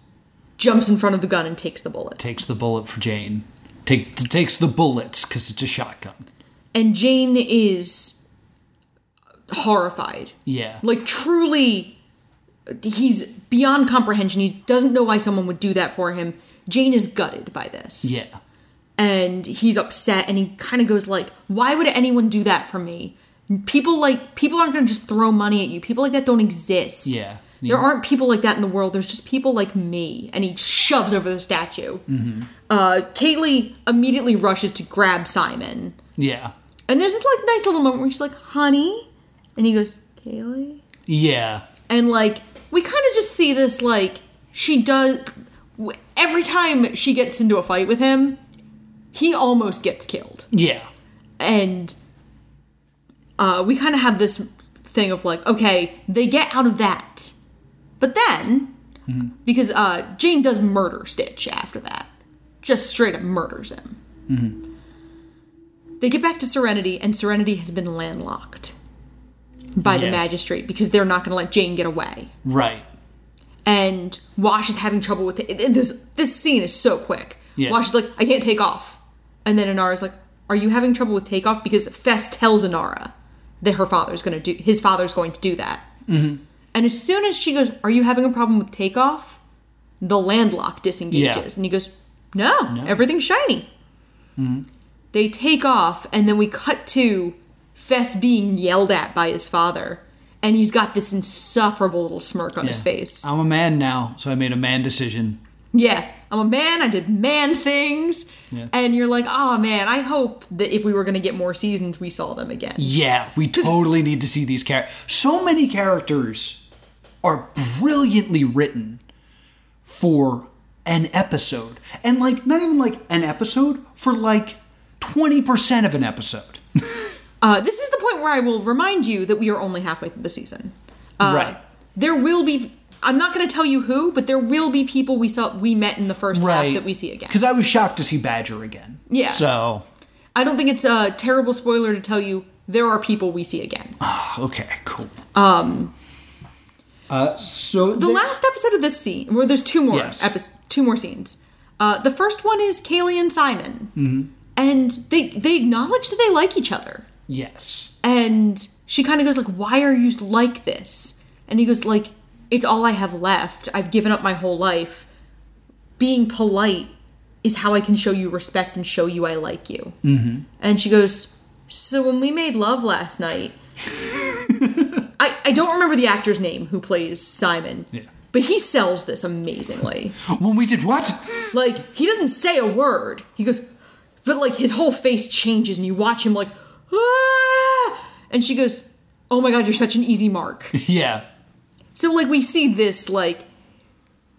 Speaker 1: jumps in front of the gun and takes the bullet.
Speaker 2: Takes the bullet for Jane. Take, takes the bullets because it's a shotgun.
Speaker 1: And Jane is horrified.
Speaker 2: Yeah.
Speaker 1: Like, truly, he's beyond comprehension. He doesn't know why someone would do that for him. Jane is gutted by this.
Speaker 2: Yeah.
Speaker 1: And he's upset and he kind of goes like, "Why would anyone do that for me? People like people aren't going to just throw money at you. People like that don't exist.
Speaker 2: Yeah.
Speaker 1: There aren't people like that in the world. There's just people like me." And he shoves over the statue.
Speaker 2: hmm
Speaker 1: Uh, Kaylee immediately rushes to grab Simon.
Speaker 2: Yeah.
Speaker 1: And there's this like nice little moment where she's like, "Honey," and he goes, "Kaylee."
Speaker 2: Yeah.
Speaker 1: and like we kind of just see this like she does w- every time she gets into a fight with him he almost gets killed
Speaker 2: Yeah.
Speaker 1: and uh, we kind of have this thing of like okay they get out of that but then
Speaker 2: Mhm.
Speaker 1: because uh, jane does murder stitch after that just straight up murders him
Speaker 2: Mhm.
Speaker 1: they get back to serenity and serenity has been landlocked by the
Speaker 2: Yes.
Speaker 1: magistrate because they're not going to let jane get away
Speaker 2: Right.
Speaker 1: and Wash is having trouble with it. And This this scene is so quick.
Speaker 2: Yeah.
Speaker 1: Wash is like, I can't take off, and then Inara's like, Are you having trouble with takeoff? Because Fest tells Inara that her father's going to do his father's going to do that.
Speaker 2: hmm
Speaker 1: And as soon as she goes, Are you having a problem with takeoff? The landlock disengages,
Speaker 2: Yeah.
Speaker 1: and he goes, No, everything's shiny.
Speaker 2: hmm
Speaker 1: They take off, and then we cut to Fest being yelled at by his father, and he's got this insufferable little smirk on his
Speaker 2: Yeah.
Speaker 1: face.
Speaker 2: I'm a man now, so I made a man decision.
Speaker 1: Yeah, I'm a man. I did man things,
Speaker 2: Yeah.
Speaker 1: and you're like, oh man, I hope that if we were gonna get more seasons, we saw them again.
Speaker 2: Yeah, we totally need to see these characters. So many characters are brilliantly written for an episode. And like not even like an episode, for like 20% of an episode.
Speaker 1: Uh, this is the point where I will remind you that we are only halfway through the season. Uh,
Speaker 2: right.
Speaker 1: There will be. I'm not gonna tell you who, but there will be people we saw we met in the first half
Speaker 2: Right.
Speaker 1: that we see again.
Speaker 2: Cuz I was shocked to see Badger again.
Speaker 1: Yeah.
Speaker 2: So,
Speaker 1: I don't think it's a terrible spoiler to tell you there are people we see again.
Speaker 2: Uh, okay, cool.
Speaker 1: Um,
Speaker 2: Uh so
Speaker 1: the last episode of this scene, where there's two more
Speaker 2: Yes.
Speaker 1: epis two more scenes. Uh, the first one is Kaylee and Simon.
Speaker 2: Mhm.
Speaker 1: and they they acknowledge that they like each other.
Speaker 2: Yes.
Speaker 1: And she kind of goes like, "Why are you like this?" And he goes like, "It's all I have left. I've given up my whole life. Being polite is how I can show you respect and show you I like you."
Speaker 2: Mm-hmm.
Speaker 1: And she goes, "So when we made love last night, I I don't remember the actor's name who plays Simon."
Speaker 2: Yeah.
Speaker 1: But he sells this amazingly.
Speaker 2: When we did what?
Speaker 1: Like, he doesn't say a word. He goes, but like his whole face changes and you watch him like, ah! And she goes, oh my god, you're such an easy mark.
Speaker 2: yeah.
Speaker 1: So like we see this like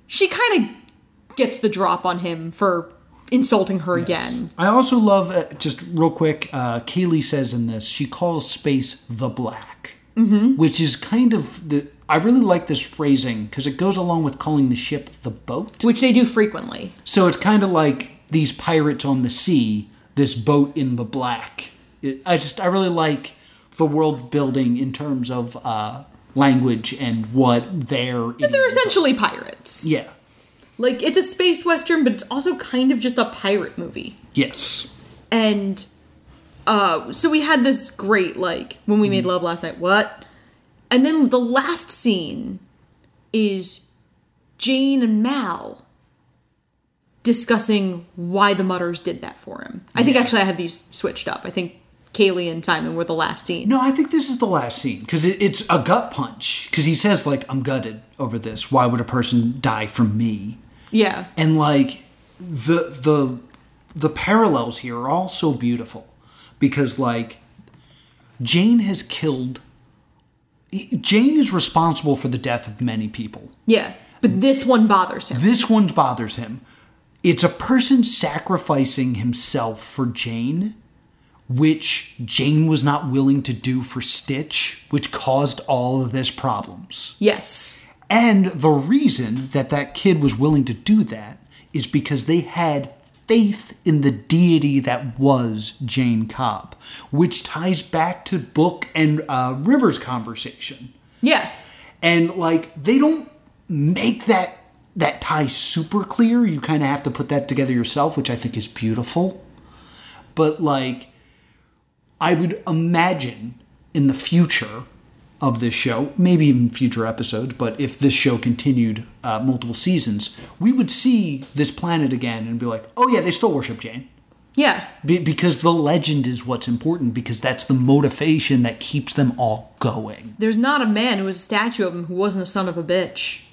Speaker 1: she kind of gets the drop on him for insulting her again.
Speaker 2: I also love, uh, just real quick, uh, Kaylee says in this, she calls space the black,
Speaker 1: Mhm.
Speaker 2: which is kind of the. I really like this phrasing because it goes along with calling the ship the boat.
Speaker 1: Which they do frequently.
Speaker 2: So it's kind of like these pirates on the sea, this boat in the black. It, I just, I really like the world building in terms of uh, language and what they're.
Speaker 1: But they're essentially pirates.
Speaker 2: Yeah.
Speaker 1: Like it's a space western, but it's also kind of just a pirate movie.
Speaker 2: Yes.
Speaker 1: and uh so we had this great like when we made love last night what and then the last scene is jane and mal discussing why the mutters did that for him i think actually i had these switched up i think kaylee and simon were the last scene
Speaker 2: No, I think this is the last scene because it, it's a gut punch. Because he says like, "I'm gutted over this. Why would a person die from me?"
Speaker 1: yeah
Speaker 2: And like the the the parallels here are all so beautiful because like Jane has killed. Jane is responsible for the death of many people.
Speaker 1: yeah but this one bothers him
Speaker 2: This one bothers him. It's a person sacrificing himself for Jane, which Jane was not willing to do for Stitch, which caused all of this problems.
Speaker 1: Yes.
Speaker 2: And the reason that that kid was willing to do that is because they had faith in the deity that was Jane Cobb, which ties back to Book and uh, River's conversation
Speaker 1: yeah
Speaker 2: and like they don't make that that tie super clear you kind of have to put that together yourself which i think is beautiful but like i would imagine in the future of this show maybe even future episodes but if this show continued uh, multiple seasons we would see this planet again and be like oh yeah they still worship jane
Speaker 1: yeah
Speaker 2: Be- because the legend is what's important because that's the motivation that keeps them all going
Speaker 1: there's not a man who was a statue of him who wasn't a son of a bitch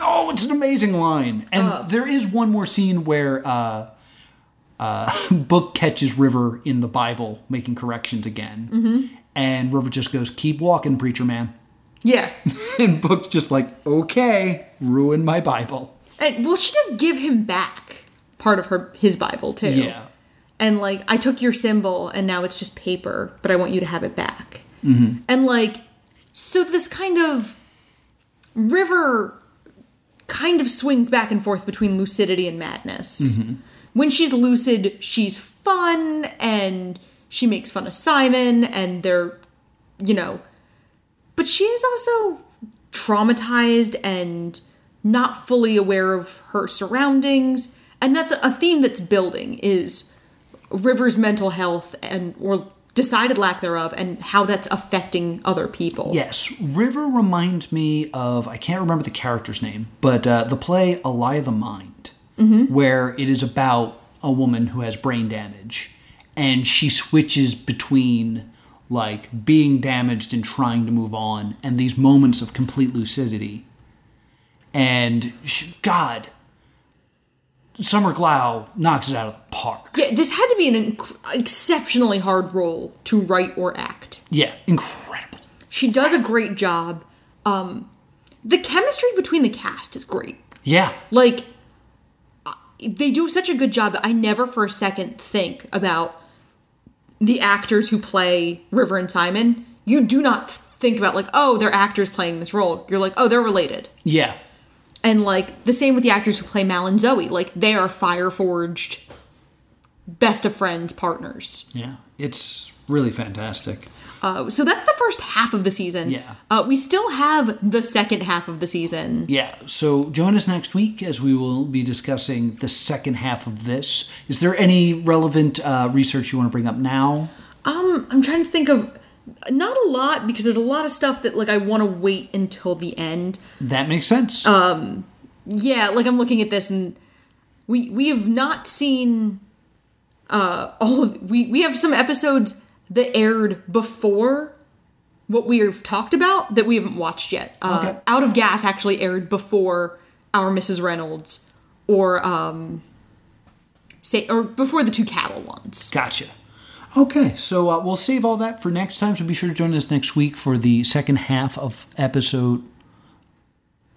Speaker 2: oh, it's an amazing line. And
Speaker 1: Uh.
Speaker 2: there is one more scene where uh, uh, Book catches River in the Bible making corrections again.
Speaker 1: Mhm.
Speaker 2: And River just goes, Keep walking, preacher man.
Speaker 1: yeah
Speaker 2: And Book's just like, Okay, ruin my Bible.
Speaker 1: And well, she does give him back part of her his Bible too.
Speaker 2: Yeah.
Speaker 1: And like, I took your symbol and now it's just paper, but I want you to have it back.
Speaker 2: Mm-hmm.
Speaker 1: And like, so this kind of river kind of swings back and forth between lucidity and madness. When she's lucid, she's fun and she makes fun of Simon and they're, you know, but she is also traumatized and not fully aware of her surroundings and that's a theme that's building is river's mental health and or decided lack thereof and how that's affecting other people
Speaker 2: Yes, River reminds me of, I can't remember the character's name, but uh, the play A Lie of the Mind.
Speaker 1: Mhm.
Speaker 2: where it is about a woman who has brain damage and she switches between like being damaged and trying to move on and these moments of complete lucidity and she, god summer glau knocks it out of the park
Speaker 1: yeah this had to be an inc- exceptionally hard role to write or act
Speaker 2: yeah incredible
Speaker 1: she does a great job um the chemistry between the cast is great
Speaker 2: yeah
Speaker 1: Like, I- they do such a good job that I never for a second think about the actors who play River and Simon. You do not think about, like, oh, they're actors playing this role. You're like, oh, they're related.
Speaker 2: yeah
Speaker 1: And, like, the same with the actors who play Mal and Zoe. Like, they are fire forged, best of friends partners.
Speaker 2: yeah it's really fantastic
Speaker 1: Uh, so that's the first half of the season.
Speaker 2: Yeah.
Speaker 1: Uh, we still have the second half of the season.
Speaker 2: Yeah, so join us next week as we will be discussing the second half of this. Is there any relevant uh, research you want to bring up now?
Speaker 1: Um, I'm trying to think of not a lot because there's a lot of stuff that like I want to wait until the end.
Speaker 2: That makes sense.
Speaker 1: Um, yeah, like I'm looking at this and we we have not seen uh all of, we we have some episodes that aired before what we've talked about that we haven't watched yet. Uh,
Speaker 2: Okay.
Speaker 1: Out of Gas actually aired before Our Mrs. Reynolds or um say or before the two cattle ones.
Speaker 2: Gotcha. Okay, so uh, we'll save all that for next time. So be sure to join us next week for the second half of episode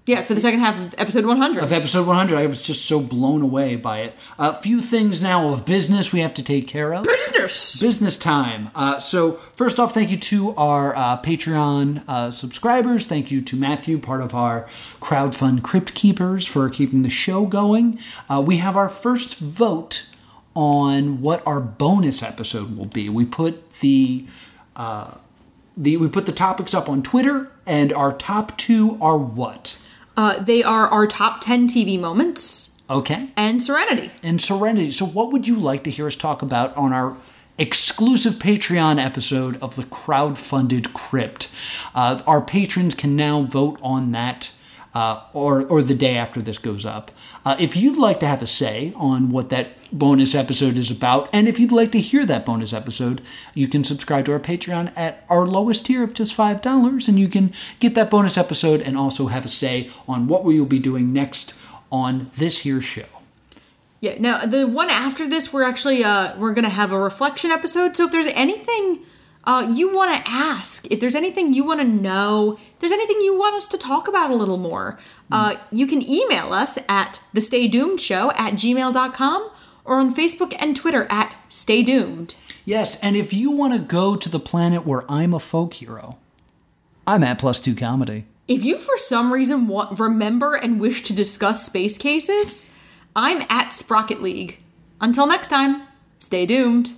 Speaker 1: Yeah, for the second half of episode 100.
Speaker 2: of episode 100. I was just so blown away by it. A few things now of business we have to take care of.
Speaker 1: Business.
Speaker 2: Business time. Uh, so first off, thank you to our uh, Patreon uh, subscribers. Thank you to Matthew, part of our crowdfund crypt keepers, for keeping the show going. Uh, we have our first vote on what our bonus episode will be. We put the uh, the we put the topics up on Twitter, and our top two are what?
Speaker 1: Uh, they are our top 10 TV moments
Speaker 2: Okay.
Speaker 1: and Serenity.
Speaker 2: and Serenity. So, what would you like to hear us talk about on our exclusive Patreon episode of the crowdfunded crypt? Uh, our patrons can now vote on that. Uh, or, or the day after this goes up. Uh, if you'd like to have a say on what that bonus episode is about, and if you'd like to hear that bonus episode, you can subscribe to our Patreon at our lowest tier of just $5, and you can get that bonus episode and also have a say on what we will be doing next on this here show.
Speaker 1: Yeah, now the one after this, we're actually uh, we're gonna have a reflection episode. So if there's anything uh, you want to ask, if there's anything you want to know, if there's anything you want us to talk about a little more, uh, you can email us at the Stay Doomed Show at gmail.com or on Facebook and Twitter at Stay Doomed.
Speaker 2: Yes, and if you want to go to the planet where I'm a folk hero, I'm at plus two comedy.
Speaker 1: If you for some reason want, remember and wish to discuss space cases, I'm at Sprocket League. Until next time, stay doomed.